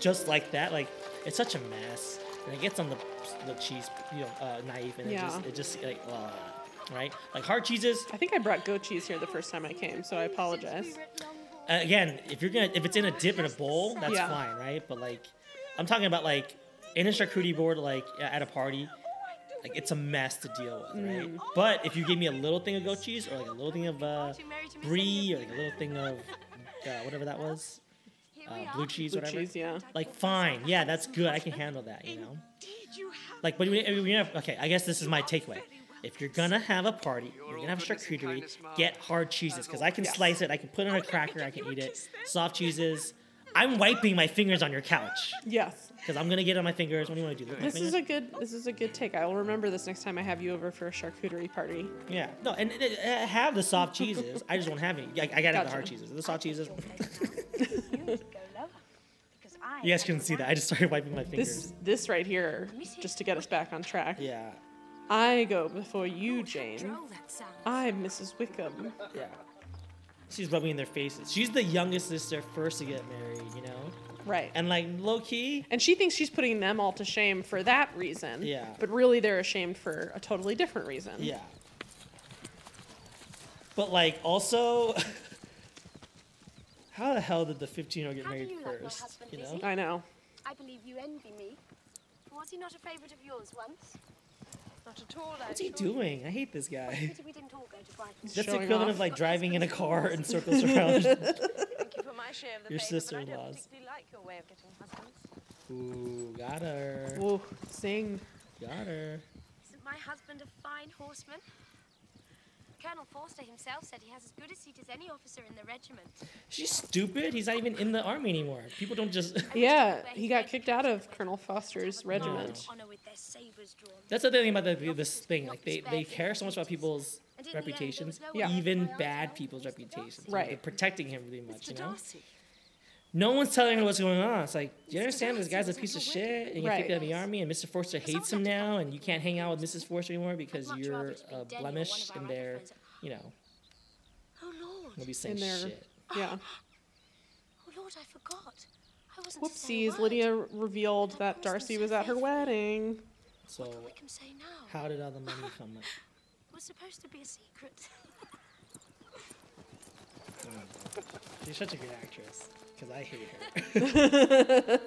just like that, like it's such a mess, and it gets on the the cheese, you know, uh, knife, and
Yeah.
it just it just like, uh, right? Like hard cheeses.
I think I brought goat cheese here the first time I came, so I apologize.
Uh, again, if you're gonna if it's in a dip in a bowl, that's
Yeah.
fine, right? But like, I'm talking about like in a charcuterie board, like a- at a party. Like it's a mess to deal with, right?
Mm.
But if you gave me a little thing of goat cheese, or like a little thing of uh, brie, or like a little thing of uh, whatever that was, uh, blue cheese,
Blue
whatever.
cheese, yeah.
Like fine, yeah, that's good. I can handle that, you know.
Did you have
Like, but we, we have, okay, I guess this is my takeaway. If you're gonna have a party, you're gonna have charcuterie, get hard cheeses, because I can slice it, I can put it on a cracker, I can eat it. Soft cheeses. I'm wiping my fingers on your couch,
Yes.
because I'm gonna get it on my fingers. What do you wanna do? Lick my
This is
fingers?
a good this is a good take. I will remember this next time I have you over for a charcuterie party.
Yeah, no, and and, uh, have the soft cheeses. I just won't have any. I, I gotta have
Gotcha.
the hard cheeses. The soft cheeses.
Go lower, because I.
you guys couldn't see that. I just started wiping my fingers.
This this right here, just to get us back on track.
yeah.
I go before you, Jane.
Control that sound.
I'm Mrs. Wickham.
Yeah. She's rubbing in their faces. She's the youngest sister first to get married, you know?
Right.
And like low key,
And she thinks she's putting them all to shame for that reason.
Yeah.
But really they're ashamed for a totally different reason.
yeah. But like also how the hell did the 15 year old get
How do
married
you love your
first,
husband,
you know?
Lizzie?
I know.
I believe you envy me. Was he not a favourite of yours once? Not at all.
What's he doing? I hate this guy.
Pity we didn't all go to Brighton.
That's the equivalent of like driving in a car in circles around
Thank you for my share of the
your
favour, but I
sister in laws.
don't particularly like your way of getting husbands.
Ooh, got her.
Whoa, sing.
Got her.
Isn't my husband a fine horseman? Colonel Forster himself said he has as good a seat as any officer in the regiment.
She's stupid. He's not even in the army anymore. People don't just
Yeah, he got kicked out of Colonel Foster's regiment.
Honour with their sabres drawn.
That's the thing about the, this thing. Like they, they care so much about people's reputations,
Yeah.
even bad people's reputations. Like,
Right.
They're protecting him really much. You know.
Darcy.
No one's telling her what's going on. It's like, do you understand this guy's a piece of shit and you
Right.
kicked out of the army, and Mr. Forster hates him now, and you can't hang out with Mrs. Forster anymore because you're a blemish in their, you know,
Oh Lord!
nobody's saying
In their-
shit.
Yeah.
Oh Lord! I forgot. I wasn't. to say a
Whoopsies,
word.
Lydia revealed that Darcy was at her wedding.
So,
What can say now?
how did all the money come? up?
It was supposed to be a secret.
She's such a good actress because I hate her.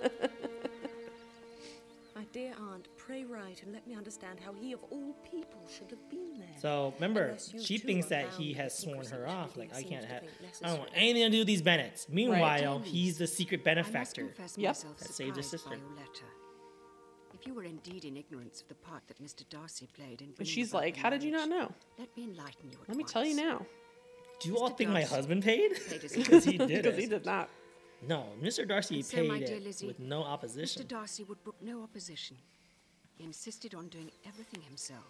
My dear aunt, pray write and let me understand how he of all people should have been there.
So remember,
Unless you
she
too
thinks
are
that
bound
he
to
has sworn
secrecy,
her off. Like
everything
I
seems
can't
to
have.
think
I don't want
necessary.
anything to do with these Bennets. Meanwhile, he's the secret
I must
benefactor.
confess
Yep.
myself
That saved his
surprised by
sister.
your letter. It
You were indeed in ignorance of the part that Mr. Darcy played in.
But she's like, how did you not know?
Let me enlighten you.
Let me tell you now.
Do you all think my husband paid?
Because he did.
it.
Because he did not.
No, Mr. Darcy
And so, my
paid
dear
it
Lizzie,
with no opposition.
Mr. Darcy would brook no opposition. He insisted on doing everything himself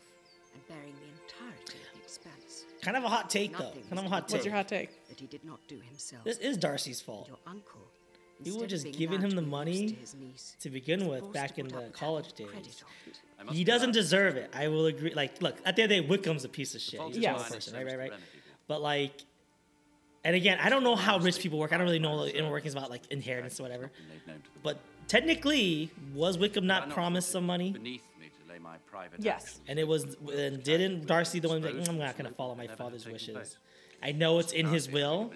and bearing the entirety of the expense.
Kind of a hot take, though.
Nothing
Kind of
was
a hot
to be
take.
done
take?
That he did not do himself.
This is Darcy's fault.
Your uncle.
You
instead
were
of
just
being
giving
allowed
him
to
the
be
money
used to his niece,
to begin with
forced
back
to
in
put
the
up with
college
having credit
days.
on it.
He doesn't deserve it. I will agree. Like, look, at the end of the day, Wickham's a piece of shit.
fault
He's
is
a
mine,
horrible
it's
person, right,
service
right,
to
right. But like, and again, I don't know how rich people work. I don't really know the inner workings about like inheritance or whatever. But technically, was Wickham not promised some money?
Beneath me to lay my private
Yes. And it was, and didn't Darcy the one like, "Mm, I'm not going to follow my father's wishes. I know it's in his will,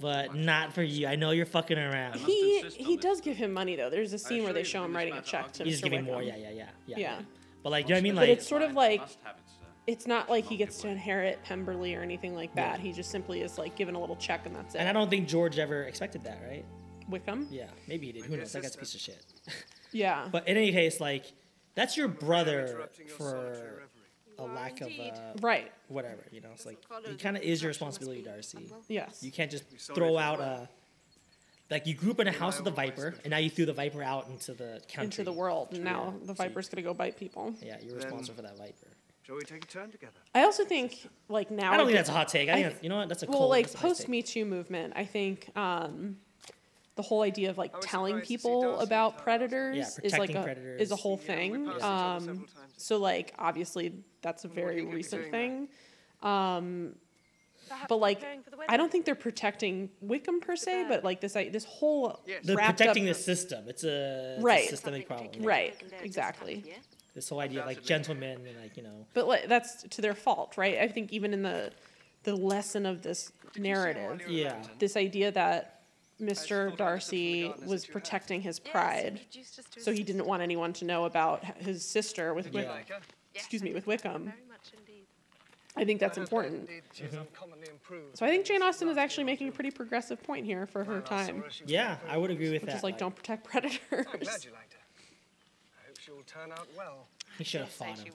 but not for you. I know you're fucking around.
He he does give him money though. There's a scene where they show him writing a check to
He's
Mr.
giving more. Yeah,
Wickham.
yeah, yeah, yeah.
Yeah.
But like, you know what I mean?
But
Like,
it's sort of like it's not like he gets to inherit Pemberley or anything like that. He just simply is like given a little check and that's it.
and I don't think George ever expected that, right?
Wickham.
Yeah, maybe he did. Who knows? That guy's a piece of shit.
Yeah.
But in any case, like, that's your brother for a lack of uh,
Right.
whatever. You know, it's like it kind of is your responsibility, Darcy.
Yes.
You can't just
sorry
throw
for
out a like you grew up in a house with a viper, and now you threw the viper out into the country,
Into the world, and now
Yeah.
the
So you-
viper's gonna go bite people.
Yeah, you're
Then-
responsible for that viper.
Shall we take a turn together?
I also think like now.
I don't think that's a hot take. I think that's- you know what? That's a
well,
cold-
like
that's a nice
post
take.
Me Too movement. I think um, the whole idea of like telling people about predators
Yeah,
is like
protecting
a,
predators.
is a whole thing.
passed each other
Um, so like obviously that's a very recent thing. Um,
Perhaps
but
we're
like
preparing for the
I
wedding.
don't think they're protecting Wickham per se, but like this I, this whole
They're
wrapped
protecting
up,
the system. It's a, it's a
Right.
systemic problem. yeah.
right exactly.
This whole idea of like gentlemen and like you know
But like, that's to their fault, right? I think even in the the lesson of this narrative,
Yeah.
this idea that Mr. Darcy was protecting his pride,
introduced us to
so
his
he didn't want anyone to know about h- his sister with
Did you
Wickham.
like
Excuse me, with Wickham.
Very much indeed.
I think that's important.
She
Mm-hmm.
is uncommonly improved.
So I think Jane Austen is actually making a pretty progressive point here for her time,
yeah, I would agree with
which
that.
is like don't protect predators.
I'm glad you liked her. I hope she will turn out well.
He should have fought him.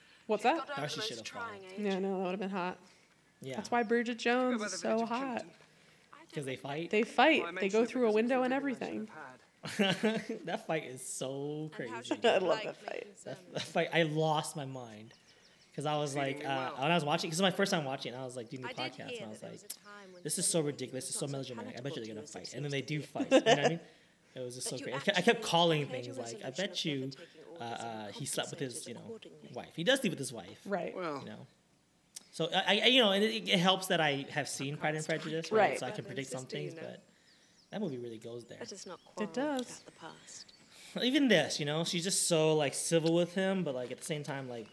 What's that?
Darcy should have fought him
Yeah, no, that would have been hot.
Yeah.
That's why Bridget Jones is so hot.
because they fight.
They fight. They go through a window and everything.
that fight is so crazy.
I love that fight.
That, that fight, I lost my mind because I was like,
Feeding you
uh,
well.
when I was watching, this is my first time watching. it, I was like doing the
I did
podcast,
hear
and I was
that there
like,
was
this is so ridiculous. This is so melodramatic. I bet you they're gonna fight, and then they do fight. you know what I mean? It was just so great. I kept, I kept calling things like, I bet you uh, uh, he slept with his, you know, wife. He does sleep with his wife,
right?
Well, you know. So I, I you know, and it, it helps that I have seen Pride and Prejudice, right?
Right.
So I can
Brother and
predict some
sister,
things,
you know.
but that movie really goes there.
Let us not quarrel
It does.
about the past.
even this, you know, she's just so like civil with him, but like at the same time, like,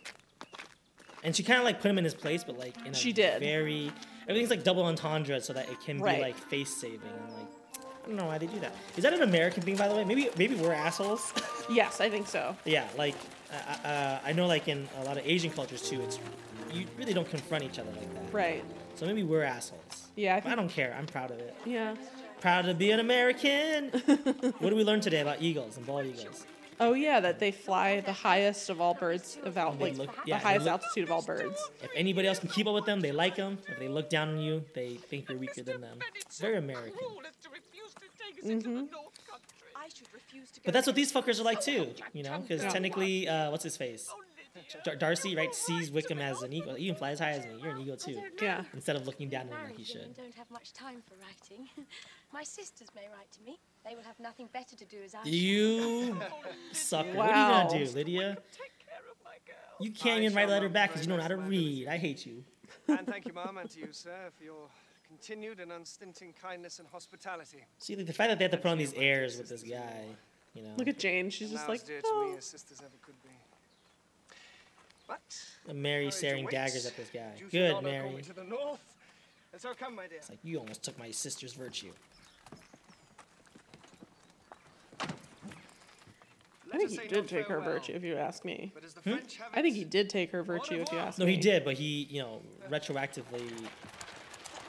and she kind of like put him in his place, but like in a
She did.
very everything's like double entendre, so that it can
Right.
be like face saving and like I don't know why they do that. Is that an American thing, by the way? Maybe maybe we're assholes.
Yes, I think so.
yeah, like uh, uh, I know like in a lot of Asian cultures too, it's you really don't confront each other like that.
Right.
So maybe we're assholes.
Yeah, I
But I don't care. I'm proud of it.
Yeah.
Proud to be an American. what did we learn today about eagles and bald eagles?
Oh yeah, that they fly the highest of all birds of out,
They
like
look-
the
yeah, they
highest
look-
altitude of all birds.
If anybody else can keep up with them, they like them. If they look down on you, they think you're weaker than them. It's very American.
hmm
I should refuse to go.
But that's what these fuckers are like too, you know? Because
Yeah.
technically, uh, what's his face? Dar- Darcy, right, sees Wickham as an eagle. You can fly as high as me. You're an eagle too.
Yeah.
Instead of looking down on him
Married
like he
women
should.
don't have much time for writing. My sisters may write to me. They will have nothing better to do as I.
You sucker. What are you gonna do, Lydia? You can't even write a letter back because you don't know how to read. I hate you.
and thank you, Mum, and to you, sir, for your continued and unstinting kindness and hospitality.
See, like, the fact that they have to put on these airs with this guy, you know.
Look at Jane. She's
And
just
now
like,
as dear to
oh.
me as sisters ever could be. But
Mary
courage
staring
awaits.
daggers at this guy.
Duty and
Good,
honor call me
Mary.
To the north. And so come, my dear.
It's like you almost took my sister's virtue.
"Oh, I think he did take her virtue, if you ask me.
Hmm?
I think he did take her virtue, if you ask
No,
me.
he did, but he, you know, retroactively.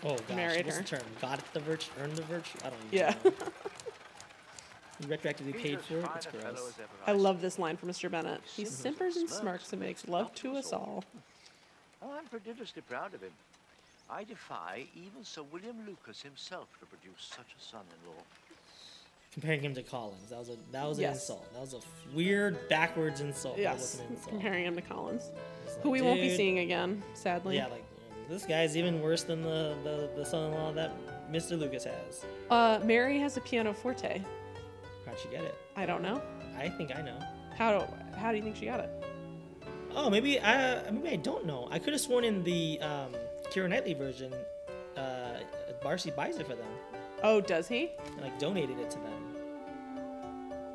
Oh gosh,
Married
what's
her.
the term? Got the virtue, earned the virtue. I don't even
Yeah.
know. and retroactively paid for it. It's
fine a
gross.
I love this line from Mr. Bennett. He simpers and smirks and makes love to us all.
Oh, I'm prodigiously proud of him. I defy even Sir William Lucas himself to produce such a son-in-law.
Comparing him to Collins, that was a that was an
Yes.
insult. That was a f- weird backwards insult. That
Yes,
wasn't an insult.
comparing him to Collins,
It's
who
like,
we won't be
dude.
seeing again, sadly.
Yeah, like this guy's even worse than the the, the son-in-law that Mr. Lucas has.
Uh, Mary has a pianoforte.
How'd she get it?
I don't know.
I think I know.
How do, how do you think she got it?
Oh, maybe I maybe I don't know. I could have sworn in the um, Kira Knightley version, uh, Barcy buys it for them
Oh, does he?
and like donated it to them.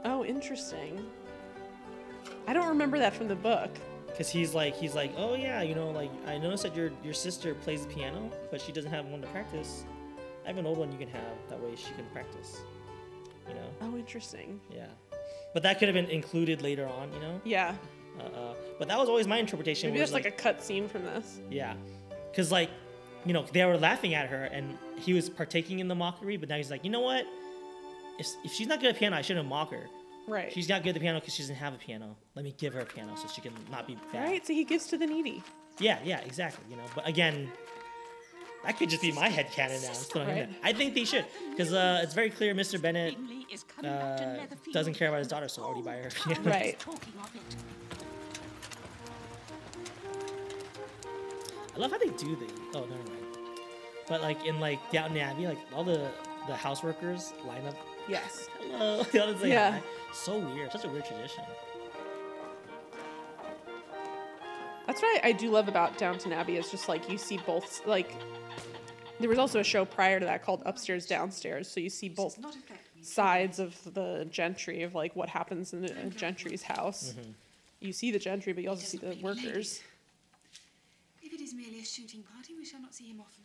Oh, interesting. I don't remember that from the book.
Cause he's like he's like oh yeah you know like I noticed that your your sister plays the piano but she doesn't have one to practice. I have an old one you can have that way she can practice. You know.
Oh, interesting.
Yeah. But that could have been included later on, you know?
Yeah.
Uh, uh, but that was always my interpretation.
Maybe
was
that's like, a cut scene from this.
Yeah. Because, like, you know, they were laughing at her and he was partaking in the mockery, but now he's like, you know what? If, if she's not good at piano, I shouldn't mock her.
Right.
She's not good at the piano because she doesn't have a piano. Let me give her a piano so she can not be bad.
Right, so he gives to the needy.
Yeah, yeah, exactly. You know, but again, that could just be my head canon now. It's throwing it
Right.
there. I think they should because uh, it's very clear Mr. Bennett
is coming back to
uh,
Netherfield.
doesn't care about his daughter, so why would
Oh,
he buy her a piano?
Right.
Talking of it.
I love how they do the. Oh, never mind. But like in like Downton Abbey, like all the the house workers line up.
Yes.
Hello. The others say
Yeah.
hi. So weird. Such a weird tradition.
That's what I, I do love about Downton Abbey is just like you see both like there was also a show prior to that called Upstairs Downstairs, so you see both sides of the gentry of like what happens in a gentry's house.
Mm-hmm.
Mhm.
You see the gentry, but you also see the workers.
If it is merely a shooting party, we shall not see him often.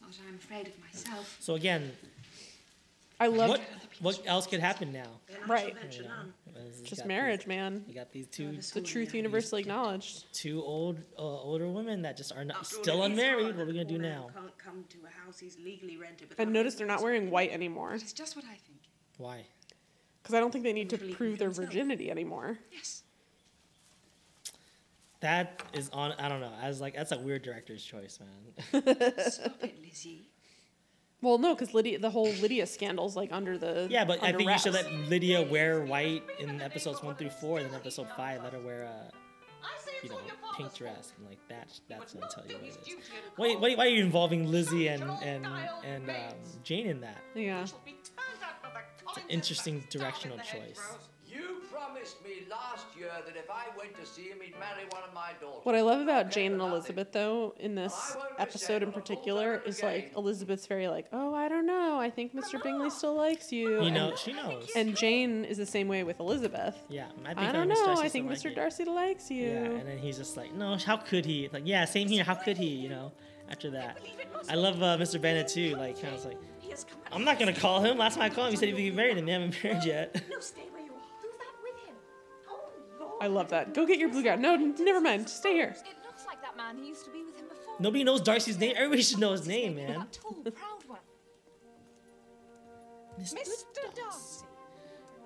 Not that I'm afraid of myself.
So again,
I love
what what else could happen now?
right.
You know, it's
Just
got
marriage, man.
these- You got these two
The truth universally acknowledged.
two old uh, older women that just are not,
After all,
still
it is
unmarried. What are we gonna do now?
Can't come to a house he's legally rented.
And notice they're not wearing white anymore
It's just what I think.
Why?
because I don't think they need to prove their virginity anymore.
Yes.
That is on. I don't know. I was like, that's a weird director's choice, man.
Stop it, Lizzie.
Well, no, because Lydia, the whole Lydia scandal's like under the
yeah, but I
under
think you should
wraps.
let Lydia wear white in episodes one through four, and then episode five, let her wear a you know pink dress, and like that. That's gonna tell you what it is. Why, why, why are you involving Lizzie and and and um, Jane in that?
Yeah.
It's an interesting directional choice.
You promised me last year that if I went to see him, he'd marry one of my daughters.
What I love about Jane and Elizabeth, though, in this episode in particular, is like Elizabeth's very like, "Oh, I don't know. I think Mr. Bingley still likes you."
You
and-
know, she knows.
And Jane is the same way with Elizabeth.
Yeah, I
I,
think
don't
uh, Mr.
know.
Darcy
I
still
think
might
Mr.
be-
Darcy likes you.
Yeah, and then he's just like, no, how could he? It's Like, yeah, same here. How could he? You know, after that, I love uh, Mr. Bennett too. Like, kind of like, I'm not gonna call him. Last time I called him, he said he'd be married, and we haven't married yet.
No, stay where you are. Do that with him. Oh,
I love that. Go get your blue gown. No, n- never mind. Stay here.
It looks like that man who used to be with him before.
Nobody knows Darcy's name. Everybody should know his name, man.
That tall, proud one.
Mr. Darcy.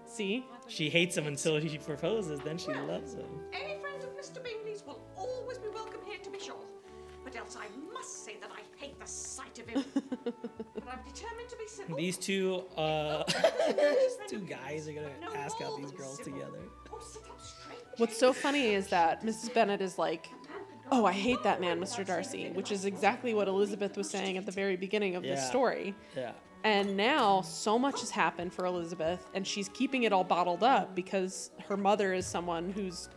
See?
She hates him until he proposes. Then she loves him.
Any friend of Mr. Bingley's will always be welcome here, to be sure. But else I must say that I hate the sight of him. but I'm determined to be civil.
These two, uh, these two guys are gonna ask out these girls together.
What's so funny is that Mrs. Bennett is like, "Oh, I hate that man, Mr. Darcy," which is exactly what Elizabeth was saying at the very beginning of this
Yeah.
story.
Yeah.
And now so much has happened for Elizabeth, and she's keeping it all bottled up because her mother is someone who's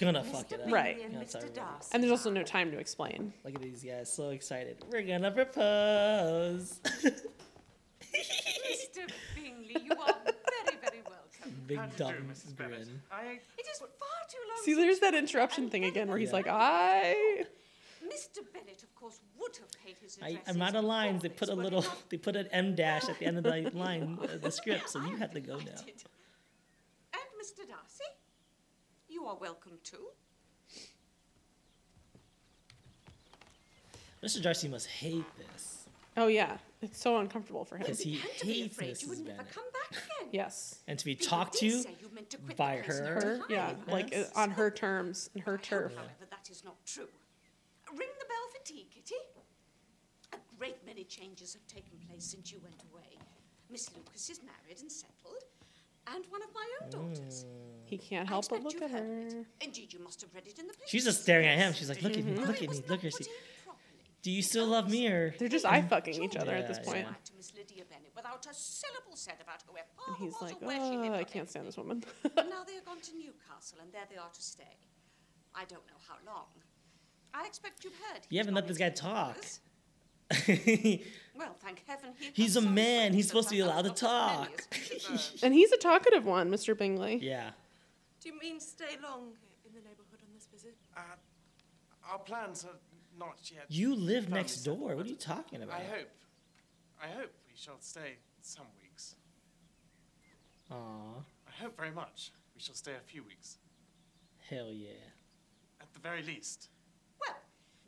Gonna fuck it up.
Right.
You know, it's already-
And there's also no time to explain.
Look at these guys, so excited. We're gonna propose.
Mr. Bingley, you are very, very welcome.
Big dumb grin.
I... It is far too long.
See, there's that interruption thing again where he's like, I.
Mr. Bennett, of course, would have paid his
I,
addresses.
I'm out of lines. They put a little, they put an M dash at the end of the line, uh, the script, so you had to go now.
And Mr. Darcy, you are welcome too.
Mr. Darcy must hate this.
Oh yeah, it's so uncomfortable for him.
Because he
had
hates Mrs. Bennet.
Yes.
And to be talked to by her.
yeah, like uh, on her terms, and her turf.
However, that is not true. Ring the bell for tea, Kitty. A great many changes have taken place since you went away. Miss Lucas is married and settled, and one of my own daughters.
Mm.
He can't help but look at her.
Indeed, you must have read it in the papers.
She's just staring at him. She's like, look at me,
Mhm.
look at me, look at me. Do you still love me or?
They're just eye fucking each other at this
Yeah,
point.
yeah.
To Miss Lydia Bennet, without a syllable said about her where
And
father
he's
was
like,
or where she
oh,
lived.
I can't stand this woman.
But now they are gone to Newcastle, and there they are to stay. I don't know how long. I expect you've heard.
You
he's
haven't
not
let this guy
making any
talk.
offers. Well, thank heaven he
He's a
has some
man. He's
friends
supposed to be
among
allowed to
not many
talk.
as he deserves.
and he's a talkative one, Mr. Bingley.
Yeah.
Do you mean stay long in the neighborhood on this visit?
Uh, our plans are not yet.
You live
firmly
next door. What are you talking
settled.
about?
I hope. I hope we shall stay some weeks.
Aw,
I hope very much we shall stay a few weeks,
hell yeah.
at the very least.
Well,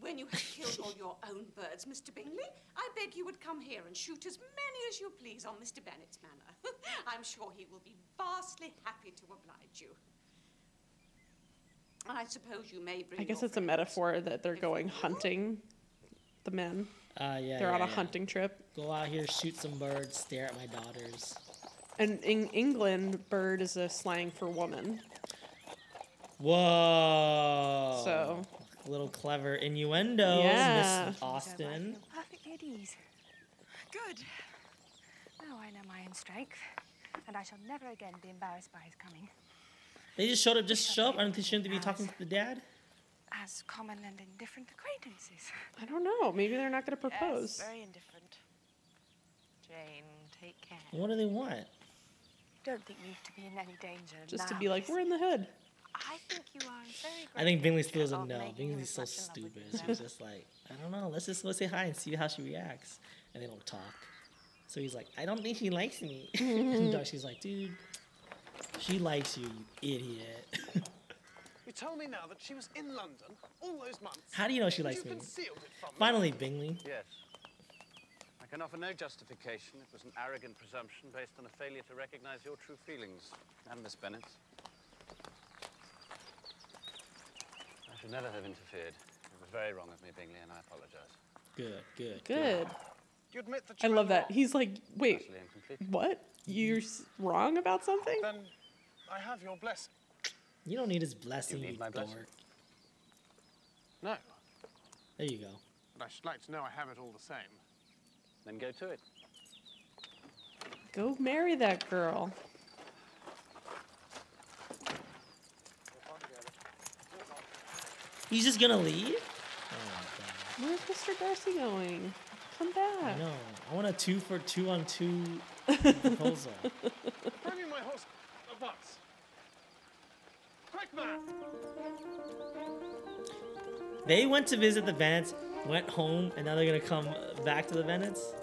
when you have killed all your own birds, Mr. Bingley, I beg you would come here and shoot as many as you please on Mr. Bennet's manor. I'm sure he will be vastly happy to oblige you. I suppose you may bring.
I guess
your
it's a
friend-
metaphor that they're going hunting the men.
Uh, yeah.
they're on
yeah,
a
yeah.
hunting trip.
Go out here, shoot some birds, stare at my daughters.
And in England, bird is a slang for woman.
Whoa.
So-
Little clever innuendos,
Yeah.
Oh, Miss Austin.
Perfectly at ease. Good. Now I know my own strength, and I shall never again be embarrassed by his coming.
They just showed up, just show up. I don't think she shouldn't they be talking to the dad.
As common and indifferent acquaintances.
I don't know. Maybe they're not going to propose.
Yes, very indifferent. Jane, take care.
What do they want?
Don't think we've to be in any danger.
Just to
now.
be like, we're in the hood.
I think you are in very
I think
great
Bingley
danger
still doesn't
of
know.
making
Bingley's so
her as much in love
stupid.
with you
She's
as-
just like, I don't know. Let's just go say hi and see how she reacts. And they don't talk. So he's like, I don't think she likes me. and Darcy's like, dude, she likes you, you idiot.
You tell me now that she was in London all those months.
How do you know she
and
likes
you
me?
concealed it from me.
Finally, Bingley.
Yes. I can offer no justification. It was an arrogant presumption based on a failure to recognize your true feelings. And Miss Bennet's. I should never have interfered. It was very wrong of me, Bingley, and I apologize.
Good, good,
Good.
You admit that
I
you
love
were
that.
wrong.
He's like, wait,
Actually, I'm complete.
what? You're s- wrong about something?
Then I have your blessing.
You don't need his blessing, you,
need my
dork.
blessing? No,
There you go.
but I should like to know I have it all the same.
Then go to it.
Go marry that girl.
He's just gonna leave?
Where's Mr. Darcy going? Come
I
back.
know. I want a two for two on two proposal.
Bring me my horse. A bus. Quick, man!
They went to visit the Vennets, went home, and now they're gonna come back to the Vennets.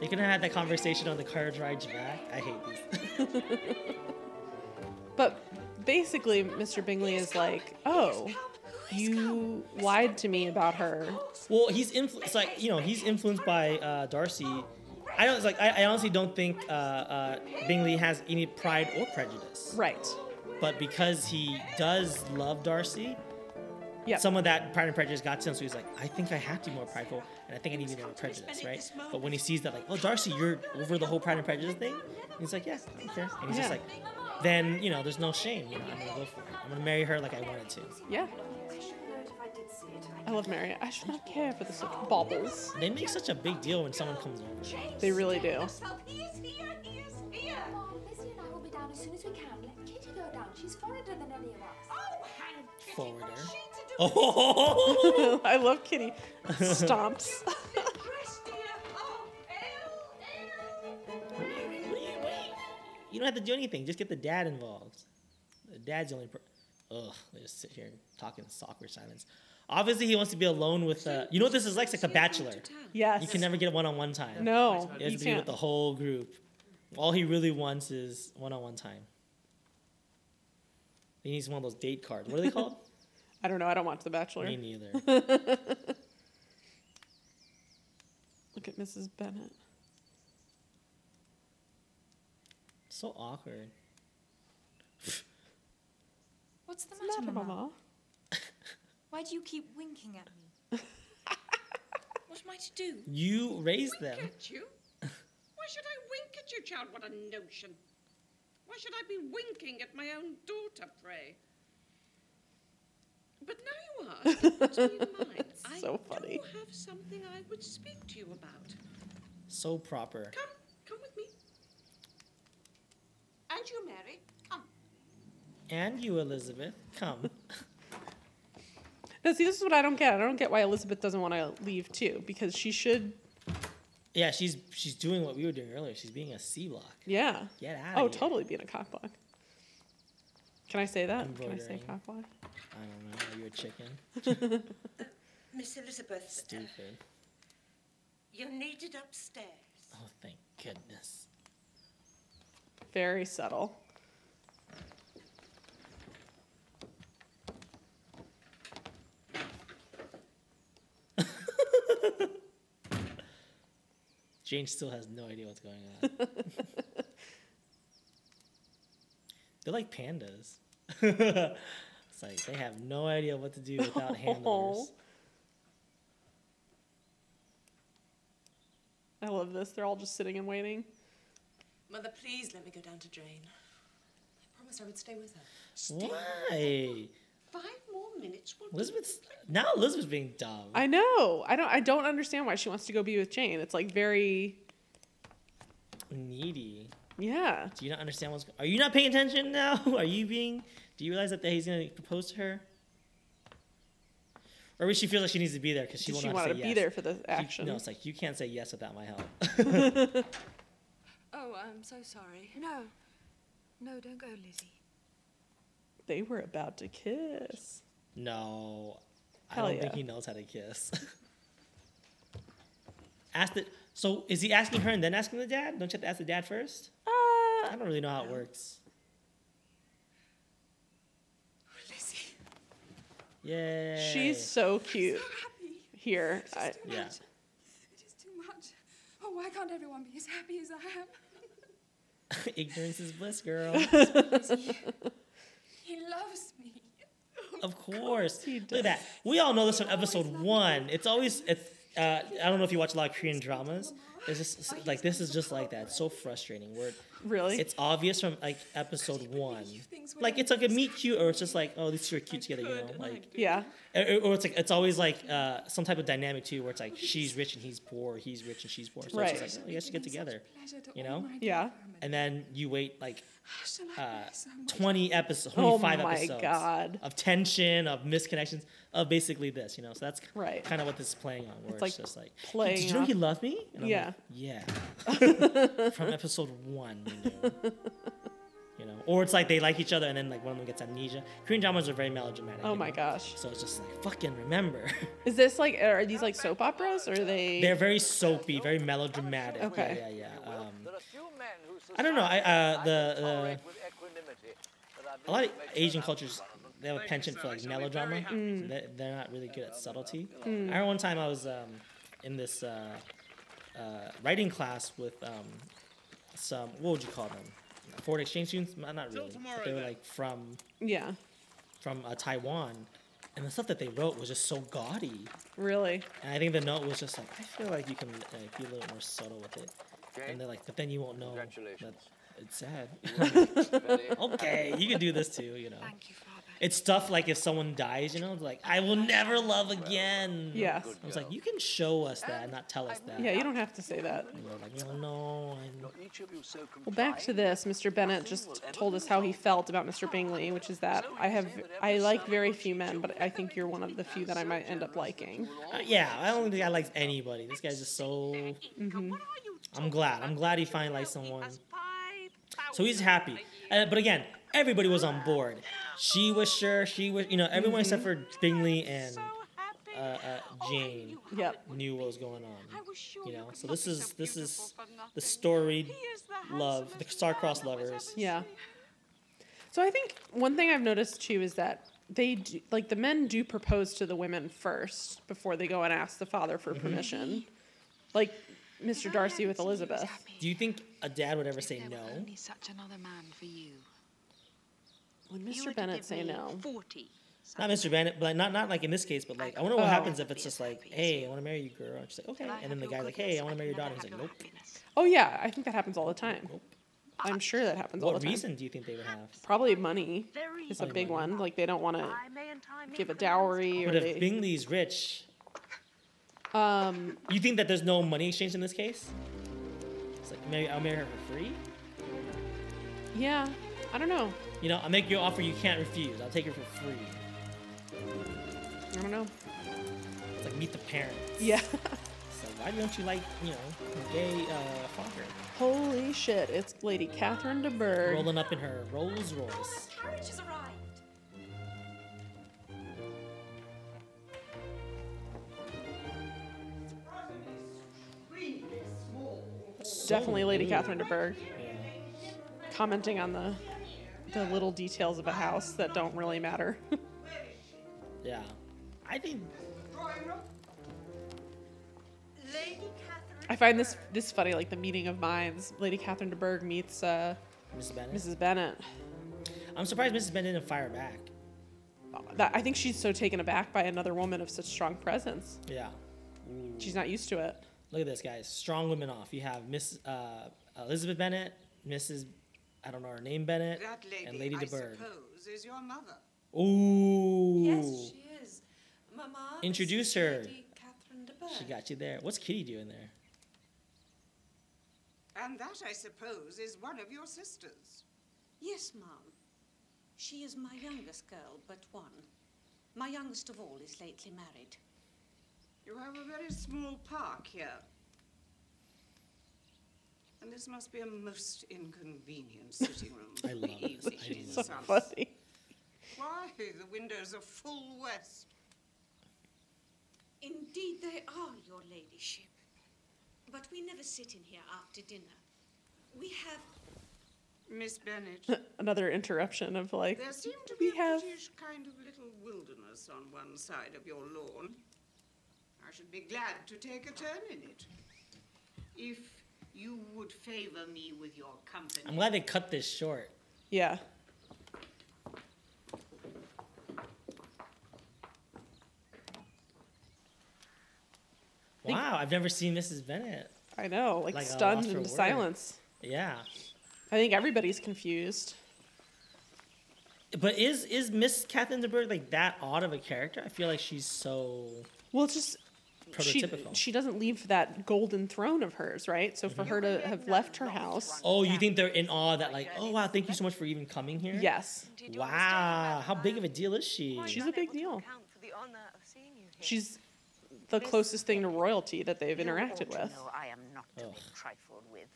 They could have had that conversation on the car ride back. I hate these.
But basically, Mr. Bingley is like, oh, you lied to me about her.
well, he's influ- it's like you know he's influenced by uh, Darcy. I don't it's like I, I honestly don't think uh, uh, Bingley has any pride or prejudice.
Right.
But because he does love Darcy,
yeah.
some of that pride and prejudice got to him. So he's like, I think I have to be more prideful, and I think I need to be more prejudiced, right? But when he sees that, like, oh, Darcy, you're over the whole pride and prejudice thing, he's like, yeah, I don't care. And he's just
Yeah.
like, then you know, there's no shame. You know, I'm gonna go for it. I'm gonna marry her like I wanted to.
Yeah. I love Mary. I should not care for the sort of baubles.
They make such a big deal when someone comes over.
They really do.
He is here, he is here.
Mom, Lizzie and I will be down as soon as we can. Let Kitty go down. She's forwarder than any of us.
Oh, hang
Forwarder. Oh,
I love Kitty. Stomps.
dressed, dear. Oh,
you don't have to do anything. Just get the dad involved. The dad's the only. Per- Ugh, they just sit here and talk in awkward silence. Obviously, he wants to be alone with. Uh, you know what this is like? It's like The Bachelor.
Yes.
You can never get one on one time.
No,
You have
you
to be
can't.
with the whole group. All he really wants is one on one time. He needs one of those date cards. What are they called?
I don't know. I don't watch The Bachelor.
Me neither.
Look at Mrs. Bennett.
So awkward.
What's the
What's the
matter,
matter,
Mama?
Mama?
Why do you keep winking at me?
What am I to do?
You raised
wink
them.
at you? Why should I wink at you, child? What a notion. Why should I be winking at my own daughter, pray? But now you are. Don't put me in mind. I
So
do
funny.
have something I would speak to you about.
So proper.
Come, come with me. And you, Mary, come.
And you, Elizabeth, come.
No, see, this is what I don't get. I don't get why Elizabeth doesn't want to leave too, because she should.
yeah, she's she's doing what we were doing earlier. She's being a C block.
Yeah.
Get outta
Oh,
here.
totally being a cockblock. Can I say that? Can I
Embroidering.
say cockblock?
I don't know. You're a chicken.
Miss Elizabeth, uh,
Stupid.
you're needed upstairs.
Oh, thank goodness.
Very subtle.
Jane still has no idea what's going on. They're like pandas. it's like they have no idea what to do without
Oh.
handlers.
I love this. They're all just sitting and waiting.
Mother, please let me go down to Jane. I promised I would stay with her.
Why?
Five more minutes will
Elizabeth's now Elizabeth's being dumb.
I know. I don't. I don't understand why she wants to go be with Jane. It's like very.
Needy.
Yeah.
Do you not understand what's Are you not paying attention now? Are you being do you realize that he's gonna propose to her? Or would she feel like she needs to be there because she will
Does she
not
want
say
to be
yes.
there for the
You-
action?
no, it's like you can't say yes without my help.
Oh, I'm so sorry. No. No, don't go, Lizzie.
They were about to kiss.
No,
Hell
I don't think
yeah.
he knows how to kiss. Ask the so is he asking her and then asking the dad? Don't you have to ask the dad first?
Uh,
I don't really know how it works.
Lizzie.
Yeah,
She's so cute.
happy.
Here,
It's
I,
too much. It is too much. Oh, why can't everyone be as happy as I am?
ignorance is bliss, girl.
He loves me.
of course, look at that. We all know this from episode one. It's always it's. Uh, I don't know if you watch a lot of Korean dramas. It's just like this is just like that. It's so frustrating. Where
Really?
it's obvious from like episode one.
things would
Like it's like a meet cute, or it's just like oh these two are cute together. You know, like
yeah.
Or- Or or it's like it's always like uh, some type of dynamic too, where it's like she's rich and he's poor, he's rich and she's poor. So
Right.
it's just like, oh, you guys should get together, you know?
Yeah.
And then you wait like
Shall I
uh,
play so much?
twenty episodes,
Oh
twenty-five
my
episodes
God.
of tension, of misconnections, of basically this, you know. So that's
Right.
kind of what this is playing on, where it's,
It's like
just like, "Hey,
playing
did you know
off-
he loved me?
Yeah.
like, yeah. From episode one, we knew. you know, or it's like they like each other and then like one of them gets amnesia. Korean dramas are very melodramatic.
Oh
you
my
know?
gosh.
So it's just like fucking remember.
Is this like are these like soap operas or are they?
They're very soapy, very melodramatic.
Okay.
Yeah, yeah, yeah. Um, I don't know. I uh, the, the a lot of Asian cultures they have a penchant for like melodrama.
Mm.
So they, they're not really good at subtlety.
Mm.
I remember one time I was um, in this uh, uh, writing class with um, some what would you call them? Foreign exchange students? Not not really. But they were like from
Yeah.
from uh, Taiwan, and the stuff that they wrote was just so gaudy.
Really.
And I think the note was just like, I feel like you can like, be a little more subtle with it. And they're like, but then you won't know. That it's sad. okay, you can do this too, you know. Thank you, Father. It's stuff like if someone dies, you know, it's like, I will never love again.
Yes.
I was like, you can show us that and not tell us that.
Yeah. You don't have to say that.
And they're like, oh, no. I'm...
Well, back to this. Mr. Bennett just told us how he felt about Mr. Bingley, which is that I have I like very few men, but I think you're one of the few that I might end up liking.
Uh, yeah, I don't think I likes anybody. This guy's just so.
hmm
I'm glad. I'm glad he finally likes someone. So he's happy. Uh, but again, everybody was on board. She was sure. She was, you know, everyone except for Bingley and uh, uh, Jane knew what was going on. You know, so this is this is the storied love, the star-crossed lovers.
Yeah. So I think one thing I've noticed too is that they do, like the men do propose to the women first before they go and ask the father for permission. like Mr. Darcy with Elizabeth.
Do you think a dad would ever say no?
Only such another man for you.
Would
You were
Mr.
to
Bennett
give
say
me
no?
Forty.
Not Mr. Bennett, but not not like in this case, but like I wonder what
Oh.
happens if it's just like, hey, I want to marry you, girl. And she's like, okay,
I
and then the guy's like, hey, I want to marry your daughter. He's like, nope.
Oh yeah, I think that happens all the time. I'm sure that happens all the
What
time.
reason do you think they would have?
Probably money is a
Probably
big one. Like they don't want to give a dowry or
But if
they.
Bingley's rich,
Um,
you think that there's no money exchange in this case? It's like, marry, I'll marry her for free.
yeah, I don't know.
You know, I'll make you an offer you can't refuse. I'll take her for free.
I don't know.
It's like meet the parents.
Yeah.
It's like, why don't you like, you know, gay uh, father
Holy shit! It's Lady Catherine de Bourgh.
rolling up in her Rolls Royce?
Carriage has arrived.
Definitely Lady
rude.
Catherine de Bourgh. Commenting on the the little details of a house that don't really matter.
Yeah. I think
Lady Catherine.
I find this this funny, like the meeting of minds. Lady Catherine de Bourgh meets uh,
Mrs. Bennett.
Mrs. Bennett.
I'm surprised Mrs. Bennett didn't fire back.
That I think she's so taken aback by another woman of such strong presence.
Yeah.
She's not used to it.
Look at this, guys. Strong women off. You have Miss uh, Elizabeth Bennett, Mrs. I don't know her name Bennett,
That lady,
and Lady
I
de Bourgh.
suppose, is your mother.
Ooh.
Yes, she is. Mama. is
Introduce her.
Lady Catherine de Bourgh.
She got you there. What's Kitty doing there?
And that, I suppose, is one of your sisters.
Yes, ma'am. She is my youngest girl, but one. My youngest of all is lately married.
You have a very small park here. And this must be a most inconvenient sitting room.
I love
for
this.
evening
I
in
love
summer.
this.
Why? The windows are full west.
Indeed, they are, your ladyship. But we never sit in here after dinner. We have.
Miss Bennett,
Another interruption of like
there seemed to be
we
a
have
British kind of little wilderness on one side of your lawn. I should be glad to take a turn in it. If you would favor me with your company.
I'm glad they cut this short.
yeah. Think-
Wow, I've never seen Mrs. Bennett.
I know, like,
Like, I
stunned
lost her
into
word.
silence.
Yeah.
I think everybody's confused.
But is is Miss Catherine de Bourgh like that odd of a character? I feel like she's so
Well, it's just she,
prototypical. Mm-hmm.
she doesn't leave that golden throne of hers, right? So for her to have left her house,
Oh, you think they're in awe that like, oh wow, thank you so much for even coming here?
Yes.
Wow, how big of a deal is she?
she's a big deal.
For the honor of seeing you here.
She's the closest thing to royalty that they've
You
interacted
ought to
with.
know I am not to be trifled with.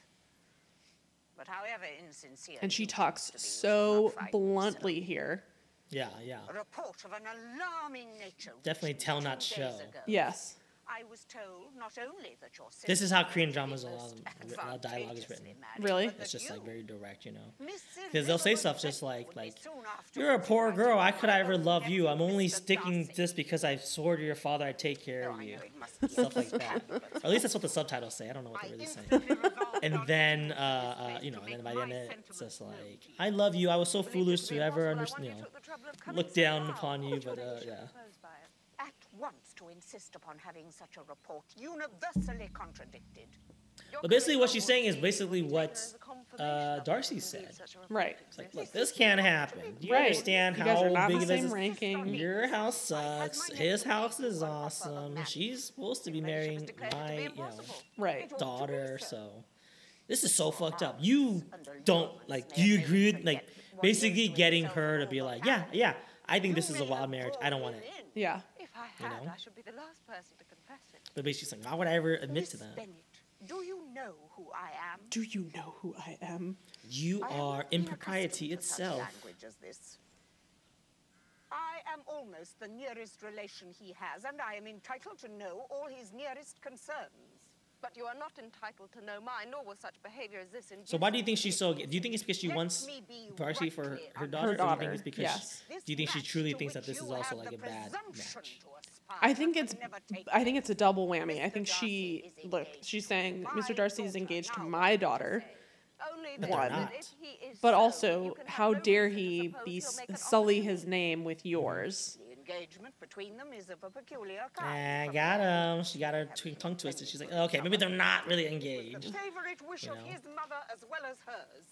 But however insincere.
And she
you
talks
choose to be, you will not
so
frighten
bluntly here.
Yeah, yeah.
A report of an alarming nature. reached
Definitely
me
tell,
two
not
days
show.
ago.
Yes.
I was told not only that your
This is how Korean
sister
dramas
is
a lot,
most
of, a lot of dialogue is written.
advantageously married,
Really?
but
It's
that
just like
you,
very direct, you know.
Miss
Because they'll say
Elizabeth
stuff just
Bennet,
like like,
soon
"You're a
afterwards
poor
invited
girl.
by
I could I ever
own
love you.
nephew,
I'm only
Mr.
sticking
Darcy."
just because I swore to your father I'd take care of you." Stuff like that. Or at least that's what the subtitles say. I don't know what they really say. And then, uh, uh, you know, and then by the end, of it, it's just like, "I love you. I was so foolish to ever understand, you know, look down upon you." But uh, yeah,
At once to insist upon having such a report universally contradicted. Your
but basically,
commitment
what she's
would
saying is
be
basically what uh, Darcy said.
Right.
It's like, look, this can't happen. Do you
Right.
understand
You guys are
how
not
big
the
of this
same
is?
ranking.
Your house sucks. His house is awesome. She's supposed to be marrying my, you know,
Right.
daughter. So this is so fucked up. You don't like. Do you agree with like basically getting her to be like, yeah, yeah. I think this is a wild marriage. I don't want it.
Yeah.
If I
You
had,
know?
I should be the last person to confess it.
But basically, she's like, why would I ever admit to
Miss
that?
Bennet, do you know who I am?
Do you know who I am?
You
I have
are
not been
impropriety
accustomed to such
itself.
Language as this. I am almost the nearest relation he has, and I am entitled to know all his nearest concerns.
But you are not entitled to know mine, nor will such behavior as this induce.
So why do you think she's so? Do you think it's because she wants Darcy for her, her daughter? or do you
daughter,
think it's because
yes.
do you think she truly thinks that this is also like a bad match?
I think it's I think it's a double whammy. I think she look she's saying Mr. Darcy is engaged to my daughter.
they're
One,
not.
but also how dare he be s- sully his name with yours?
The engagement between them is of a peculiar
Eh, I got him. She got her tw- tongue twisted. She's like, okay, maybe they're not really engaged.
favorite wish
You
of
know.
his mother as well as hers.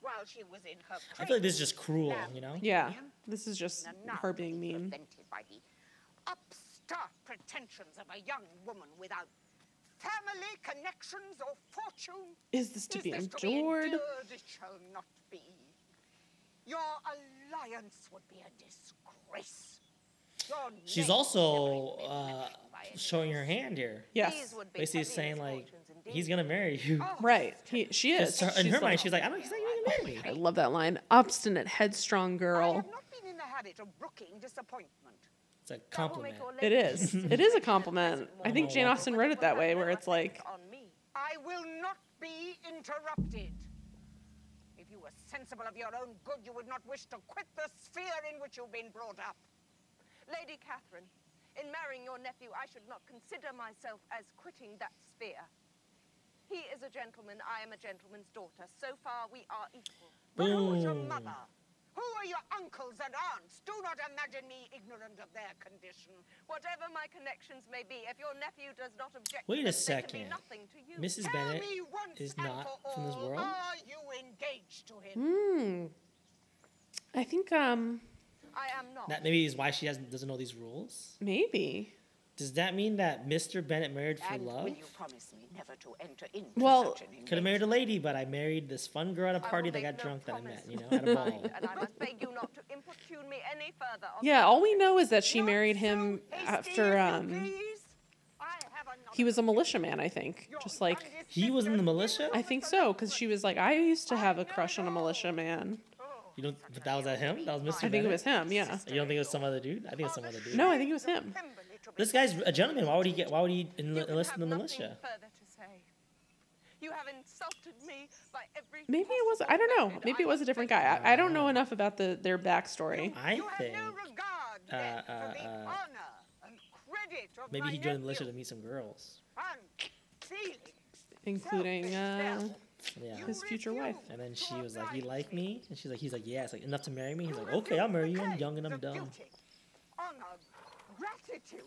While she was in her
I feel like this is just cruel, you know?
Yeah, this is just her being mean.
prevented by the upstart pretensions of a young woman without family connections or fortune.
Is this to be
be
endured?
endured? It shall not be. Your alliance would be a disgrace. Your
She's
name-
also uh, showing her hand here.
Yes.
Basically saying, like, he's going to marry you.
Right. He, she
'Cause
is.
her- in
She's
her mind, she's like, I don't he's not even gonna marry me.
I love that line. Obstinate, headstrong girl.
been in the habit of brooking disappointment.
It's a compliment.
It is. It is a compliment. I think Jane Austen wrote it that way, where it's like,
I will not be interrupted. If you were sensible of your own good, you would not wish to quit the sphere in which you've been brought up.
Lady Catherine, in marrying your nephew, I should not consider myself as quitting that sphere. He is a gentleman, I am a gentleman's daughter. So far, we are equal.
But who was your
Boom.
mother? Who are your uncles and aunts? Do not imagine me ignorant of their condition.
Whatever my connections may be, if your nephew does not object,
Wait a
to them, they can be
second.
nothing to you.
Mrs. Bennet is not from this world.
Are you engaged to him?
hmm. I think um
I am not.
That maybe is why she hasn't, doesn't know these rules.
maybe.
Does that mean that Mr. Bennett married for love?
promise me never to enter into
Well-
Could have married a lady, but I married this fun girl at a party that got drunk that I met, you know, at a ball.
And I must beg you not to importune me any further. on
Yeah,
the
all we know is that she married him after um he was a militiaman, I think. Just like
He was in the militia?
I think so cuz she was like I used to have a crush on a militiaman.
You don't, but that was that him? That was Mr.
I think it was him, yeah.
You don't think it was some other dude? I think it's some other dude.
No, I think it was him.
This guy's a gentleman. Why would he get? Why would he enli- enlist in the militia?
Further to say, you have insulted me by every.
Maybe it was I don't know. Maybe it was a different guy. I, I don't know enough about the their backstory.
I think. Uh, uh, uh, maybe he joined the militia to meet some girls.
including uh,
Yeah.
his future wife.
And then she was like, "You like me?" And she's like, "He's like, yeah." It's like enough to marry me. He's like, "Okay, I'll marry you. I'm young and I'm dumb."
Honor, gratitude.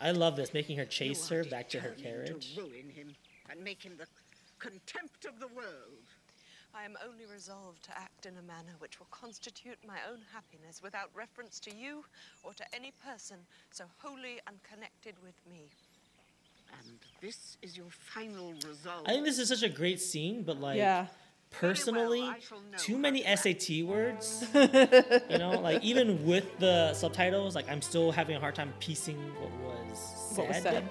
I love this, making her chase her back to her carriage.
To ruin him and make him the contempt of the world.
I am only resolved to act in a manner which will constitute my own happiness without reference to you or to any person so wholly unconnected with me.
And this is your final resolve.
I think this is such a great scene, but like,
Yeah.
personally, too many SAT words. you know, like even with the subtitles, like I'm still having a hard time piecing what was said.
What was said.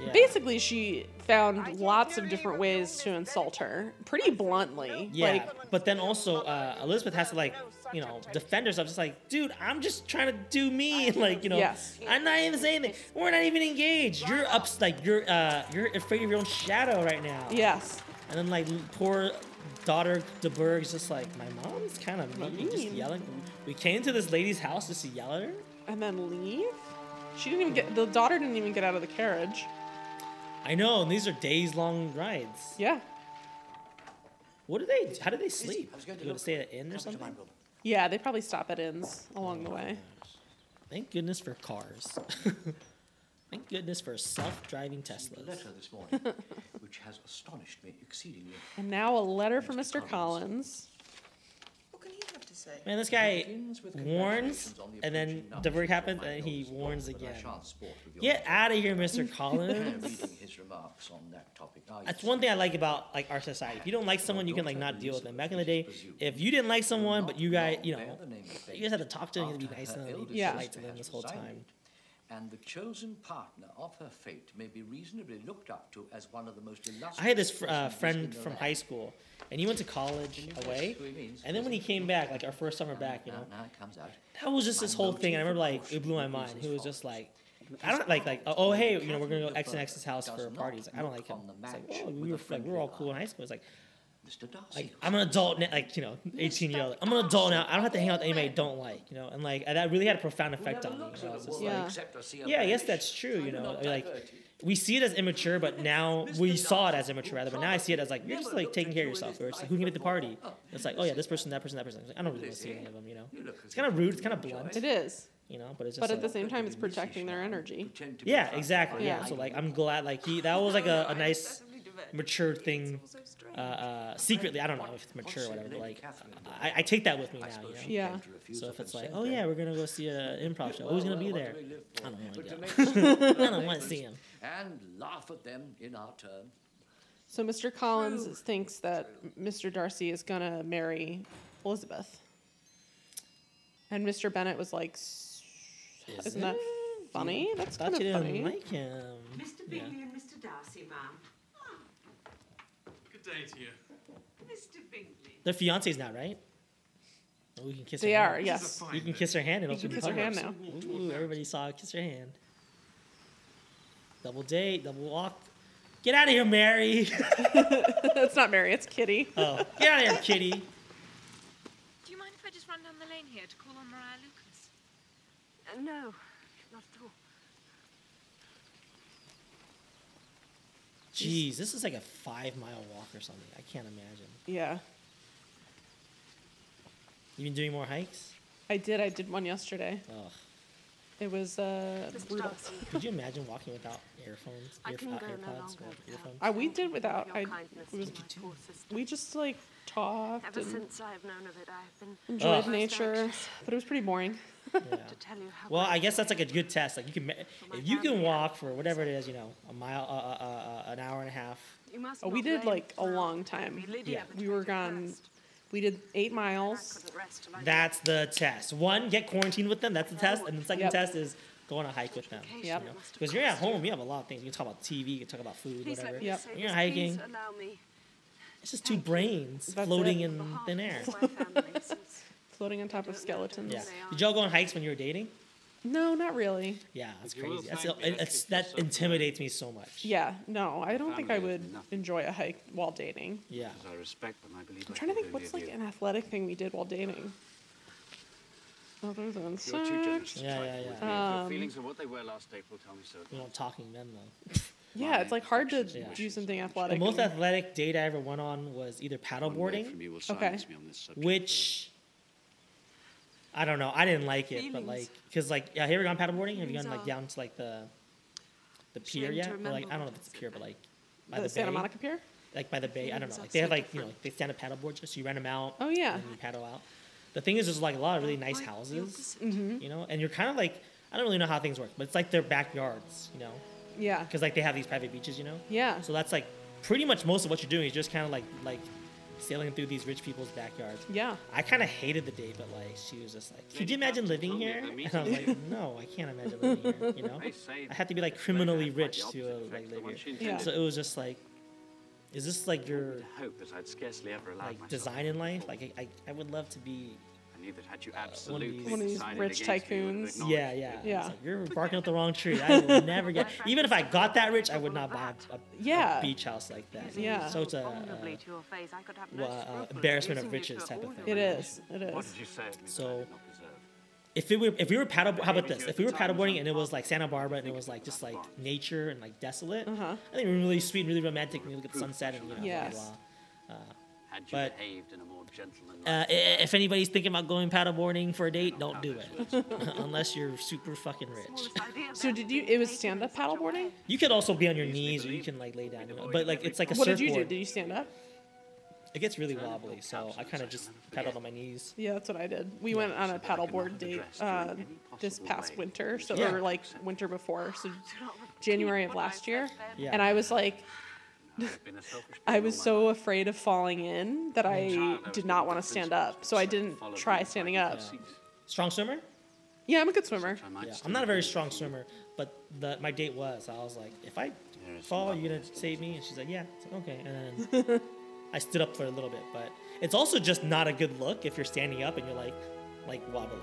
Yeah.
Basically, she found lots of different ways to insult her, pretty bluntly.
Yeah,
Like,
but then also uh, Elizabeth has to like, you know, defend herself. Just like, dude, I'm just trying to do me. Like, you know,
Yes.
I'm not even saying anything. We're not even engaged. You're ups, like you're uh, you're afraid of your own shadow right now.
yes,
And then like poor daughter De Burgh's just like, my mom's kind of mean, just
Mean.
yelling. We came to this lady's house just to yell at her.
and then leave. She didn't even get the daughter didn't even get out of the carriage.
I know, and these are days long rides.
Yeah,
What do they? How do they sleep? Do you go to stay at an inn or something?
yeah, they probably stop at inns along the way.
Thank goodness for cars. Thank goodness for self-driving Teslas.
Letter this morning, which has astonished me exceedingly.
And now a letter from Mr. Collins.
What can he have to say?
Man, this guy
with
warns,
congratulations on the
and then
approaching
the break
nuptials of
happens,
my
and he
noble
warns
sport, but I
again.
shan't sport with your
Get
daughter."
out of here, Mr.
Prepare
Collins.
reading his remarks on that topic. I
That's one thing I like about like our society. If you don't like someone, you can like not deal with them. Back in the day, if you didn't like someone, but you guys, you know, you guys had to talk to them, you had to be nice to them, you had to be polite to them this whole time.
And the chosen partner of her fate may be reasonably looked up to as one of the most illustrious.
I had this fr- uh,
personages in
friend
the
from
land.
high school, and he went to college away, and then when he came back, like our first summer back, you know,
Now it comes out.
that was just this whole thing. And I remember like it blew my mind. He was just like, I don't like like oh hey you know we're gonna go X and X's house for a party. He's like, I don't like him. It's like, oh, we were like we were all cool in high school. It's like
Mr. Darcy.
Like I'm an adult, now, like you know, 18 year old. I'm an adult now. I don't have to hang out with anybody I don't like, you know. And like that really had a profound effect on me. you know, I was just like- yeah, I guess that's true. You know, I mean, like we see it as immature, but now we saw it as immature rather. But now I see it as like you're just like taking care of yourself, or it's like who can get the party? And It's like oh yeah, this person, that person, that person. It's like, I don't really want to see any of them, you know. It's kind of rude. It's kind of blunt.
It is.
You know, but it's just
But at
like-
the same time, it's protecting their energy.
yeah, exactly. Yeah.
Yeah.
So like I'm glad like he that was like a, a nice mature thing. Uh, uh, secretly, I don't know if it's mature or whatever. But like I, I take that with me now. You know?
Yeah.
So if it's like, oh yeah, we're gonna go see an improv show. Who's gonna be there? I don't want to
But
go.
to make small
I don't want to see him.
arrangements And laugh at them in our turn.
So Mr. Collins thinks that Mr. Darcy is going to marry Elizabeth. And Mr. Bennett was like, "S-
Is
isn't that
it?
funny? That's
Thought
kind of
you didn't
funny.
like him.
Mr.
Yeah.
Bingley and Mr. Darcy, ma'am.
Good day to you.
Mr. Bingley.
They're fiancés now, right? Oh, we can kiss.
They
her
are,
Hand.
This is a yes. fine
You can kiss her hand. It'll
You can kiss her hand now.
Ooh, everybody saw kiss her hand. Double date, double walk. Get out of here, Mary.
it's not Mary, it's Kitty.
Oh, get out of here, Kitty.
Do you mind if I just run down the lane here to call on Mariah Lucas?
Uh, no, not at all.
Jeez, this is like a five-mile walk or something. I can't imagine.
Yeah.
You been doing more hikes?
I did. I did one yesterday.
Ugh.
It was uh,
Mr.
brutal.
Could you imagine walking without earphones?
I
ear-
couldn't
uh,
go no longer
well, earphones?
Uh, we did without.
your
I,
kindness
it was,
to my poor sister.
we just like talked
Ever
Mm.
and
since I've known of it, I've been
enjoyed
most
nature,
anxious
but it was pretty boring.
to tell you how
Well, I
grateful
guess that's like a good test. Like you can, ma- if you can walk for whatever it is, you know, a mile, uh, uh, uh, an hour and a half.
You must
Oh, we
not
did
blame
like a long time.
Yeah.
We were gone. We did eight miles.
the rest till I
That's the test. One, get quarantined with them. That's the test. And the second
Yep.
test is go on a hike with them.
Yep.
Because you're at home, you have a lot of things. You can talk about TV, you can talk about food,
Please
whatever.
let me
When
say
You're
this.
hiking.
Please allow me
It's just two brains floating in thin air.
Floating on top of skeletons.
Yeah. Did y'all go on hikes when you were dating?
No, not really.
Yeah, that's
you will
crazy. That's,
thank me, I
it's, that intimidates me so much.
Yeah, no, I don't think I
Family is
would enjoy a hike while dating.
Yeah.
As I respect them, I believe
I'm
I
trying
could
to think
do
what's
with
like
you.
an athletic thing we did while dating. Other than
You're too generous.
sex.
to trifle with me. If Your
Um,
feelings are what they were last April. Tell me so.
You know, talking then though.
yeah, it's like hard to
and
do something
The
athletic.
most
and-
athletic date I ever went on was either paddleboarding,
from you will
Okay.
silence me on this subject.
which I don't know. I didn't like it, but
Feelings.
like, cause like, yeah, have you ever gone paddleboarding? Have you
Feelings
gone like
are-
down to like the the
Shame
pier
to
yet? Or,
remember
like, I don't know
what
if it's a pier, but like by
The
the,
Santa
bay.
Monica Pier?
Like by the bay, I don't
Feelings
know.
are
Like they have
so
like you know like, they stand up paddleboards, just you rent them out.
Oh, yeah.
and then you paddle out. The thing is, there's like a lot of
Oh,
really nice houses,
Mhm.
you know, and you're kind of like I don't really know how things work, but it's like their backyards, you know,
Yeah.
because like they have these private beaches, you know.
Yeah.
So that's like pretty much most of what you're doing is just kind of like like sailing through these rich people's backyards.
Yeah.
I kind of hated the date, but like she was just like, "Could you imagine living here?" And I'm like, "No, I can't imagine living here." You know, I had to be like criminally rich to uh, like live here.
intended. Yeah.
So it was just like, is this like your
Hope as I'd scarcely ever allowed
like
myself.
design in life? Like I, I, I would love to be
I knew that had you
uh, one of
absolutely
these,
decided against me, you would have acknowledged
Yeah,
it.
yeah, It's
Yeah.
like, You're barking up the wrong tree. I will never get. Even if I got that rich, I would not buy a, a- a
Yeah.
beach house like that.
Yeah.
So it's a.
vulnerably
uh,
to your face, I could have no
well, uh,
scruples
embarrassment of
using you
riches
for
type
all
of
your
thing.
It is. It is.
What did you say at me that I
So-
did not deserve?
If it were, if we were paddle, how about
Maybe
this?
do
If we were
the time
paddleboarding and it was like Santa Barbara and it was like just like nature and like desolate,
Uh-huh.
I think it would be really sweet, and really romantic, and you look at the sunset and you know, blah,
Yes.
blah, blah. Uh,
Had you
But-
behaved in a more gentlemanly
uh, i- if anybody's thinking about going paddleboarding for a date, don't do it unless you're super fucking rich.
So did you? It was stand up paddleboarding.
You could also be on your knees or you can like lay down, you know, but like it's like a
What
surfboard.
did you do? Did you stand up?
It gets really wobbly, so I kind of just paddled on my knees.
Yeah, that's what I did. We went on a paddleboard date uh, this past winter, so
Yeah.
or like winter before, so January of last year.
Yeah.
And I was like, I was so afraid of falling in that I did not want to stand up, so I didn't try standing up.
Strong swimmer?
Yeah, I'm a good swimmer.
Yeah, I'm not a very strong swimmer, but the, my date was. I was like, if I fall, you're gonna save me, and she's like, yeah, It's like, okay. And then I stood up for a little bit, but it's also just not a good look if you're standing up and you're like, like wobbly.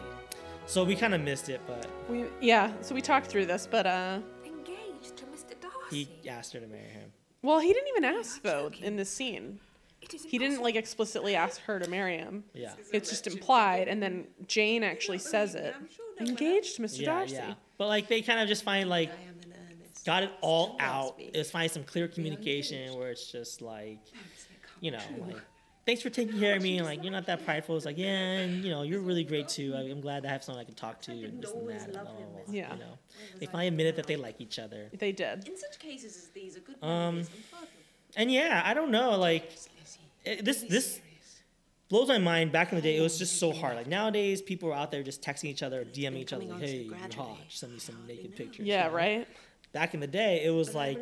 So we kind of missed it, but
We, yeah, so we talked through this, but uh,
Engaged to Mr. Darcy.
he asked her to marry him.
well, he didn't even ask though in this scene. He didn't like explicitly ask her to marry him.
Yeah.
It's just implied, and then Jane actually says it. Engaged, Mr.
Yeah,
Darcy.
yeah. But like they kind of just find like got it all out. It's find some clear communication where it's just like, you know, like, thanks for taking care of me. And like you're not that prideful. It's like yeah, and you know you're really great too. I- I'm glad to have someone I can talk to and this and that. And blah, blah, blah, blah,
Yeah.
You know, they finally admitted that they like each other.
They did.
In such cases as these, a good
Um,
man is important.
And yeah, I don't know. Like it- this this blows my mind. Back in the day, it was just so hard. Like nowadays, people are out there just texting each other, DMing each other, like, "Hey, you're hot. Send me some naked pictures."
Yeah,
you know?
right?
Back in the day, it was like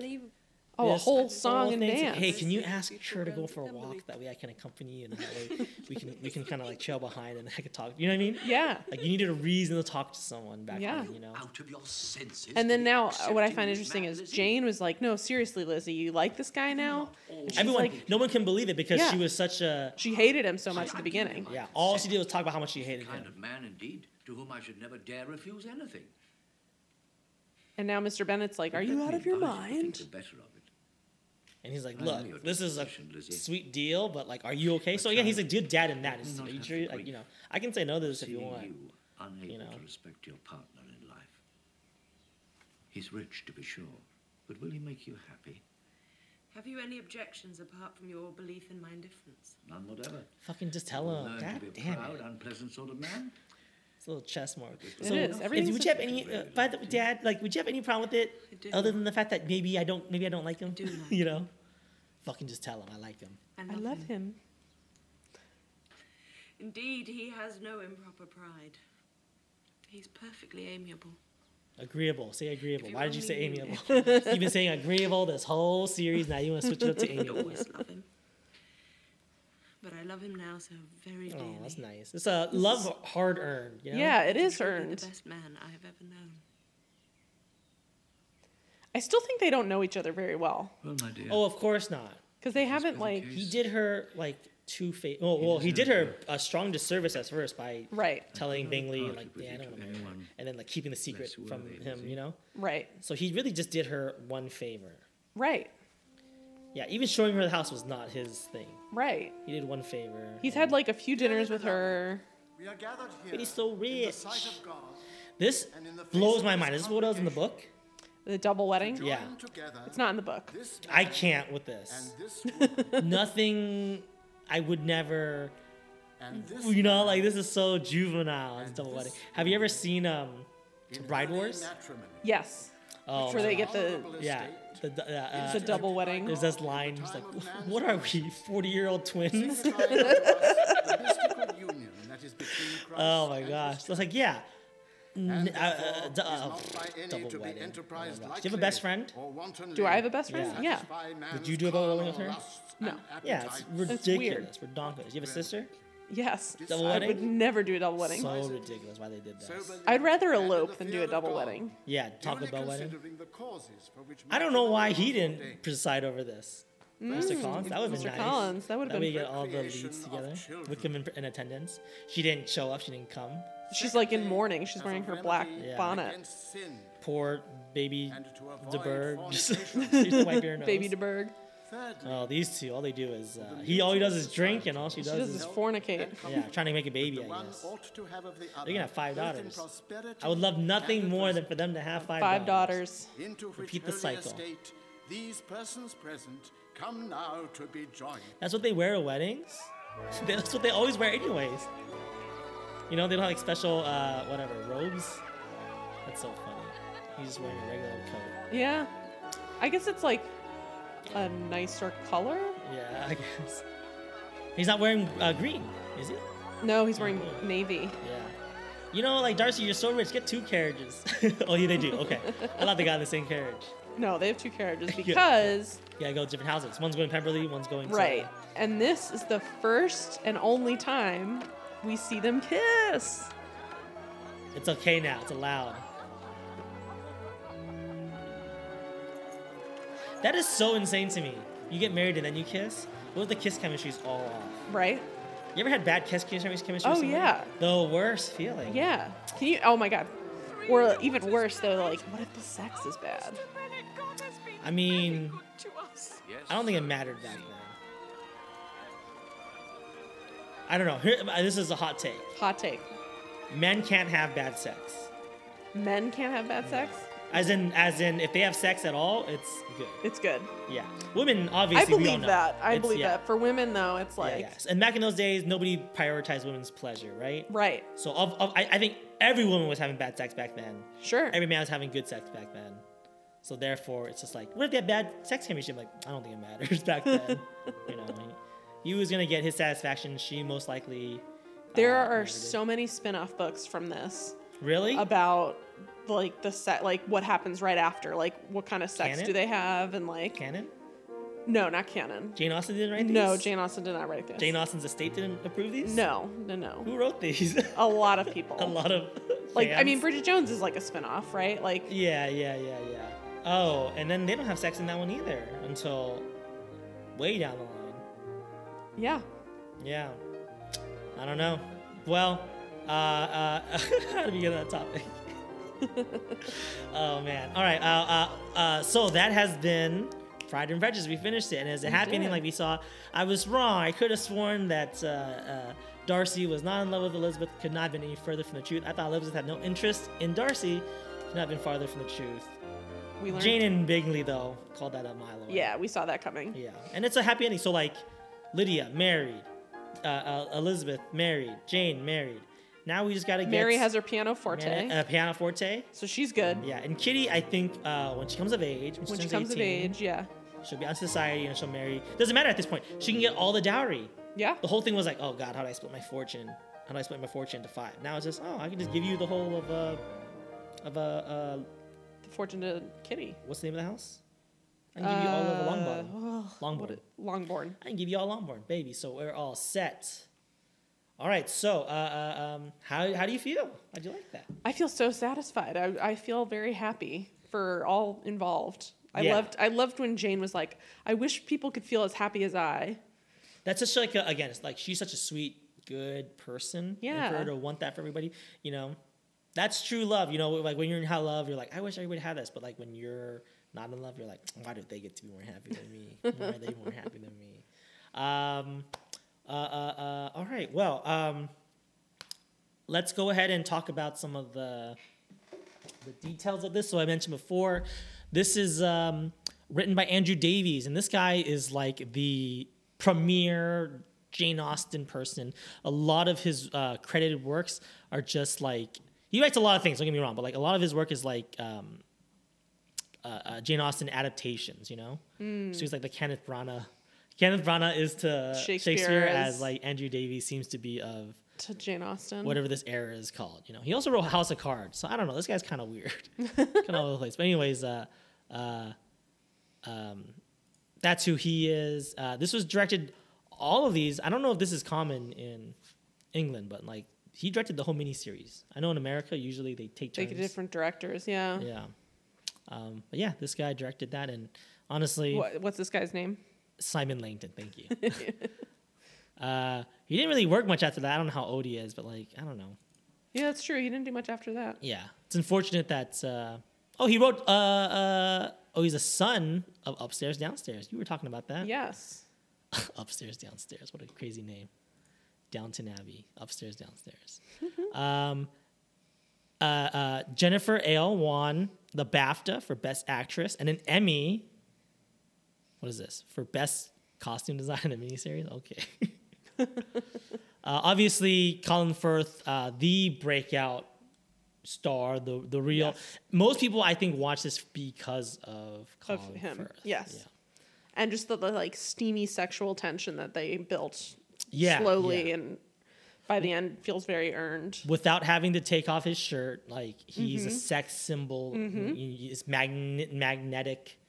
Oh, a
this
whole song and
thing, it's like,
dance.
Hey, can you ask her to go for a walk? That way, I can accompany you, and that way we can we can kind of like trail behind, and I could talk. You know what I mean?
Yeah.
Like you needed a reason to talk to someone back
Yeah.
then. You know. Out
of your senses.
And then now, uh, what I find interesting is Jane was like, "No, seriously, Lizzie, you like this guy now?" And she's
Everyone,
like,
no one can believe it because
Yeah.
she was such a.
She hated him so much at the beginning.
Yeah, all she did was talk about how much she hated
Kind
him.
of man indeed, to whom I should never dare refuse anything.
and now Mr. Bennett's like, "Are you out of your mind?"
The better of it.
And he's like,
I know your
"Look, this is a sweet deal, but like, are you okay?" So yeah, he's a good dad in that. He's, are you sure? Like, you know, I can say no to this if you
Seeing
want.
you unable
you know.
to respect your partner in life. He's rich, to be sure, but will he make you happy?
Have you any objections apart from your belief in my indifference?
None whatever.
Fucking just tell
You'll
him.
learn
God
to be a
damn
proud,
it.
unpleasant sort of man.
It's a little chess mark.
It
so
is.
if-
Everything's
would you have any, uh, by the, Dad? Like, would you have any problem with
do.
it, other than the fact that maybe I don't, maybe I don't like him? you know, fucking just tell him I like him.
And
I love him.
Indeed, he has no improper pride. He's perfectly amiable.
Agreeable. Say agreeable. Why did you say
only
amiable?
knew.
You've been saying agreeable this whole series. Now you want to switch it up to
I
amiable.
always love him. But I love him now so very dearly.
Oh, that's nice. It's a love hard earned. You know?
it is
truly
earned.
The best man I have ever known.
I still think they don't know each other very well
Well, my dear.
Oh, of course not.
because they haven't like
He did her like two face. Oh well, he did her a strong disservice at first by
Right.
telling Bingley like, yeah, I don't want to marry her," and then like keeping the secret from him. You know.
right,
So he really just did her one favor.
right,
Yeah, even showing her the house was not his thing.
right.
He did one favor.
He's had like a few dinners with her.
We are gathered here.
But he's so
in the
rich.
sight of God,
This blows my mind. This is what was in the book.
The double wedding.
Yeah.
together,
It's not in the book.
I can't with this. Nothing. I would never.
And this
you know, like this is so juvenile. It's double wedding. Have you ever seen um, Bride Wars?
matrimony.
Yes.
Oh,
Where they
man.
get the
yeah. The, the, uh,
It's a double wedding.
There's this line. It's like, what are we, forty-year-old twins?
union that is between Christ
oh my
and
gosh! So it's like, yeah. N- uh, uh, d-
is
uh,
not by any
double
to be
wedding. Oh my
enterprised
gosh.
lightly
Do you have a best friend?
or wantonly.
Do I have a best friend? Yeah.
Would you do a double wedding with her?
No.
Yeah, it's ridiculous. Redonkulous. Do you have a sister?
Yes.
Double
I
wedding?
would never do a double wedding.
So ridiculous why they did that.
I'd rather elope than do a double wedding.
Yeah, Taco
Duly
Bell wedding.
considering the causes for which
I don't know why he didn't preside over this. Mr.
Mm,
Collins, that would have
Mr.
been nice.
Collins, that would've
That
been
way you get all the
Recreation
leads together. Wickham in, in attendance. She didn't show up. She didn't come.
She's like in mourning. She's wearing her black
Yeah.
bonnet.
Poor baby
avoid
DeBerg.
fornication.
Just wipe your nose.
Baby DeBerg.
Oh, these two. All they do is uh, he. All he does is drink, and all she
She
does,
does is fornicate.
Yeah, trying to make a baby. I
one
guess.
ought to have of the other.
They're gonna have five
both in
daughters.
prosperity
I would love nothing more than for them to have five,
Five
daughters.
Into which
Repeat the
holy
cycle.
estate these persons present come now to be joined.
That's what they wear at weddings. That's what they always wear, anyways. You know, they don't have like special uh, whatever robes. That's so funny. He's just wearing a regular coat.
Yeah. I guess it's like a nicer color.
Yeah, I guess. He's not wearing uh, green, is he?
No, he's wearing navy.
Yeah. You know, like Darcy, you're so rich. Get two carriages. oh, yeah, they do. Okay. I thought they got in the same carriage.
No, they have two carriages because
Yeah, go to different houses. One's going to Pemberley, one's going to.
right. And this is the first and only time we see them kiss.
It's okay now. It's allowed. That is so insane to me. You get married and then you kiss. What if the kiss chemistry's all off?
Right?
You ever had bad kiss chemistry? chemistry with
Oh,
someone?
yeah.
The worst feeling.
Yeah. Can you Oh my god. Or even worse though, like what if the sex is bad?
I mean,
To us.
I don't think it mattered back then. I don't know. Here- This is a hot take.
Hot take.
Men can't have bad sex.
Men can't have bad sex.
As in, as in, if they have sex at all, it's good.
It's good.
Yeah. Women, obviously,
I
we all
believe
know.
that. I
It's-
believe
yeah.
that. For women, though, it's like
Yes. And back in those days, nobody prioritized women's pleasure, right?
Right.
So of, of, I, I think every woman was having bad sex back then.
Sure.
Every man was having good sex back then. So therefore, it's just like, what if they had bad sex chemistry? I'm like, I don't think it matters back then. you know, he was gonna get his satisfaction. She most likely. oh,
there are so many spin-off books from this.
Really?
Uh, About like the set, like what happens right after, like what kind of sex
Canon?
do they have, and like
canon.
No, not canon.
Jane Austen didn't write these.
No, Jane Austen did not write this.
Jane Austen's estate didn't approve these.
No, no, no.
Who wrote these?
a lot of people.
A lot of.
Like I mean,
fans.
Bridget Jones is like a spin-off, right? Like
Yeah, yeah, yeah, yeah. Oh, and then they don't have sex in that one either until way down the line.
Yeah.
Yeah. I don't know. Well, uh, uh, how do we get on that topic? oh man. All right. Uh, uh, uh, so that has been Pride and Prejudice. We finished it, and as a
We
happy ending,
did.
like we saw, I was wrong. I could have sworn that uh, uh, Darcy was not in love with Elizabeth. Could not have been any further from the truth. I thought Elizabeth had no interest in Darcy. Could not have been farther from the truth.
We learned-
Jane and Bingley though called that a mile away.
Yeah, we saw that coming.
Yeah. And it's a happy ending. So like, Lydia married, uh, uh, Elizabeth married, Jane married. Now we just gotta get
Mary has her piano forte.
Man- uh, pianoforte.
So she's good.
Yeah, and Kitty, I think uh, when she comes of age, when,
When she
turns
comes of
18,
age, yeah.
she'll be on society and she'll marry. Doesn't matter at this point. She can get all the dowry.
Yeah.
The whole thing was like, oh God, how do I split my fortune? How do I split my fortune to five? Now it's just, oh, I can just give you the whole of uh, of uh, uh,
the fortune to Kitty.
What's the name of the house? I can give you all of
Uh,
a Longbottom. Longboard.
Longborn.
I can give you all Longborn, baby. So we're all set. All right. So, uh, uh, um, how how do you feel? How'd you like that?
I feel so satisfied. I, I feel very happy for all involved. I
Yeah.
loved I loved when Jane was like, I wish people could feel as happy as I.
That's such like a, again, it's like she's such a sweet, good person. And for
Yeah.
her to want that for everybody, you know, that's true love. You know, like when you're in high love, you're like, I wish everybody had this. But like when you're not in love, you're like, "Mm, why do they get to be more happy than me? Why are they more happy than me? Um, uh, uh, uh, all right. Well, um, let's go ahead and talk about some of the the details of this. So I mentioned before, this is um, written by Andrew Davies, and this guy is like the premier Jane Austen person. A lot of his uh, credited works are just like he writes a lot of things. Don't get me wrong, but like a lot of his work is like um, uh, uh, Jane Austen adaptations. You know,
Mm.
so he's like the Kenneth Branagh. Kenneth Branagh is to Shakespeare,
Shakespeare
as
is-
like Andrew Davies seems to be of
To Jane Austen.
whatever this era is called. You know, he also wrote House of Cards, so I don't know. This guy's kind of weird, kind of all over the place. But anyways, uh, uh, um, that's who he is. Uh, this was directed. All of these, I don't know if this is common in England, but like he directed the whole miniseries. I know in America usually they take
Like
turns.
different directors, yeah.
Yeah. Um, but yeah, this guy directed that, and honestly,
What, what's this guy's name?
Simon Langton. Thank you. uh, he didn't really work much after that. I don't know how old he is, but like I don't know.
Yeah, that's true. He didn't do much after that.
Yeah, it's unfortunate that. Uh, oh, he wrote. Uh, uh, oh, he's a son of upstairs downstairs. You were talking about that.
Yes.
upstairs downstairs. What a crazy name. Downton Abbey. Upstairs downstairs. um, uh, uh, Jennifer Ale won the BAFTA for Best Actress and an Emmy. What is this for Best Costume Design in a Miniseries? Okay. Uh, obviously, Colin Firth, uh, the breakout star, the the real. Most people, I think, watch this because of Colin
of him.
Firth.
Yes. And just the, the like steamy sexual tension that they built
Yeah,
slowly and by the end feels very earned.
Without having to take off his shirt, like he's a
Mhm.
sex symbol.
Mhm.
y- y- It's magnet magnetic.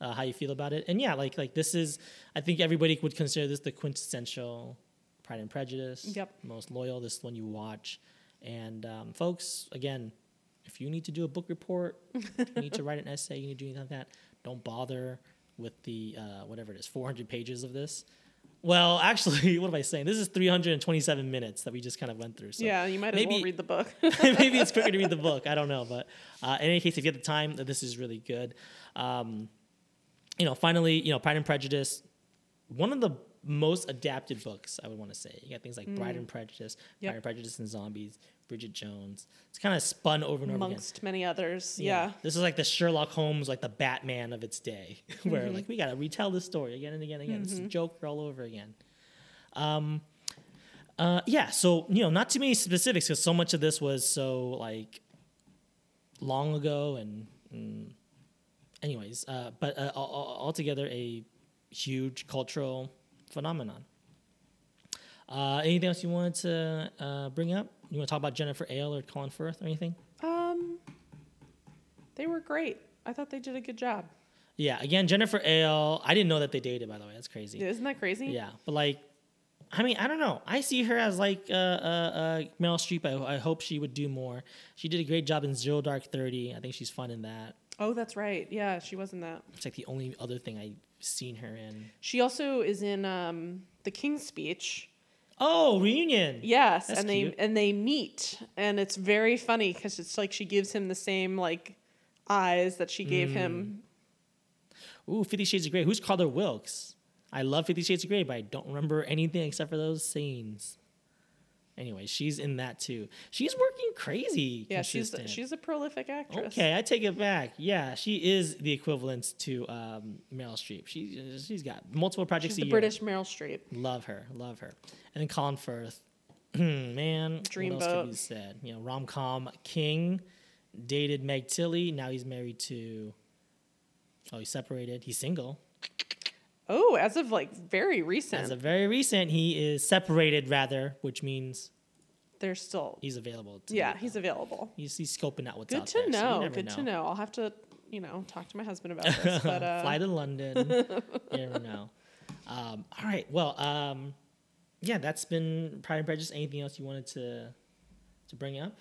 Uh, how you feel about it, and yeah, like like this is, I think everybody would consider this the quintessential Pride and Prejudice.
Yep.
Most loyal. This is one you watch, and um, folks, again, if you need to do a book report, you need to write an essay, you need to do anything like that, don't bother with the uh, whatever it is, 400 pages of this. Well, actually, what am I saying? This is 327 minutes that we just kind of went through. So
yeah, you might as well read the book.
Oh, maybe it's quicker to read the book. I don't know, but uh, in any case, if you have the time, th- this is really good. Um, you know, finally, you know, Pride and Prejudice, one of the most adapted books, I would want to say. You got things like Bride
Mm.
and Prejudice,
Yep.
Bride and Prejudice and Zombies, Bridget Jones. It's kind of spun over and over again.
amongst many others. Yeah.
This is like the Sherlock Holmes, like the Batman of its day, where
Mhm.
like we gotta retell this story again and again and again. It's a
Mhm.
Joker all over again. Um, uh, yeah. So you know, not too many specifics because so much of this was so like long ago and. and anyways, uh, but uh, al- al- altogether a huge cultural phenomenon. Uh, anything else you wanted to uh, bring up? You want to talk about Jennifer Ayle or Colin Firth or anything?
Um, they were great. I thought they did a good job.
Yeah, again, Jennifer Ayle. I didn't know that they dated, by the way. That's crazy.
Isn't that crazy?
Yeah, but like, I mean, I don't know. I see her as like uh, uh, uh, Meryl Streep. I, I hope she would do more. She did a great job in Zero Dark Thirty. I think she's fun in that.
Oh, that's right. Yeah, she was in that.
It's like the only other thing I've seen her in.
She also is in um, the King's Speech.
Oh, reunion.
Yes,
That's
and they
cute.
and they meet, and it's very funny because it's like she gives him the same like eyes that she gave
Mm,
him.
Ooh, Fifty Shades of Grey. Who's Carter Wilkes? I love Fifty Shades of Grey, but I don't remember anything except for those scenes. Anyway, she's in that too. She's working crazy.
Yeah, she's
consistent.
she's a prolific actress.
Okay, I take it back. Yeah, she is the equivalent to um, Meryl Streep. She she's got multiple projects
she's
a
the
year.
British Meryl Streep.
Love her, love her. And then Colin Firth, man, what else could be
Dreamboat.
said? You know, rom com king, dated Meg Tilly. Now he's married to. Oh, he's separated. He's single.
Oh, as of like very recent,
As of very recent, he is separated rather, which means
they're still
he's available. To
yeah, he's available.
he's, he's scoping out what's
Good
out
to
there. so you
know.
never
Good to know. I'll have to, you know, talk to my husband about this. But uh,
Fly to London. you never know. Um, all right. Well, um, yeah, that's been Pride and Prejudice. Anything else you wanted to to bring up?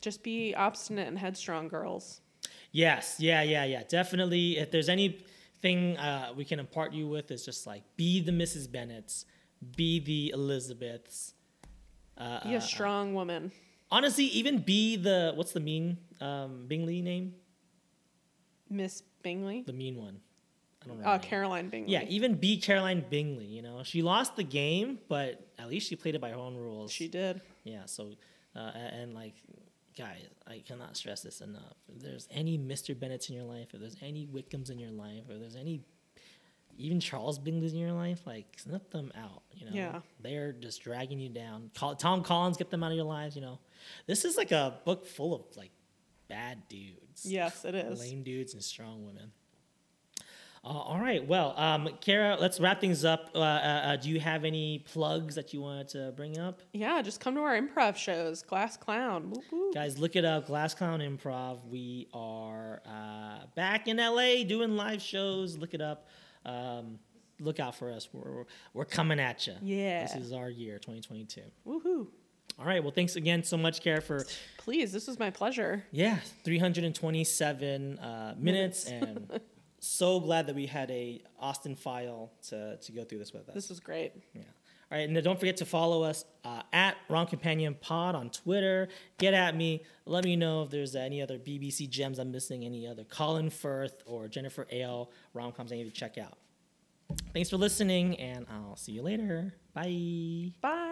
Just be obstinate and headstrong, girls.
Yes. Yeah. Yeah. Yeah. Definitely. If there's anything uh, we can impart you with, is just like be the Mrs. Bennets, be the Elizabeths. Uh,
Be
uh,
a strong woman.
honestly, even be the what's the mean um, Bingley name?
Miss Bingley.
The mean one. I don't know. her
Uh,
name.
Caroline Bingley.
Yeah, even be Caroline Bingley, you know. She lost the game, but at least she played it by her own rules. She
did.
Yeah, so, uh, a- and like, guys, I cannot stress this enough. If there's any Mr. Bennett's in your life, if there's any Wickhams in your life, if there's any, even Charles Bingley's in your life, like, snip them out, you know.
Yeah.
They're just dragging you down. Col- Tom Collins, get them out of your lives, you know. This is like a book full of, like, bad dudes.
Yes, it is.
Lame dudes and strong women. Uh, all right. Well, um, Kara, let's wrap things up. Uh, uh, uh, do you have any plugs that you wanted to bring up?
Yeah, just come to our improv shows. Glass Clown. Whoop, whoop.
Guys, look it up. Glass Clown Improv. We are uh, back in LA doing live shows. Look it up. Um, look out for us. We're, we're, we're coming at you.
Yeah.
This is our year, 2022.
Woohoo.
All right. Well, thanks again so much, Kara, for
Please, this was my pleasure.
Yeah, 327 uh, minutes,
Minutes.
and so glad that we had a Austin file to, to go through this with us.
This was great.
Yeah. All right, and don't forget to follow us uh, at Wrong Companion Pod on Twitter. Get at me. Let me know if there's any other BBC gems I'm missing, any other Colin Firth or Jennifer Ale rom coms I need to check out. Thanks for listening, and I'll see you later. Bye.
Bye.